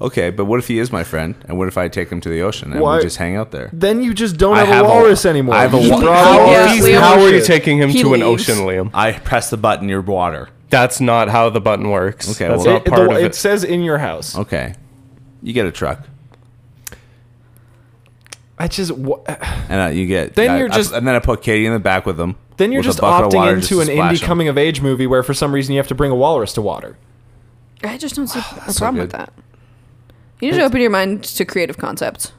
[SPEAKER 4] Okay, but what if he is my friend? And what if I take him to the ocean and
[SPEAKER 1] Why-
[SPEAKER 4] we just hang out there?
[SPEAKER 1] Then you just don't
[SPEAKER 4] I
[SPEAKER 1] have,
[SPEAKER 4] have
[SPEAKER 1] a
[SPEAKER 4] a-
[SPEAKER 1] walrus anymore.
[SPEAKER 4] I have a
[SPEAKER 1] You
[SPEAKER 4] wa-
[SPEAKER 1] brought
[SPEAKER 2] How
[SPEAKER 1] a
[SPEAKER 2] are
[SPEAKER 1] walrus
[SPEAKER 2] you-
[SPEAKER 1] to the
[SPEAKER 3] How are you
[SPEAKER 1] ocean.
[SPEAKER 3] taking him
[SPEAKER 2] He
[SPEAKER 3] to an
[SPEAKER 2] leaves.
[SPEAKER 3] ocean, Liam?
[SPEAKER 4] I press the button, you're water.
[SPEAKER 3] That's not how the button works.
[SPEAKER 4] Okay,
[SPEAKER 3] That's
[SPEAKER 4] well-
[SPEAKER 3] not
[SPEAKER 1] It,
[SPEAKER 3] part
[SPEAKER 1] the,
[SPEAKER 3] of
[SPEAKER 1] it
[SPEAKER 3] it.
[SPEAKER 1] says in your house.
[SPEAKER 4] Okay, you get a truck,
[SPEAKER 1] I just wha-
[SPEAKER 4] and uh, you get
[SPEAKER 1] Then
[SPEAKER 4] I-
[SPEAKER 1] you're
[SPEAKER 4] I-
[SPEAKER 1] just-
[SPEAKER 4] and then I put Katie in the back with them.
[SPEAKER 1] then you're
[SPEAKER 4] with a
[SPEAKER 1] just
[SPEAKER 4] bucket of
[SPEAKER 1] opting
[SPEAKER 4] water just
[SPEAKER 1] into
[SPEAKER 4] to
[SPEAKER 1] an
[SPEAKER 4] splash
[SPEAKER 1] indie
[SPEAKER 4] 'em.
[SPEAKER 1] coming of age movie where for some reason you have to bring a walrus to water.
[SPEAKER 2] I just don't see a
[SPEAKER 4] so
[SPEAKER 2] problem with
[SPEAKER 4] good.
[SPEAKER 2] that. You need to open your mind to creative concepts.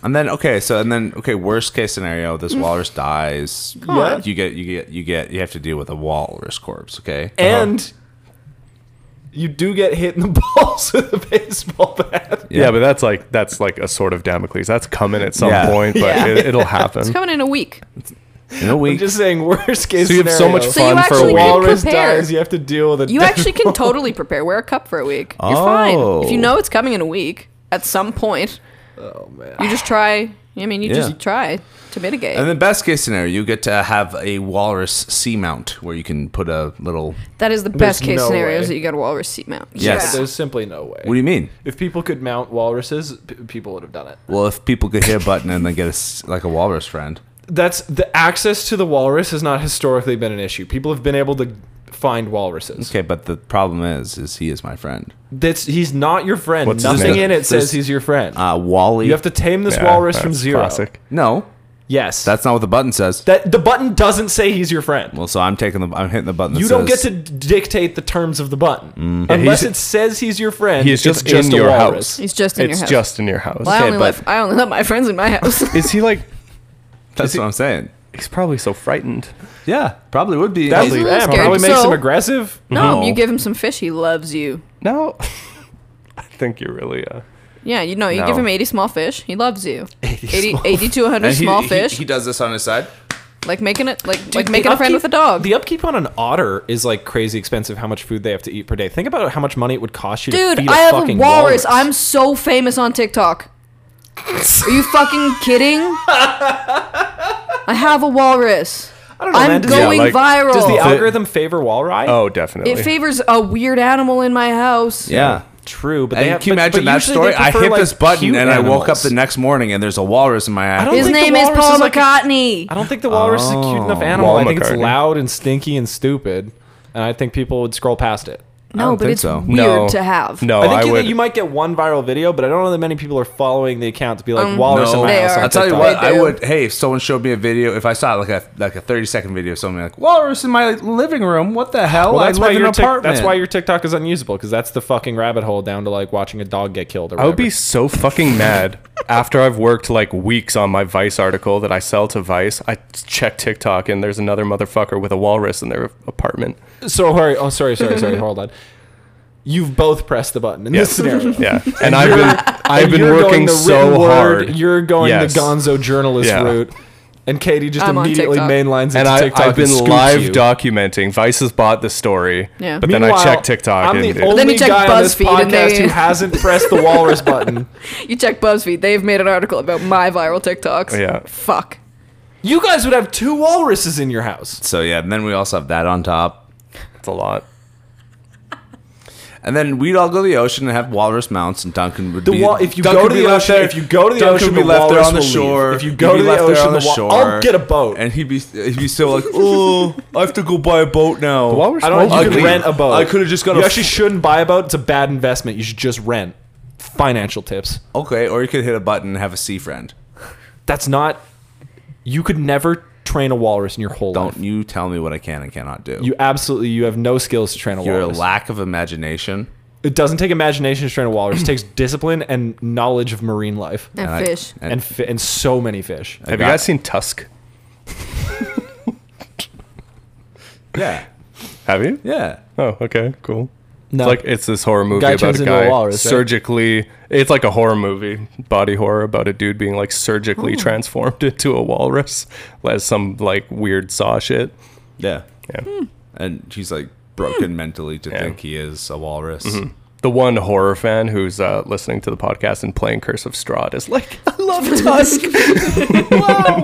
[SPEAKER 4] And then okay, so and then okay, worst case scenario, this walrus dies.
[SPEAKER 1] Yeah. Mm. on.
[SPEAKER 4] You get you get you get you have to deal with a walrus corpse, okay? Uh-huh.
[SPEAKER 3] Uh-huh.
[SPEAKER 1] And you do get hit in the [LAUGHS] balls with a baseball bat.
[SPEAKER 3] yeah. but that's like that's like a sort of Damocles. That's coming at some
[SPEAKER 4] Yeah.
[SPEAKER 3] point, but
[SPEAKER 2] Yeah.
[SPEAKER 3] it,
[SPEAKER 2] [LAUGHS]
[SPEAKER 3] it'll
[SPEAKER 2] It's
[SPEAKER 3] happen.
[SPEAKER 2] coming in a week.
[SPEAKER 4] in a
[SPEAKER 1] I'm
[SPEAKER 4] week
[SPEAKER 1] just saying, worst case
[SPEAKER 3] So you have so
[SPEAKER 1] scenario,
[SPEAKER 3] much
[SPEAKER 2] So you
[SPEAKER 3] fun for a
[SPEAKER 2] actually
[SPEAKER 3] week.
[SPEAKER 2] could
[SPEAKER 1] walrus
[SPEAKER 2] prepare.
[SPEAKER 1] dies, you have to deal with a [LAUGHS]
[SPEAKER 2] You actually can totally prepare. Wear a cup for a week. You're
[SPEAKER 4] Oh.
[SPEAKER 2] fine. If you know it's coming in a week, at some point, you just try. I mean, you
[SPEAKER 4] Yeah.
[SPEAKER 2] just try to mitigate.
[SPEAKER 4] And then best case scenario, you get to have a walrus sea mount where you can put a little
[SPEAKER 2] that is the
[SPEAKER 1] There's
[SPEAKER 2] best case
[SPEAKER 1] no
[SPEAKER 2] scenario
[SPEAKER 1] way.
[SPEAKER 2] is that you got a walrus seat mount.
[SPEAKER 4] Yes.
[SPEAKER 2] Yeah.
[SPEAKER 1] There's simply no way.
[SPEAKER 4] What do you mean?
[SPEAKER 1] if people could mount walruses, p- people would have done it.
[SPEAKER 4] Well, if people could hit a button and then get a s like a walrus friend.
[SPEAKER 1] That's the access to the walrus has not historically been an issue. People have been able to find walruses.
[SPEAKER 4] Okay, but the problem is is he is my friend.
[SPEAKER 1] That's he's not your friend.
[SPEAKER 3] What's his
[SPEAKER 1] Nothing
[SPEAKER 3] name?
[SPEAKER 1] in it says
[SPEAKER 4] This-
[SPEAKER 1] he's your friend.
[SPEAKER 4] Uh Wally
[SPEAKER 1] you have to tame this
[SPEAKER 3] Yeah,
[SPEAKER 1] walrus from
[SPEAKER 3] that's
[SPEAKER 1] zero.
[SPEAKER 3] Classic.
[SPEAKER 4] No,
[SPEAKER 1] Yes,
[SPEAKER 4] that's not what the button says.
[SPEAKER 1] that. The button doesn't say he's your friend.
[SPEAKER 4] Well, so I'm taking the I'm hitting the button that
[SPEAKER 1] you don't get
[SPEAKER 4] says- Mm.
[SPEAKER 1] to d- dictate the terms of the button
[SPEAKER 3] he's-
[SPEAKER 1] unless it says he's your friend.
[SPEAKER 3] He is
[SPEAKER 1] it's
[SPEAKER 3] just in
[SPEAKER 1] a
[SPEAKER 3] your
[SPEAKER 1] walrus.
[SPEAKER 3] house.
[SPEAKER 2] He's just in your
[SPEAKER 3] It's
[SPEAKER 2] house.
[SPEAKER 3] just in your house.
[SPEAKER 2] well, I
[SPEAKER 4] okay,
[SPEAKER 2] only
[SPEAKER 4] but-
[SPEAKER 2] let I only let my friends in my house. [LAUGHS]
[SPEAKER 3] Is he like?
[SPEAKER 4] That's what I'm saying.
[SPEAKER 3] He's probably so frightened.
[SPEAKER 4] Yeah, probably would be.
[SPEAKER 1] That
[SPEAKER 2] He's a little
[SPEAKER 1] yeah,
[SPEAKER 2] scared,
[SPEAKER 1] probably makes
[SPEAKER 2] so-
[SPEAKER 1] him aggressive.
[SPEAKER 2] no,
[SPEAKER 4] No.
[SPEAKER 2] you give him some fish, he loves you.
[SPEAKER 1] [LAUGHS]
[SPEAKER 3] No, I think you're really. Uh,
[SPEAKER 2] Yeah, you know, you
[SPEAKER 3] No.
[SPEAKER 2] give him 80 small fish, he
[SPEAKER 1] [LAUGHS]
[SPEAKER 2] loves you. 80, 80, to 100
[SPEAKER 4] And he-
[SPEAKER 2] small
[SPEAKER 4] he-
[SPEAKER 2] fish,
[SPEAKER 4] He does this on his side.
[SPEAKER 2] like making it like like
[SPEAKER 1] Dude,
[SPEAKER 2] making
[SPEAKER 1] the
[SPEAKER 2] a friend
[SPEAKER 1] upkeep-
[SPEAKER 2] with a dog.
[SPEAKER 1] The upkeep on an otter is like crazy expensive. How much food they have to eat per day? Think about how much money it would cost you. to
[SPEAKER 2] Dude,
[SPEAKER 1] feed
[SPEAKER 2] I have a
[SPEAKER 1] fucking
[SPEAKER 2] walrus. I'm so famous on TikTok. Are you
[SPEAKER 1] [LAUGHS]
[SPEAKER 2] fucking kidding? I have a walrus.
[SPEAKER 1] I don't know. man.
[SPEAKER 2] I'm
[SPEAKER 1] Does the-
[SPEAKER 2] going
[SPEAKER 3] like-
[SPEAKER 2] viral.
[SPEAKER 1] Does the algorithm favor walrus?
[SPEAKER 3] oh, definitely.
[SPEAKER 2] it favors a weird animal in my house.
[SPEAKER 4] Yeah.
[SPEAKER 1] true. But
[SPEAKER 4] And
[SPEAKER 1] they have,
[SPEAKER 4] can you
[SPEAKER 1] but-
[SPEAKER 4] imagine
[SPEAKER 1] but
[SPEAKER 4] that
[SPEAKER 1] usually they
[SPEAKER 4] story? I
[SPEAKER 1] prefer,
[SPEAKER 4] hit
[SPEAKER 1] like,
[SPEAKER 4] this button
[SPEAKER 1] cute
[SPEAKER 4] and I woke up
[SPEAKER 1] animals.
[SPEAKER 4] the next morning and there's a walrus in my
[SPEAKER 1] I don't
[SPEAKER 4] eye.
[SPEAKER 2] His
[SPEAKER 1] think the
[SPEAKER 2] name is
[SPEAKER 1] walrus
[SPEAKER 2] Paul
[SPEAKER 1] is like a-
[SPEAKER 2] McCartney.
[SPEAKER 1] I don't think the walrus is a cute
[SPEAKER 4] Oh.
[SPEAKER 1] enough animal.
[SPEAKER 3] Wall
[SPEAKER 1] I think it's
[SPEAKER 3] McCartney.
[SPEAKER 1] loud and stinky and stupid, and I think people would scroll past it.
[SPEAKER 2] no,
[SPEAKER 4] don't
[SPEAKER 2] but
[SPEAKER 4] think
[SPEAKER 2] it's
[SPEAKER 4] so.
[SPEAKER 2] weird
[SPEAKER 3] No.
[SPEAKER 2] to have.
[SPEAKER 1] Oh,
[SPEAKER 3] No,
[SPEAKER 1] I think
[SPEAKER 3] I
[SPEAKER 1] you,
[SPEAKER 3] would.
[SPEAKER 1] you might get one viral video, but I don't know that many people are following the account to be like
[SPEAKER 2] Um,
[SPEAKER 1] walrus in
[SPEAKER 4] No,
[SPEAKER 1] my
[SPEAKER 2] they
[SPEAKER 1] house.
[SPEAKER 2] are.
[SPEAKER 1] on
[SPEAKER 4] I'll tell you
[SPEAKER 1] TikTok."
[SPEAKER 4] what.
[SPEAKER 2] They
[SPEAKER 4] I
[SPEAKER 2] do.
[SPEAKER 4] would. Hey, if someone showed me a video, if I saw like a like a thirty second video, of someone like walrus in my living room. What the hell?
[SPEAKER 1] Well, that's
[SPEAKER 4] I
[SPEAKER 1] why
[SPEAKER 4] live in
[SPEAKER 1] your
[SPEAKER 4] an
[SPEAKER 1] tic-
[SPEAKER 4] apartment.
[SPEAKER 1] that's why your TikTok is unusable because that's the fucking rabbit hole down to like watching a dog get killed. Or
[SPEAKER 3] I
[SPEAKER 1] whatever.
[SPEAKER 3] would be so fucking mad after I've worked like weeks on my Vice article that I sell to Vice. I check TikTok and there's another motherfucker with a walrus in their apartment.
[SPEAKER 1] so sorry. Oh, sorry, sorry, sorry. Hold on. You've both pressed the button in [LAUGHS] this [LAUGHS] scenario.
[SPEAKER 3] Yeah. And I've been I've
[SPEAKER 1] And
[SPEAKER 3] been
[SPEAKER 1] you're going
[SPEAKER 3] working
[SPEAKER 1] the
[SPEAKER 3] so
[SPEAKER 1] written word,
[SPEAKER 3] hard.
[SPEAKER 1] You're going
[SPEAKER 3] Yes.
[SPEAKER 1] the Gonzo journalist
[SPEAKER 3] Yeah.
[SPEAKER 1] route, and Katie just
[SPEAKER 2] I'm on
[SPEAKER 1] immediately
[SPEAKER 2] TikTok.
[SPEAKER 1] mainlines it
[SPEAKER 3] and
[SPEAKER 1] to
[SPEAKER 3] I,
[SPEAKER 1] TikTok
[SPEAKER 3] I've
[SPEAKER 1] and
[SPEAKER 3] been
[SPEAKER 1] scoops
[SPEAKER 3] live
[SPEAKER 1] you.
[SPEAKER 3] documenting. Vice has bought the story,
[SPEAKER 2] Yeah.
[SPEAKER 3] but then I
[SPEAKER 1] Meanwhile,
[SPEAKER 3] check TikTok.
[SPEAKER 1] I'm
[SPEAKER 3] and
[SPEAKER 1] the
[SPEAKER 3] it-
[SPEAKER 1] only
[SPEAKER 2] Then you check
[SPEAKER 1] guy on this
[SPEAKER 2] BuzzFeed and
[SPEAKER 1] podcast
[SPEAKER 2] they-
[SPEAKER 1] who hasn't pressed the walrus
[SPEAKER 2] [LAUGHS]
[SPEAKER 1] button.
[SPEAKER 2] You check BuzzFeed; they've made an article about my viral
[SPEAKER 1] Oh,
[SPEAKER 2] TikToks.
[SPEAKER 3] Yeah.
[SPEAKER 2] Fuck.
[SPEAKER 1] You guys would have two walruses in your house.
[SPEAKER 4] So yeah, and then we also have that on top,
[SPEAKER 3] it's a lot.
[SPEAKER 4] and then we'd all go to the ocean and have walrus mounts, and Duncan would
[SPEAKER 1] The
[SPEAKER 4] be.
[SPEAKER 1] wall, if you
[SPEAKER 4] Duncan
[SPEAKER 1] go
[SPEAKER 4] would
[SPEAKER 1] to
[SPEAKER 4] be
[SPEAKER 1] the
[SPEAKER 4] left
[SPEAKER 1] ocean,
[SPEAKER 4] there-
[SPEAKER 1] if you go to the
[SPEAKER 4] Duncan
[SPEAKER 1] ocean,
[SPEAKER 4] would be
[SPEAKER 1] the
[SPEAKER 4] left there
[SPEAKER 1] walrus
[SPEAKER 4] on the
[SPEAKER 1] will leave.
[SPEAKER 4] shore.
[SPEAKER 1] If you
[SPEAKER 4] He'd
[SPEAKER 1] go
[SPEAKER 4] be
[SPEAKER 1] to the
[SPEAKER 4] left there
[SPEAKER 1] ocean,
[SPEAKER 4] on
[SPEAKER 1] the wa- I'll get a boat.
[SPEAKER 4] and he'd be he'd be so like, oh, I have to go buy a boat now.
[SPEAKER 3] walrus
[SPEAKER 1] I don't know if you
[SPEAKER 4] Ugly.
[SPEAKER 1] can rent a boat.
[SPEAKER 4] I coulda just got
[SPEAKER 1] You
[SPEAKER 4] a-
[SPEAKER 1] actually shouldn't buy a boat. It's a bad investment. You should just rent. Financial tips.
[SPEAKER 4] Okay, or you could hit a button and have a sea friend.
[SPEAKER 1] That's not. You could never train a walrus in your whole life.
[SPEAKER 4] Don't you tell me what I can and cannot do.
[SPEAKER 1] You absolutely. You have no skills to train a
[SPEAKER 4] Your
[SPEAKER 1] walrus.
[SPEAKER 4] lack of imagination.
[SPEAKER 1] it doesn't take imagination to train a walrus. It [CLEARS THROAT] takes discipline and knowledge of marine life
[SPEAKER 2] And,
[SPEAKER 4] I-
[SPEAKER 2] fish.
[SPEAKER 4] and-
[SPEAKER 1] and fi- and so many fish.
[SPEAKER 4] I
[SPEAKER 3] Have you
[SPEAKER 4] got-
[SPEAKER 3] guys seen Tusk?
[SPEAKER 4] Yeah.
[SPEAKER 3] Have you?
[SPEAKER 4] Yeah.
[SPEAKER 3] Oh, okay, cool.
[SPEAKER 1] No.
[SPEAKER 3] It's like it's this horror movie
[SPEAKER 1] Guy
[SPEAKER 3] about
[SPEAKER 1] turns
[SPEAKER 3] a
[SPEAKER 1] into a
[SPEAKER 3] guy
[SPEAKER 1] walrus, right?
[SPEAKER 3] surgically. It's like a horror movie, body horror about a dude being like surgically transformed [LAUGHS] into a walrus, as some like weird saw shit.
[SPEAKER 4] Yeah.
[SPEAKER 3] Yeah.
[SPEAKER 4] And she's like broken mentally to
[SPEAKER 3] Yeah.
[SPEAKER 4] think he is a walrus.
[SPEAKER 1] Mm-hmm.
[SPEAKER 3] The one horror fan who's uh, listening to the podcast and playing Curse of Strahd is like, [LAUGHS] I love
[SPEAKER 2] [LAUGHS]
[SPEAKER 3] Tusk.
[SPEAKER 4] [LAUGHS]
[SPEAKER 2] Wow.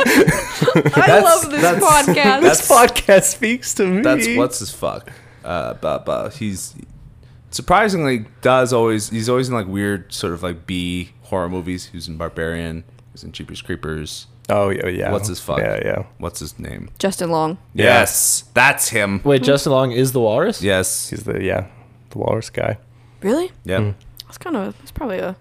[SPEAKER 2] I love this
[SPEAKER 4] that's-
[SPEAKER 2] podcast.
[SPEAKER 3] this podcast speaks to me.
[SPEAKER 4] That's what's his fuck. Uh, but but he's surprisingly does always he's always in like weird sort of like B horror movies. He was in Barbarian. He was in Cheapest Creepers.
[SPEAKER 3] Oh yeah, yeah.
[SPEAKER 4] What's his fuck?
[SPEAKER 3] Yeah, yeah.
[SPEAKER 4] What's his name?
[SPEAKER 2] Justin Long.
[SPEAKER 4] Yes, that's him.
[SPEAKER 1] Wait, Justin Long is the walrus?
[SPEAKER 4] Yes.
[SPEAKER 3] He's hmm. the yeah, the walrus guy.
[SPEAKER 2] Really?
[SPEAKER 4] Yep.
[SPEAKER 2] That's kind of. That's probably a.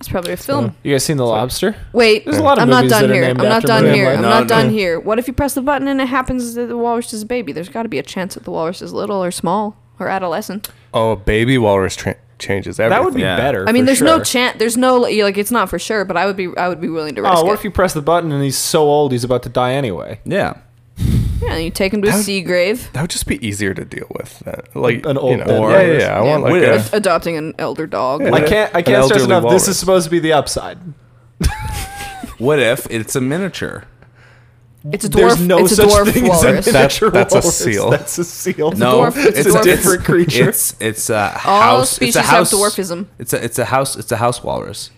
[SPEAKER 2] That's probably a film.
[SPEAKER 1] You guys seen The Lobster?
[SPEAKER 2] Wait,
[SPEAKER 1] There's a lot of
[SPEAKER 2] I'm not
[SPEAKER 1] movies
[SPEAKER 2] done
[SPEAKER 1] that are
[SPEAKER 2] here. I'm
[SPEAKER 1] named
[SPEAKER 2] not
[SPEAKER 1] after
[SPEAKER 2] done
[SPEAKER 1] Maria
[SPEAKER 2] here. I'm
[SPEAKER 1] Martin.
[SPEAKER 2] not
[SPEAKER 4] No,
[SPEAKER 2] done
[SPEAKER 4] no.
[SPEAKER 2] here. What if you press the button and it happens that the walrus is a baby? There's got to be a chance that the walrus is little or small or adolescent.
[SPEAKER 3] Oh, a baby walrus tra- changes everything.
[SPEAKER 1] That would be
[SPEAKER 4] Yeah.
[SPEAKER 1] better.
[SPEAKER 2] I mean,
[SPEAKER 1] for
[SPEAKER 2] there's no
[SPEAKER 1] sure.
[SPEAKER 2] chance. There's no like it's not for sure, but I would be I would be willing to risk
[SPEAKER 1] Oh, what
[SPEAKER 2] it.
[SPEAKER 1] if you press the button and he's so old he's about to die anyway?
[SPEAKER 4] Yeah.
[SPEAKER 2] yeah, you take him to a
[SPEAKER 3] That-
[SPEAKER 2] sea grave.
[SPEAKER 3] That would just be easier to deal with. Than, like
[SPEAKER 1] An old
[SPEAKER 3] you know,
[SPEAKER 1] dead
[SPEAKER 3] yeah, yeah,
[SPEAKER 1] walrus.
[SPEAKER 3] yeah. I
[SPEAKER 2] Yeah.
[SPEAKER 3] want like
[SPEAKER 4] Wait, uh,
[SPEAKER 3] a,
[SPEAKER 4] if-
[SPEAKER 2] Adopting an elder dog.
[SPEAKER 3] Yeah.
[SPEAKER 1] I can't. I
[SPEAKER 3] An
[SPEAKER 1] can't stress
[SPEAKER 3] elderly
[SPEAKER 1] enough.
[SPEAKER 3] walrus.
[SPEAKER 1] This is supposed to be the upside.
[SPEAKER 4] What if it's a miniature?
[SPEAKER 2] It's a
[SPEAKER 1] There's
[SPEAKER 2] dwarf.
[SPEAKER 1] no
[SPEAKER 2] it's a
[SPEAKER 1] such
[SPEAKER 2] dwarf
[SPEAKER 1] thing as
[SPEAKER 2] walrus.
[SPEAKER 1] a miniature
[SPEAKER 3] That's- that's a
[SPEAKER 1] walrus. [LAUGHS]
[SPEAKER 3] seal.
[SPEAKER 1] That's a seal.
[SPEAKER 4] no,
[SPEAKER 2] dwarf- it's
[SPEAKER 4] it's,
[SPEAKER 2] a
[SPEAKER 4] a
[SPEAKER 2] dwarf. [LAUGHS]
[SPEAKER 4] different creature. It's it's a house.
[SPEAKER 2] species
[SPEAKER 4] it's a
[SPEAKER 2] have
[SPEAKER 4] house,
[SPEAKER 2] dwarfism.
[SPEAKER 4] It's a it's a house. It's a house walrus.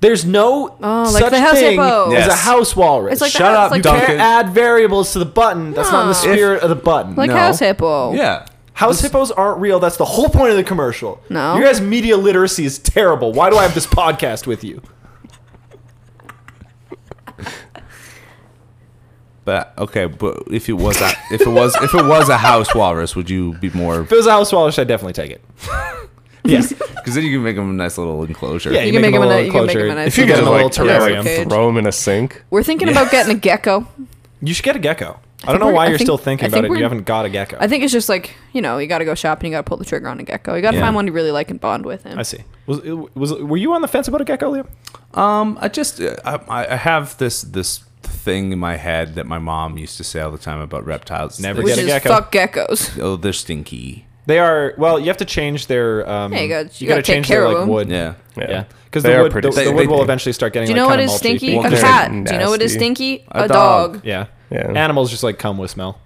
[SPEAKER 1] There's no
[SPEAKER 2] Oh, like
[SPEAKER 1] such
[SPEAKER 2] the house
[SPEAKER 1] thing
[SPEAKER 2] hippo.
[SPEAKER 1] as a
[SPEAKER 4] Yes.
[SPEAKER 1] house walrus.
[SPEAKER 2] It's like the
[SPEAKER 4] Shut
[SPEAKER 2] house,
[SPEAKER 4] up,
[SPEAKER 2] like,
[SPEAKER 1] you can't
[SPEAKER 4] Duncan.
[SPEAKER 1] add variables to the button. That's not in the
[SPEAKER 2] No.
[SPEAKER 1] spirit of the button.
[SPEAKER 2] Like
[SPEAKER 4] No.
[SPEAKER 2] house hippo.
[SPEAKER 4] Yeah.
[SPEAKER 1] House hippos aren't real. That's the whole point of the commercial.
[SPEAKER 2] No.
[SPEAKER 1] Your guys' media literacy is terrible. Why do I have this podcast with you?
[SPEAKER 4] But okay, but if it was a, if it was if it was a house walrus, would you be more?
[SPEAKER 1] If it was a house walrus, I'd definitely take
[SPEAKER 2] [LAUGHS]
[SPEAKER 1] it. yes.
[SPEAKER 4] Because then you can make them a nice little enclosure.
[SPEAKER 1] Yeah,
[SPEAKER 2] You can make him a
[SPEAKER 1] little
[SPEAKER 2] ni- you can make
[SPEAKER 1] enclosure.
[SPEAKER 2] him a nice
[SPEAKER 3] if you
[SPEAKER 2] Put
[SPEAKER 3] guys
[SPEAKER 2] him in
[SPEAKER 1] a
[SPEAKER 3] like,
[SPEAKER 1] little
[SPEAKER 2] little
[SPEAKER 3] yeah,
[SPEAKER 1] terrarium.
[SPEAKER 2] terrarium.
[SPEAKER 3] like throw him in a sink.
[SPEAKER 2] We're thinking about getting
[SPEAKER 4] [LAUGHS]
[SPEAKER 2] a gecko.
[SPEAKER 1] You should get a gecko. I,
[SPEAKER 2] think
[SPEAKER 1] don't know
[SPEAKER 2] we're-
[SPEAKER 1] why
[SPEAKER 2] I
[SPEAKER 1] you're
[SPEAKER 2] think-
[SPEAKER 1] still thinking
[SPEAKER 2] I
[SPEAKER 1] about
[SPEAKER 2] think
[SPEAKER 1] it. and
[SPEAKER 2] we're-
[SPEAKER 1] You haven't got a gecko.
[SPEAKER 2] I think it's just like you know you got to go shopping. You got to pull the trigger on a gecko. You got to
[SPEAKER 4] Yeah.
[SPEAKER 2] find one you really like and bond with him.
[SPEAKER 1] I see. Was, was were you on the fence about a gecko, Liam?
[SPEAKER 4] Um, I just uh, I, I have this this thing in my head that my mom used to say all the time about reptiles.
[SPEAKER 1] Never
[SPEAKER 2] Which
[SPEAKER 1] get a
[SPEAKER 2] is
[SPEAKER 1] gecko.
[SPEAKER 2] fuck geckos.
[SPEAKER 4] Oh, they're stinky.
[SPEAKER 1] They are well. You have to change their. Um,
[SPEAKER 2] Yeah, you gotta- you
[SPEAKER 1] gotta
[SPEAKER 2] gotta take
[SPEAKER 1] change
[SPEAKER 2] care
[SPEAKER 1] their
[SPEAKER 2] of
[SPEAKER 1] like
[SPEAKER 2] them.
[SPEAKER 1] wood.
[SPEAKER 4] Yeah.
[SPEAKER 1] yeah. Because
[SPEAKER 3] They
[SPEAKER 1] the
[SPEAKER 3] are
[SPEAKER 1] wood,
[SPEAKER 3] pretty
[SPEAKER 1] the, the
[SPEAKER 4] stinky.
[SPEAKER 1] wood will
[SPEAKER 4] They-
[SPEAKER 1] eventually start getting.
[SPEAKER 2] Do you know
[SPEAKER 1] like,
[SPEAKER 2] what
[SPEAKER 1] kinda
[SPEAKER 2] is
[SPEAKER 1] mulchy.
[SPEAKER 2] stinky?
[SPEAKER 1] People
[SPEAKER 2] A
[SPEAKER 3] Well, they're
[SPEAKER 1] can't-
[SPEAKER 2] cat. Do you know what is
[SPEAKER 3] nasty.
[SPEAKER 2] stinky?
[SPEAKER 4] A
[SPEAKER 2] A,
[SPEAKER 4] dog.
[SPEAKER 2] dog.
[SPEAKER 1] Yeah.
[SPEAKER 3] Yeah.
[SPEAKER 1] Animals just like come with smell.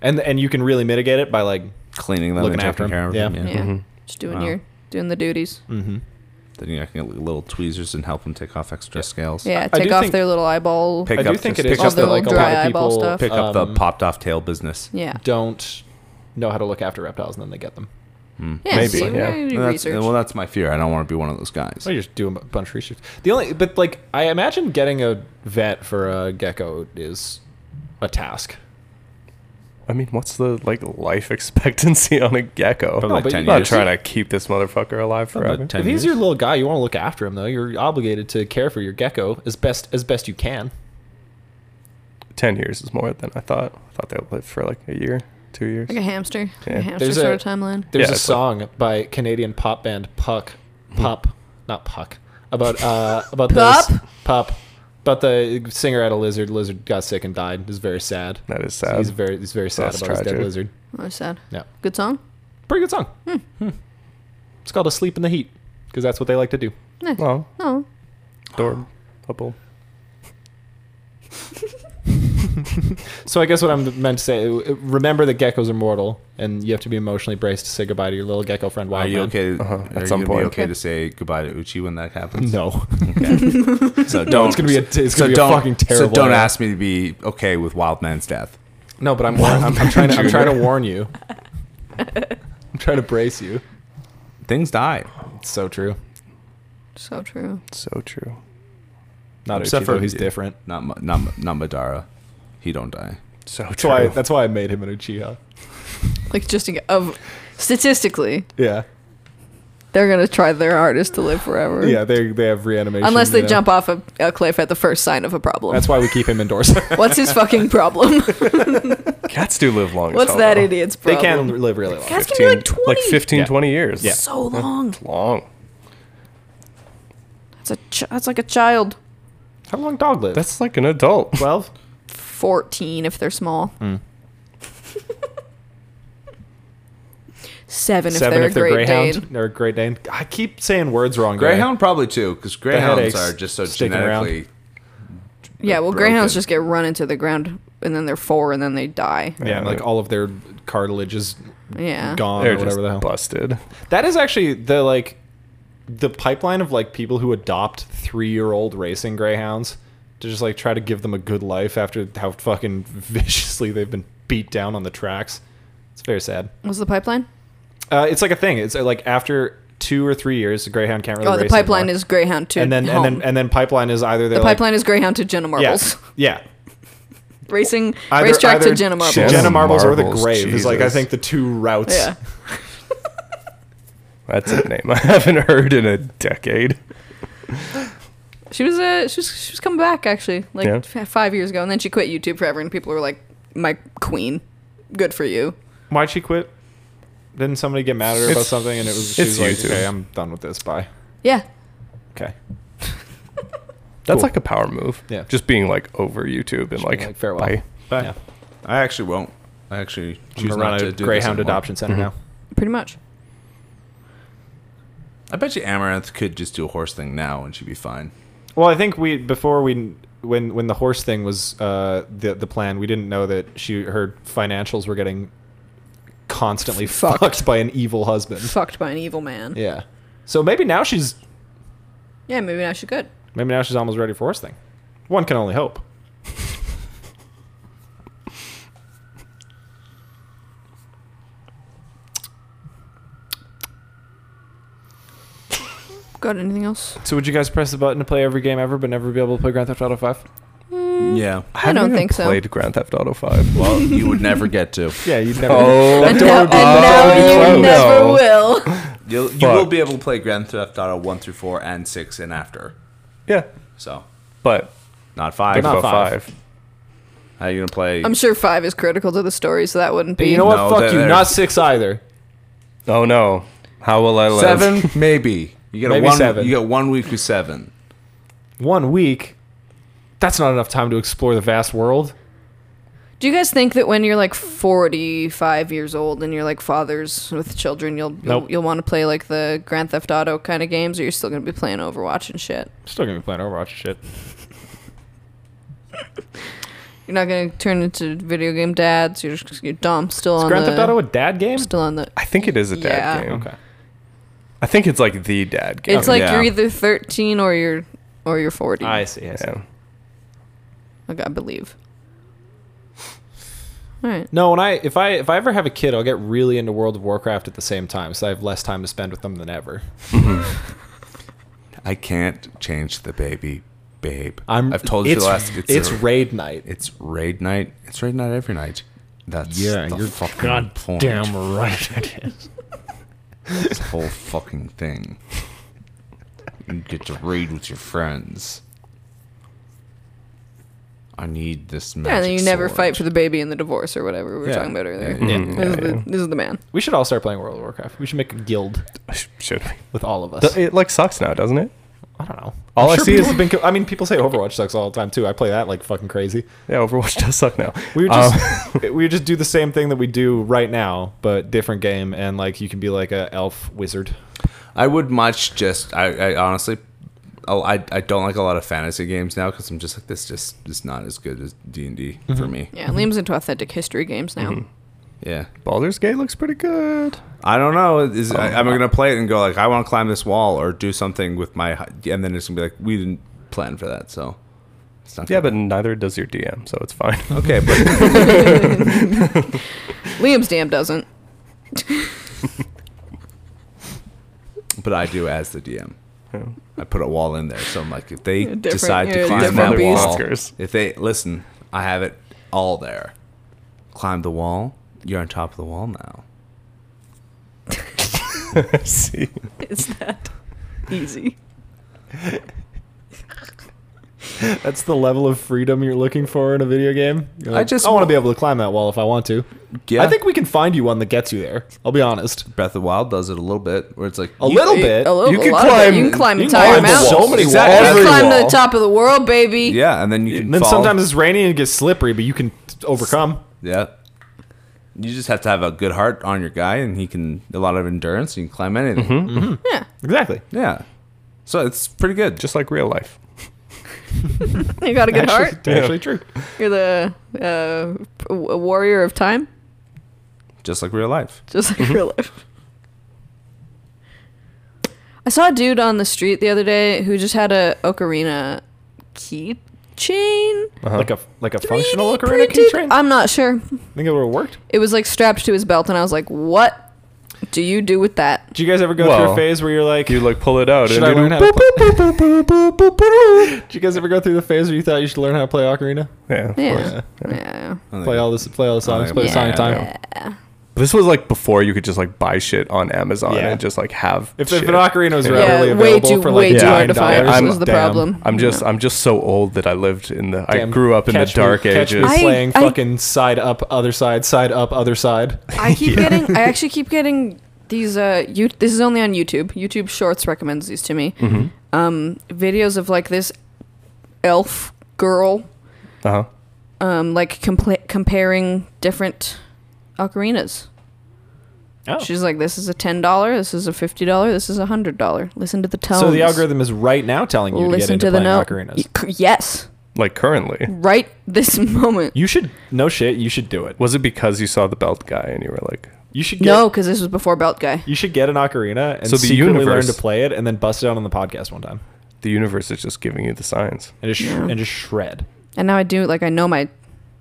[SPEAKER 1] And and you can really mitigate it by like
[SPEAKER 4] Cleaning them
[SPEAKER 1] Looking
[SPEAKER 4] and
[SPEAKER 1] after
[SPEAKER 4] taking care
[SPEAKER 1] them.
[SPEAKER 4] of
[SPEAKER 1] Yeah.
[SPEAKER 4] them. Yeah. Mm-hmm.
[SPEAKER 2] Yeah. Just doing
[SPEAKER 4] Wow. Mm.
[SPEAKER 2] your doing the duties.
[SPEAKER 4] Then you can get little tweezers and help them take off extra scales.
[SPEAKER 2] Yeah.
[SPEAKER 1] I
[SPEAKER 2] Take
[SPEAKER 1] do
[SPEAKER 2] off
[SPEAKER 1] think-
[SPEAKER 2] their little eyeball.
[SPEAKER 4] Pick
[SPEAKER 1] I do
[SPEAKER 4] up
[SPEAKER 1] think
[SPEAKER 4] this-
[SPEAKER 1] it is
[SPEAKER 4] pick
[SPEAKER 1] just
[SPEAKER 4] up
[SPEAKER 1] that
[SPEAKER 4] the
[SPEAKER 1] like a
[SPEAKER 2] little
[SPEAKER 1] lot
[SPEAKER 2] dry
[SPEAKER 1] of
[SPEAKER 2] eyeball
[SPEAKER 1] people
[SPEAKER 2] stuff.
[SPEAKER 4] Pick up the
[SPEAKER 1] um,
[SPEAKER 4] popped off tail business.
[SPEAKER 2] yeah.
[SPEAKER 1] don't know how to look after reptiles and then they get them. Mm.
[SPEAKER 2] Yeah.
[SPEAKER 3] Maybe,
[SPEAKER 2] see, we
[SPEAKER 3] yeah.
[SPEAKER 2] gotta do
[SPEAKER 4] Well, that's,
[SPEAKER 2] research.
[SPEAKER 4] well, that's my fear. I don't want to be one of those guys.
[SPEAKER 1] So you just do a bunch of research. The only, but like, I imagine getting a vet for a gecko is a task.
[SPEAKER 3] I mean, what's the like life [LAUGHS] expectancy on a gecko?
[SPEAKER 4] Probably
[SPEAKER 1] like but 10
[SPEAKER 3] I'm
[SPEAKER 1] you-
[SPEAKER 3] not
[SPEAKER 1] years.
[SPEAKER 3] trying to keep this motherfucker alive forever.
[SPEAKER 1] If he's your little guy, you want to look after him though. You're obligated to care for your gecko as best as best you can.
[SPEAKER 3] Ten years is more than I thought. I thought they'll live for like a year, two years.
[SPEAKER 2] like a hamster. Like
[SPEAKER 3] Yeah.
[SPEAKER 2] a hamster
[SPEAKER 1] There's
[SPEAKER 2] sort
[SPEAKER 1] a-
[SPEAKER 2] of timeline.
[SPEAKER 1] There's
[SPEAKER 3] Yeah,
[SPEAKER 1] a
[SPEAKER 3] it's like- Hmm.
[SPEAKER 1] song by Canadian pop band Puck, Pup, not Puck, about
[SPEAKER 3] [LAUGHS]
[SPEAKER 1] uh about
[SPEAKER 2] Pup?
[SPEAKER 1] this pup, about the singer had a lizard. Lizard got sick and died. It was very sad.
[SPEAKER 3] That is
[SPEAKER 1] So
[SPEAKER 3] sad.
[SPEAKER 1] he's very he's very sad
[SPEAKER 3] That's
[SPEAKER 1] about his
[SPEAKER 3] tragic.
[SPEAKER 1] dead lizard.
[SPEAKER 2] Oh, that's sad.
[SPEAKER 1] Yeah,
[SPEAKER 2] Good song.
[SPEAKER 1] pretty good song. Hmm. It's called "Asleep in the Heat" because that's what they like to do.
[SPEAKER 3] oh,
[SPEAKER 2] Oh.
[SPEAKER 3] adorable.
[SPEAKER 1] So I guess what I'm meant to say, remember that geckos are mortal, and you have to be emotionally braced to say goodbye to your little gecko friend. Wild
[SPEAKER 4] Are you
[SPEAKER 1] Man.
[SPEAKER 4] okay?
[SPEAKER 3] Uh-huh.
[SPEAKER 4] Are
[SPEAKER 3] At
[SPEAKER 4] you
[SPEAKER 3] some
[SPEAKER 4] gonna be
[SPEAKER 3] point.
[SPEAKER 4] okay to say goodbye to Uchi when that
[SPEAKER 1] [LAUGHS]
[SPEAKER 4] happens?
[SPEAKER 1] No,
[SPEAKER 4] [LAUGHS] So don't.
[SPEAKER 1] it's gonna be a- it's gonna be a
[SPEAKER 4] don't-
[SPEAKER 1] fucking terrible
[SPEAKER 4] So don't
[SPEAKER 1] era.
[SPEAKER 4] ask me to be okay with Wild Man's death.
[SPEAKER 1] no, but I'm, I'm, I'm trying to I'm trying to warn you. I'm trying to brace you.
[SPEAKER 4] Things die.
[SPEAKER 1] It's so true.
[SPEAKER 2] So true.
[SPEAKER 3] So true.
[SPEAKER 1] Not
[SPEAKER 4] Except
[SPEAKER 1] Except
[SPEAKER 4] for-
[SPEAKER 1] for who's different.
[SPEAKER 4] Not Ma- not Ma- not Madara. He don't die.
[SPEAKER 3] So
[SPEAKER 1] That's
[SPEAKER 3] [LAUGHS]
[SPEAKER 1] why that's why I made him an Uchiha.
[SPEAKER 2] Like just to get- of statistically,
[SPEAKER 1] Yeah,
[SPEAKER 2] they're gonna try their hardest to live forever.
[SPEAKER 1] yeah. They they have reanimation
[SPEAKER 2] Unless they
[SPEAKER 1] you know.
[SPEAKER 2] jump off a, a cliff at the first sign of a problem.
[SPEAKER 1] That's why we keep him indoors.
[SPEAKER 2] What's his fucking problem?
[SPEAKER 3] Cats do live long. as
[SPEAKER 2] What's
[SPEAKER 3] hell,
[SPEAKER 2] that
[SPEAKER 3] though.
[SPEAKER 1] [LAUGHS]
[SPEAKER 2] idiot's
[SPEAKER 1] they
[SPEAKER 2] problem?
[SPEAKER 1] can live really long.
[SPEAKER 2] Cats can be like 20.
[SPEAKER 3] like 15,
[SPEAKER 1] Yeah.
[SPEAKER 3] 20 years.
[SPEAKER 1] Yeah. Mm.
[SPEAKER 2] So long.
[SPEAKER 3] Long.
[SPEAKER 2] That's a ch- that's like a child.
[SPEAKER 1] How long dog live?
[SPEAKER 3] That's like an adult.
[SPEAKER 1] twelve. Mm.
[SPEAKER 2] 14 if they're small. seven,
[SPEAKER 1] seven
[SPEAKER 2] if they're a Great
[SPEAKER 1] Greyhound
[SPEAKER 2] Dane.
[SPEAKER 1] or a Great Dane. I keep saying words wrong. Gary.
[SPEAKER 4] Greyhound probably too, because greyhounds
[SPEAKER 1] headaches
[SPEAKER 4] are just so
[SPEAKER 1] sticking around.
[SPEAKER 4] genetically.
[SPEAKER 2] Yeah, well,
[SPEAKER 4] broken.
[SPEAKER 2] Greyhounds just get run into the ground and then they're four and then they die.
[SPEAKER 1] Yeah, like all of their cartilage is
[SPEAKER 2] Yeah.
[SPEAKER 1] gone
[SPEAKER 3] They're
[SPEAKER 1] or
[SPEAKER 3] just
[SPEAKER 1] whatever the hell.
[SPEAKER 3] busted.
[SPEAKER 1] That is actually the like the pipeline of like people who adopt three year old racing greyhounds to just like try to give them a good life after how fucking [LAUGHS] viciously they've been beat down on the tracks. It's very sad.
[SPEAKER 2] What's the pipeline?
[SPEAKER 1] Uh, it's like a thing. It's uh, like after two or three years, the greyhound can't really.
[SPEAKER 2] oh, the
[SPEAKER 1] race
[SPEAKER 2] pipeline
[SPEAKER 1] anymore.
[SPEAKER 2] is Greyhound to
[SPEAKER 1] and then
[SPEAKER 2] home.
[SPEAKER 1] and then and then pipeline is either
[SPEAKER 2] the
[SPEAKER 1] they're like-
[SPEAKER 2] pipeline is Greyhound to Jenna Marbles.
[SPEAKER 1] yeah, yeah.
[SPEAKER 2] Racing
[SPEAKER 1] Either-
[SPEAKER 2] racetrack
[SPEAKER 1] either
[SPEAKER 2] to Jenna Marbles.
[SPEAKER 3] [LAUGHS] Jenna-
[SPEAKER 1] Jenna Marbles, or the
[SPEAKER 3] Marbles,
[SPEAKER 1] grave is like I
[SPEAKER 3] Jesus.
[SPEAKER 1] think the two routes.
[SPEAKER 2] Yeah.
[SPEAKER 3] That's a name I [LAUGHS] haven't heard in a decade.
[SPEAKER 2] She was uh, she was she was coming back actually like
[SPEAKER 3] Yeah.
[SPEAKER 2] f- five years ago, and then she quit YouTube forever, and people were like, "My queen, good for you."
[SPEAKER 1] Why'd she quit? Didn't somebody get mad at her about something and it was she
[SPEAKER 3] it's
[SPEAKER 1] was like,
[SPEAKER 3] YouTube.
[SPEAKER 1] okay, I'm done with this. Bye.
[SPEAKER 2] Yeah,
[SPEAKER 1] Okay.
[SPEAKER 3] That's
[SPEAKER 1] Cool.
[SPEAKER 3] like a power move.
[SPEAKER 1] Yeah.
[SPEAKER 3] Just being like over YouTube and like,
[SPEAKER 1] like, farewell.
[SPEAKER 3] bye.
[SPEAKER 1] Bye.
[SPEAKER 4] Yeah. I actually won't. I actually
[SPEAKER 1] I'm
[SPEAKER 4] choose
[SPEAKER 1] gonna
[SPEAKER 4] not
[SPEAKER 1] run
[SPEAKER 4] to
[SPEAKER 1] a
[SPEAKER 4] do
[SPEAKER 1] Greyhound
[SPEAKER 4] this anymore.
[SPEAKER 1] adoption center now.
[SPEAKER 2] pretty much.
[SPEAKER 4] I bet you Amaranth could just do a horse thing now and she'd be fine.
[SPEAKER 1] Well, I think we before we when when the horse thing was uh, the the plan, we didn't know that she her financials were getting constantly
[SPEAKER 2] Fucked.
[SPEAKER 1] fucked, by an evil husband.
[SPEAKER 2] Fucked by an evil man. [LAUGHS] Yeah,
[SPEAKER 1] Yeah. So maybe now she's
[SPEAKER 2] maybe now she could.
[SPEAKER 1] maybe now she's almost ready for horse thing. One can only hope.
[SPEAKER 2] Got anything else?
[SPEAKER 1] So would you guys press the button to play every game ever, but never be able to play Grand Theft Auto Five?
[SPEAKER 4] Yeah.
[SPEAKER 2] I don't think so.
[SPEAKER 3] Played Grand Theft Auto 5.
[SPEAKER 4] [LAUGHS]
[SPEAKER 3] Well,
[SPEAKER 4] Well, you would never get to.
[SPEAKER 1] Yeah, you'd never.
[SPEAKER 3] Oh.
[SPEAKER 1] that
[SPEAKER 2] And
[SPEAKER 1] door
[SPEAKER 2] now,
[SPEAKER 1] would
[SPEAKER 2] and
[SPEAKER 1] be
[SPEAKER 2] now
[SPEAKER 1] fucking closed.
[SPEAKER 2] you never
[SPEAKER 3] No.
[SPEAKER 2] will.
[SPEAKER 4] You'll, you
[SPEAKER 3] Fuck.
[SPEAKER 4] will be able to play Grand Theft Auto 1 through 4 and 6 and after.
[SPEAKER 3] yeah.
[SPEAKER 4] So,
[SPEAKER 3] But
[SPEAKER 4] not
[SPEAKER 3] like
[SPEAKER 4] 5.
[SPEAKER 1] not
[SPEAKER 3] about
[SPEAKER 1] five.
[SPEAKER 3] 5.
[SPEAKER 4] How you going to play?
[SPEAKER 2] I'm sure five is critical to the story, so that wouldn't be.
[SPEAKER 1] You know what?
[SPEAKER 4] No,
[SPEAKER 1] Fuck
[SPEAKER 4] they're-
[SPEAKER 1] you.
[SPEAKER 4] they're-
[SPEAKER 1] Not six either.
[SPEAKER 3] Oh no. How will I live?
[SPEAKER 4] 7? Maybe. You get,
[SPEAKER 1] Maybe
[SPEAKER 4] a one,
[SPEAKER 1] seven.
[SPEAKER 4] you get one week with 7.
[SPEAKER 1] One week. That's not enough time to explore the vast world.
[SPEAKER 2] Do you guys think that when you're like 45 years old and you're like fathers with children, you'll you'll,
[SPEAKER 1] Nope.
[SPEAKER 2] you'll want to play like the Grand Theft Auto kind of games, or you're still gonna be playing Overwatch and shit?
[SPEAKER 1] Still gonna be playing Overwatch shit.
[SPEAKER 2] You're not gonna turn into video game dads. You're just you're dumb. Still on
[SPEAKER 1] Grand
[SPEAKER 2] the
[SPEAKER 1] Theft Auto a dad game?
[SPEAKER 2] still on the.
[SPEAKER 3] I think it is a dad
[SPEAKER 2] Yeah.
[SPEAKER 3] game.
[SPEAKER 1] Okay.
[SPEAKER 3] I think it's like the dad game.
[SPEAKER 2] It's like
[SPEAKER 4] Yeah.
[SPEAKER 2] you're either 13 or you're or you're 40.
[SPEAKER 1] I see. I see.
[SPEAKER 3] yeah. Mm,
[SPEAKER 2] Like I
[SPEAKER 4] [SIGHS]
[SPEAKER 2] believe. All right.
[SPEAKER 1] No, when I if I if I ever have a kid, I'll get really into World of Warcraft at the same time, so I have less time to spend with them than ever.
[SPEAKER 4] I can't change the baby, babe.
[SPEAKER 1] I'm.
[SPEAKER 4] I've told
[SPEAKER 1] it's,
[SPEAKER 4] you last.
[SPEAKER 1] It's,
[SPEAKER 4] a-
[SPEAKER 1] raid night.
[SPEAKER 4] It's raid night. It's raid night every night. That's the fucking point.
[SPEAKER 1] right. It is.
[SPEAKER 4] This whole fucking thing. You get to raid with your friends. I need this magic.
[SPEAKER 2] Yeah, and then you never
[SPEAKER 4] sword.
[SPEAKER 2] fight for the baby and the divorce or whatever we were
[SPEAKER 1] Yeah.
[SPEAKER 2] talking about earlier.
[SPEAKER 1] Yeah.
[SPEAKER 2] This, is the, this is the man.
[SPEAKER 1] [LAUGHS] We should all start playing World of Warcraft. We should make a guild
[SPEAKER 3] Sh- Should we?
[SPEAKER 1] with all of us.
[SPEAKER 3] Th- It like sucks now, doesn't it?
[SPEAKER 1] I don't know.
[SPEAKER 3] All I see
[SPEAKER 1] people
[SPEAKER 3] is-
[SPEAKER 1] have been. co- I mean, people say Overwatch sucks all the time too. I play that like fucking crazy.
[SPEAKER 3] Yeah, Overwatch [LAUGHS] does suck now.
[SPEAKER 1] We would
[SPEAKER 3] Um,
[SPEAKER 1] just [LAUGHS]
[SPEAKER 4] Oh.
[SPEAKER 1] we would just do the same thing that we do right now, but different game, and like you can be like a elf wizard.
[SPEAKER 4] I would much just. I, I honestly. Oh, I, I don't like a lot of fantasy games now because I'm just like this. Just is not as good as D and D for
[SPEAKER 1] Mm-hmm.
[SPEAKER 4] me.
[SPEAKER 2] Yeah, Liam's into authentic history games now.
[SPEAKER 4] Yeah,
[SPEAKER 3] Baldur's Gate looks pretty good.
[SPEAKER 4] I don't know. Is I, am I gonna play it and go like I want to climb this wall or do something with my hi- and then it's gonna be like we didn't plan for that, so it's not.
[SPEAKER 3] Yeah,
[SPEAKER 4] gonna-
[SPEAKER 3] but neither does your DM, so it's [LAUGHS] fine.
[SPEAKER 4] okay, but [LAUGHS]
[SPEAKER 2] Liam's damn doesn't.
[SPEAKER 4] but I do as the DM.
[SPEAKER 3] Yeah.
[SPEAKER 4] I put a wall in there, so I'm like, if they
[SPEAKER 2] Different-
[SPEAKER 4] decide
[SPEAKER 2] you're
[SPEAKER 4] to
[SPEAKER 2] a
[SPEAKER 4] climb
[SPEAKER 2] different
[SPEAKER 4] that
[SPEAKER 2] beast.
[SPEAKER 4] wall,
[SPEAKER 3] Fuckers.
[SPEAKER 4] if they listen, I have it all there. Climb the wall. You're on top of the wall now.
[SPEAKER 3] See,
[SPEAKER 2] [LAUGHS] It's that easy.
[SPEAKER 1] That's the level of freedom you're looking for in a video game. You're
[SPEAKER 4] I
[SPEAKER 1] like,
[SPEAKER 4] just
[SPEAKER 1] I want to
[SPEAKER 4] want-
[SPEAKER 1] be able to climb that wall if I want to.
[SPEAKER 4] Yeah.
[SPEAKER 1] I think we can find you one that gets you there. I'll be honest.
[SPEAKER 4] Breath of the Wild does it a little bit, where it's like
[SPEAKER 1] A
[SPEAKER 4] you-
[SPEAKER 1] little bit.
[SPEAKER 2] A little,
[SPEAKER 3] You
[SPEAKER 2] a
[SPEAKER 3] can
[SPEAKER 2] lot of it.
[SPEAKER 3] climb-
[SPEAKER 2] You can climb
[SPEAKER 1] You can
[SPEAKER 2] entire
[SPEAKER 1] Eh, climb
[SPEAKER 2] mountains.
[SPEAKER 1] so many
[SPEAKER 4] Exactly.
[SPEAKER 1] walls.
[SPEAKER 2] You
[SPEAKER 4] Every
[SPEAKER 2] can climb to
[SPEAKER 1] wall.
[SPEAKER 2] the top of the world, baby.
[SPEAKER 4] Yeah, and then you can
[SPEAKER 1] And then
[SPEAKER 4] fall.
[SPEAKER 1] sometimes it's rainy and it gets slippery, but you can overcome.
[SPEAKER 4] yeah. you just have to have a good heart on your guy, and he can a lot of endurance. You can climb
[SPEAKER 3] Mm-hmm.
[SPEAKER 4] anything.
[SPEAKER 1] Mm-hmm.
[SPEAKER 2] Yeah.
[SPEAKER 1] Exactly.
[SPEAKER 4] Yeah, so it's pretty good.
[SPEAKER 3] just like real life.
[SPEAKER 2] You got a good
[SPEAKER 1] actually,
[SPEAKER 2] heart.
[SPEAKER 1] Actually, true.
[SPEAKER 2] You're the uh, p- a warrior of time,
[SPEAKER 4] Just like real life.
[SPEAKER 2] just
[SPEAKER 1] Mm-hmm.
[SPEAKER 2] like real life. I saw a dude on the street the other day who just had a ocarina keychain.
[SPEAKER 1] Like a like a
[SPEAKER 2] 3D
[SPEAKER 1] functional ocarina
[SPEAKER 2] printed?
[SPEAKER 1] keychain. I
[SPEAKER 2] I'm not sure.
[SPEAKER 1] think it would have worked.
[SPEAKER 2] It was like strapped to his belt, and I was like, "What do you do with that?"
[SPEAKER 1] Do you guys ever go through
[SPEAKER 3] Well,
[SPEAKER 1] a phase where you're like,
[SPEAKER 3] You like pull it out.
[SPEAKER 1] should
[SPEAKER 3] and
[SPEAKER 1] I
[SPEAKER 3] you do-
[SPEAKER 1] learn how to? Play? Did you guys ever go through the phase where you thought you should learn how to play ocarina?
[SPEAKER 3] Yeah.
[SPEAKER 2] Yeah. yeah.
[SPEAKER 1] Play all this, play all the songs, play the
[SPEAKER 2] Yeah.
[SPEAKER 1] song in time.
[SPEAKER 3] This was like before you could just like buy shit on Amazon
[SPEAKER 1] Yeah.
[SPEAKER 3] and just like have.
[SPEAKER 1] If,
[SPEAKER 3] shit.
[SPEAKER 1] if an ocarina was
[SPEAKER 2] Yeah,
[SPEAKER 1] readily
[SPEAKER 2] way
[SPEAKER 1] available
[SPEAKER 2] too-
[SPEAKER 1] for
[SPEAKER 2] way
[SPEAKER 1] like
[SPEAKER 2] too
[SPEAKER 1] nine
[SPEAKER 2] hard to find.
[SPEAKER 1] dollars,
[SPEAKER 2] This was the problem.
[SPEAKER 3] I'm just
[SPEAKER 2] Yeah.
[SPEAKER 3] I'm just so old that I lived in the I
[SPEAKER 1] Damn,
[SPEAKER 3] grew up in the
[SPEAKER 1] catch me-
[SPEAKER 3] dark
[SPEAKER 1] catch me
[SPEAKER 3] ages.
[SPEAKER 2] I-
[SPEAKER 1] playing fucking side up, other side, side up, other side. [LAUGHS]
[SPEAKER 2] I keep getting. I actually keep getting these. Uh, you, this is only on YouTube. YouTube Shorts recommends these to me.
[SPEAKER 1] Mm-hmm.
[SPEAKER 2] Um, videos of like this elf girl,
[SPEAKER 3] Uh-huh.
[SPEAKER 2] um, like compla- comparing different ocarinas.
[SPEAKER 1] Oh.
[SPEAKER 2] She's like, this is a ten dollar. This is a fifty dollar. This is a hundred dollar. Listen to the tones.
[SPEAKER 1] So the algorithm is right now telling you
[SPEAKER 2] Listen
[SPEAKER 1] to get into
[SPEAKER 2] the
[SPEAKER 1] playing ocarinas.
[SPEAKER 2] note. Y- c- Yes,
[SPEAKER 3] Like currently.
[SPEAKER 2] right this [LAUGHS] moment.
[SPEAKER 1] You should no shit. You should do it.
[SPEAKER 3] Was it because you saw the belt guy and you were like
[SPEAKER 1] You should get,
[SPEAKER 2] No, because this was before Belt Guy.
[SPEAKER 1] You should get an ocarina and
[SPEAKER 3] So the
[SPEAKER 1] secretly
[SPEAKER 3] universe-
[SPEAKER 1] learn to play it, and then bust it out on the podcast one time,
[SPEAKER 3] the universe is just giving you the signs?
[SPEAKER 1] and just sh-
[SPEAKER 2] Yeah.
[SPEAKER 1] and just shred.
[SPEAKER 2] And now I do like I know my,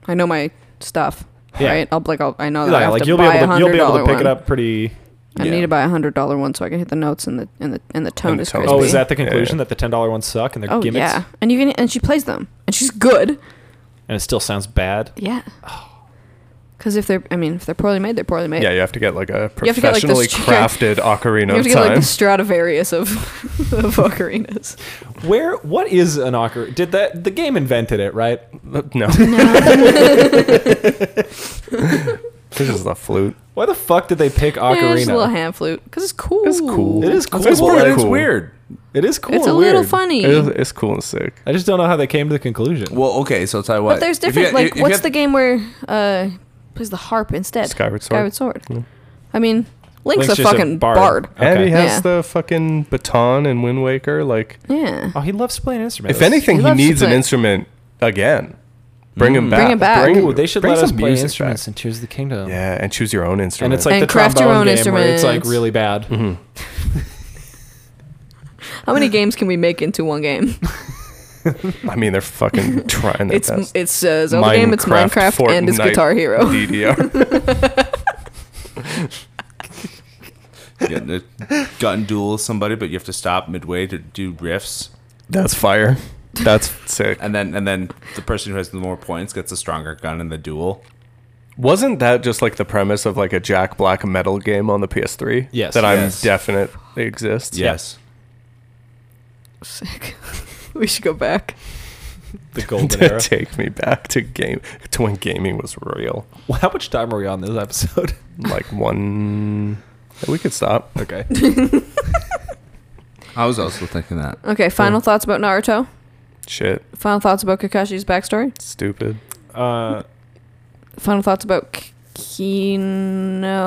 [SPEAKER 2] I know my stuff.
[SPEAKER 1] Yeah.
[SPEAKER 2] Right. I'll like I'll, I know that I
[SPEAKER 1] Like,
[SPEAKER 2] have
[SPEAKER 1] like
[SPEAKER 2] to
[SPEAKER 1] you'll be
[SPEAKER 2] buy
[SPEAKER 1] able to
[SPEAKER 2] a
[SPEAKER 1] you'll be able
[SPEAKER 2] $100
[SPEAKER 1] to pick it
[SPEAKER 2] one.
[SPEAKER 1] up pretty.
[SPEAKER 2] I
[SPEAKER 4] Yeah.
[SPEAKER 2] need to buy a hundred dollar one so I can hit the notes and the and the and the tone
[SPEAKER 3] And the
[SPEAKER 2] is
[SPEAKER 3] tone.
[SPEAKER 2] crispy.
[SPEAKER 1] Oh, is that the
[SPEAKER 3] Yeah, yeah.
[SPEAKER 1] conclusion that the ten dollar ones suck and they're
[SPEAKER 2] Oh,
[SPEAKER 1] gimmicks?
[SPEAKER 2] yeah, and you can and she plays them and she's good.
[SPEAKER 1] And it still sounds bad.
[SPEAKER 2] Yeah. Because if they're, I mean, if they're poorly made, they're poorly made.
[SPEAKER 3] Yeah, you have to get like a
[SPEAKER 2] have to get, like,
[SPEAKER 3] professionally
[SPEAKER 2] this-
[SPEAKER 3] crafted
[SPEAKER 2] You
[SPEAKER 3] ocarina
[SPEAKER 2] have
[SPEAKER 3] of
[SPEAKER 2] to get like
[SPEAKER 3] time. [LAUGHS]
[SPEAKER 2] the Stradivarius of, [LAUGHS] of ocarinas.
[SPEAKER 1] Where what is an ocarina? Did that the game invented it, right?
[SPEAKER 3] Uh, no. [LAUGHS] this is the flute.
[SPEAKER 1] Why the fuck did they pick
[SPEAKER 2] Yeah, just a little
[SPEAKER 1] ocarina?
[SPEAKER 2] hand flute. Because it's cool.
[SPEAKER 3] It's cool.
[SPEAKER 1] it is cool.
[SPEAKER 3] It's
[SPEAKER 1] but
[SPEAKER 3] pretty
[SPEAKER 1] it's-
[SPEAKER 4] It's
[SPEAKER 3] cool.
[SPEAKER 4] weird.
[SPEAKER 1] It is cool.
[SPEAKER 2] It's a
[SPEAKER 1] and
[SPEAKER 2] little
[SPEAKER 1] weird.
[SPEAKER 2] funny.
[SPEAKER 3] It is, it's cool and sick.
[SPEAKER 1] I just don't know how they came to the conclusion.
[SPEAKER 4] Well, okay, so tell you what.
[SPEAKER 2] but there's
[SPEAKER 4] If you
[SPEAKER 2] different.
[SPEAKER 4] had-
[SPEAKER 2] like,
[SPEAKER 4] if you
[SPEAKER 2] what's
[SPEAKER 4] had-
[SPEAKER 2] the game where uh plays the harp instead?
[SPEAKER 3] Skyward Sword.
[SPEAKER 2] Sword. I mean,
[SPEAKER 1] Link's
[SPEAKER 2] Link's, a
[SPEAKER 1] just a
[SPEAKER 2] fucking
[SPEAKER 1] bard.
[SPEAKER 3] [LAUGHS]
[SPEAKER 2] bard.
[SPEAKER 3] And he
[SPEAKER 1] Okay.
[SPEAKER 3] has
[SPEAKER 2] Yeah.
[SPEAKER 3] the fucking baton in Wind Waker. Like,
[SPEAKER 2] Yeah.
[SPEAKER 1] oh, he loves playing instruments.
[SPEAKER 3] if anything,
[SPEAKER 2] He
[SPEAKER 3] he,
[SPEAKER 2] loves to
[SPEAKER 3] needs an
[SPEAKER 2] play.
[SPEAKER 3] instrument again. Bring him back.
[SPEAKER 2] Bring it back.
[SPEAKER 1] Mm. Ooh, they should
[SPEAKER 3] bring
[SPEAKER 1] let us
[SPEAKER 3] some
[SPEAKER 1] play
[SPEAKER 3] music
[SPEAKER 1] instruments
[SPEAKER 3] back.
[SPEAKER 1] in Tears of the Kingdom.
[SPEAKER 3] Yeah, and choose your own
[SPEAKER 1] And
[SPEAKER 3] instrument. [LAUGHS] Mm-hmm.
[SPEAKER 1] it's like
[SPEAKER 2] And
[SPEAKER 1] the
[SPEAKER 2] craft your
[SPEAKER 1] trombone
[SPEAKER 2] own
[SPEAKER 1] game where it's like
[SPEAKER 2] instruments.
[SPEAKER 1] really bad. [LAUGHS]
[SPEAKER 2] How many games can we make into one
[SPEAKER 3] [LAUGHS]
[SPEAKER 2] game?
[SPEAKER 3] I mean, they're
[SPEAKER 1] [LAUGHS]
[SPEAKER 3] fucking [LAUGHS] trying their
[SPEAKER 2] It's
[SPEAKER 3] best.
[SPEAKER 2] it's uh, Zelda game, it's Minecraft, and it's
[SPEAKER 3] Fortnite,
[SPEAKER 2] Guitar
[SPEAKER 3] [LAUGHS]
[SPEAKER 2] Hero. [LAUGHS]
[SPEAKER 3] DDR.
[SPEAKER 4] getting a gun duel with somebody, but you have to stop midway to do riffs,
[SPEAKER 3] That's fire. That's
[SPEAKER 2] [LAUGHS]
[SPEAKER 3] sick.
[SPEAKER 4] and then and then the person who has the more points gets a stronger gun in the duel.
[SPEAKER 3] Wasn't that just like the premise of like a Jack Black metal game on the PS3?
[SPEAKER 1] Yes.
[SPEAKER 3] That I'm
[SPEAKER 4] Yes.
[SPEAKER 3] definite exists.
[SPEAKER 4] Yes,
[SPEAKER 2] Sick. [LAUGHS] we should go back.
[SPEAKER 1] The golden
[SPEAKER 3] [LAUGHS] to
[SPEAKER 1] era.
[SPEAKER 3] take me back to game to when gaming was real.
[SPEAKER 1] Well, how much time are we on this episode? [LAUGHS]
[SPEAKER 3] Like one, we could stop. [LAUGHS]
[SPEAKER 1] okay.
[SPEAKER 4] I was also thinking that.
[SPEAKER 2] Okay, final thoughts about Naruto.
[SPEAKER 3] Shit,
[SPEAKER 2] Final thoughts about Kakashi's backstory.
[SPEAKER 3] stupid.
[SPEAKER 1] Uh,
[SPEAKER 2] Final thoughts about K- Kinoe.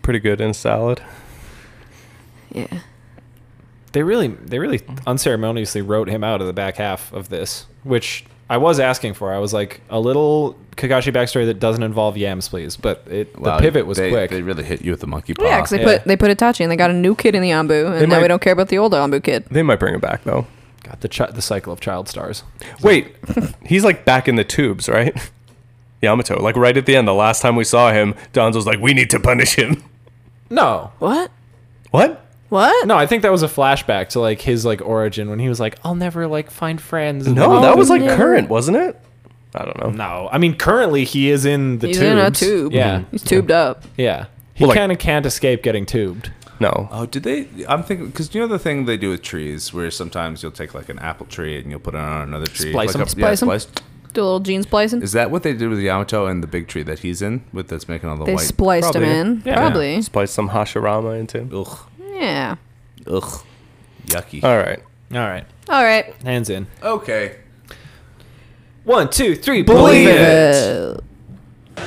[SPEAKER 3] Pretty good and solid.
[SPEAKER 2] Yeah.
[SPEAKER 3] Ah,
[SPEAKER 1] they really, they really unceremoniously wrote him out of the back half of this, which I was asking for. I was like, a little Kakashi backstory that doesn't involve yams, please. But it,
[SPEAKER 4] Wow,
[SPEAKER 1] the pivot was
[SPEAKER 4] they,
[SPEAKER 1] quick.
[SPEAKER 4] They really hit you with the monkey paw.
[SPEAKER 2] Yeah, because they
[SPEAKER 1] yeah.
[SPEAKER 2] put they put Itachi and they got a new kid in the Ambu, and
[SPEAKER 3] They
[SPEAKER 2] now
[SPEAKER 3] might-
[SPEAKER 2] we don't care about the old Ambu kid.
[SPEAKER 3] They might bring him back though.
[SPEAKER 1] Got the chi- the cycle of child stars.
[SPEAKER 3] Wait, [LAUGHS] he's like back in the tubes, right? [LAUGHS] Yamato, like right at the end, the last time we saw him, Donzo's like, "We need to punish him." [LAUGHS]
[SPEAKER 1] No,
[SPEAKER 2] What?
[SPEAKER 3] What?
[SPEAKER 2] What?
[SPEAKER 1] no, I think that was a flashback to like his like origin when he was like, I'll never like find friends. and
[SPEAKER 3] No,
[SPEAKER 1] then-
[SPEAKER 3] that was like
[SPEAKER 2] yeah.
[SPEAKER 3] current, wasn't it? I don't know.
[SPEAKER 1] no. I mean, currently he is in the
[SPEAKER 2] He's
[SPEAKER 1] tubes.
[SPEAKER 2] in a tube.
[SPEAKER 1] Yeah,
[SPEAKER 2] He's tubed up.
[SPEAKER 1] yeah. He
[SPEAKER 3] Well, like-
[SPEAKER 1] kind of can't escape getting tubed.
[SPEAKER 3] No.
[SPEAKER 4] Oh, did they? I'm thinking because you know the thing they do with trees, where sometimes you'll take like an apple tree and you'll put it on another tree.
[SPEAKER 1] Splice
[SPEAKER 4] like
[SPEAKER 1] 'em.
[SPEAKER 4] a- yeah,
[SPEAKER 2] Splice 'em. Do a little gene splicing.
[SPEAKER 4] Is that what they did with Yamato and the big tree that he's in with that's making all the
[SPEAKER 2] They
[SPEAKER 4] white?
[SPEAKER 2] spliced
[SPEAKER 3] Probably.
[SPEAKER 2] him in.
[SPEAKER 1] Yeah.
[SPEAKER 2] Probably.
[SPEAKER 3] Splice some Hashirama into him.
[SPEAKER 4] ugh,
[SPEAKER 2] Yeah.
[SPEAKER 4] ugh, yucky.
[SPEAKER 3] All right.
[SPEAKER 1] All right,
[SPEAKER 2] All right.
[SPEAKER 1] hands in.
[SPEAKER 4] Okay.
[SPEAKER 1] One, two, three.
[SPEAKER 4] Believe it.
[SPEAKER 2] Uh,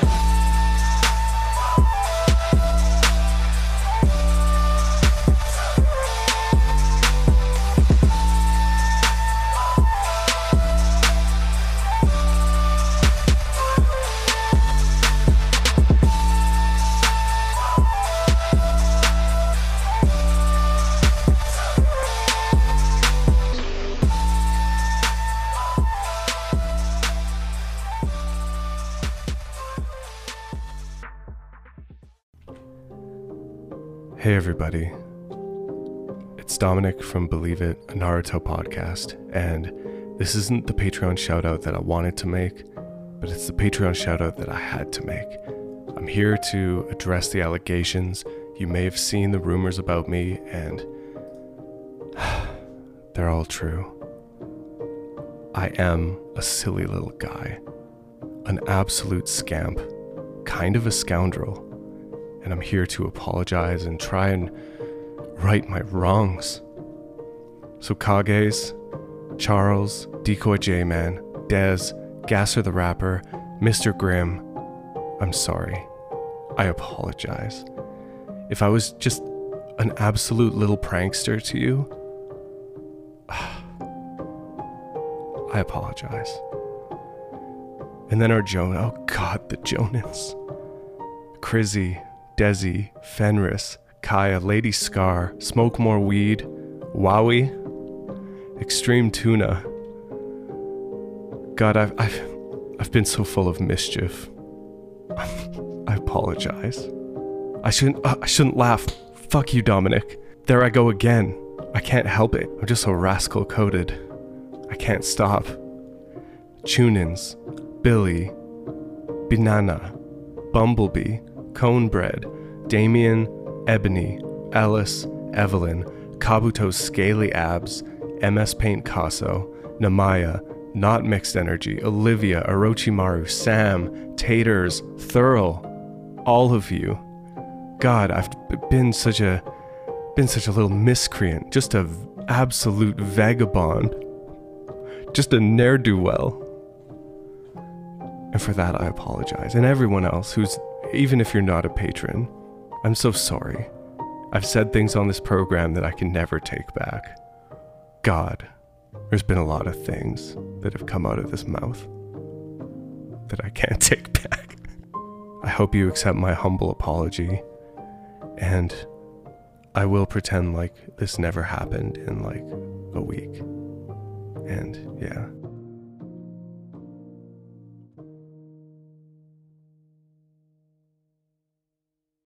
[SPEAKER 5] Hey, everybody. It's Dominic from Believe It, a Naruto podcast. And this isn't the Patreon shout out that I wanted to make, but it's the Patreon shout out that I had to make. I'm here to address the allegations. You may have seen the rumors about me, and [SIGHS] they're all true. I am a silly little guy, an absolute scamp, kind of a scoundrel, and I'm here to apologize and try and right my wrongs. So, Kages, Charles, Decoy J Man, Dez, Gasser the Rapper, Mr. Grimm, I'm sorry. I apologize. If I was just an absolute little prankster to you, [SIGHS] I apologize. And then our Joan, oh God, the Jonas. Crizzy, Desi, Fenris, Kaya, Lady Scar, Smoke More Weed, Wowie, Extreme Tuna. God, I've, I've, I've been so full of mischief. [LAUGHS] I apologize. I shouldn't, uh, I shouldn't laugh. Fuck you, Dominic. There I go again. I can't help it. I'm just so rascal coded. I can't stop. Tunins, Billy, Banana, Bumblebee, Conebread, Damien, Ebony, Ellis, Evelyn, Kabuto's Scaly Abs, MS Paint Casso, Namaya, Not Mixed Energy, Olivia, Orochimaru, Sam, Taters, Thurl, all of you. God, I've b- been such a been such a little miscreant, just a v- absolute vagabond just a ne'er do well. And for that, I apologize. And everyone else who's, even if you're not a patron, I'm so sorry. I've said things on this program that I can never take back. God, there's been a lot of things that have come out of this mouth that I can't [LAUGHS] take back. I hope you accept my humble apology, and I will pretend like this never happened in like a week. And yeah.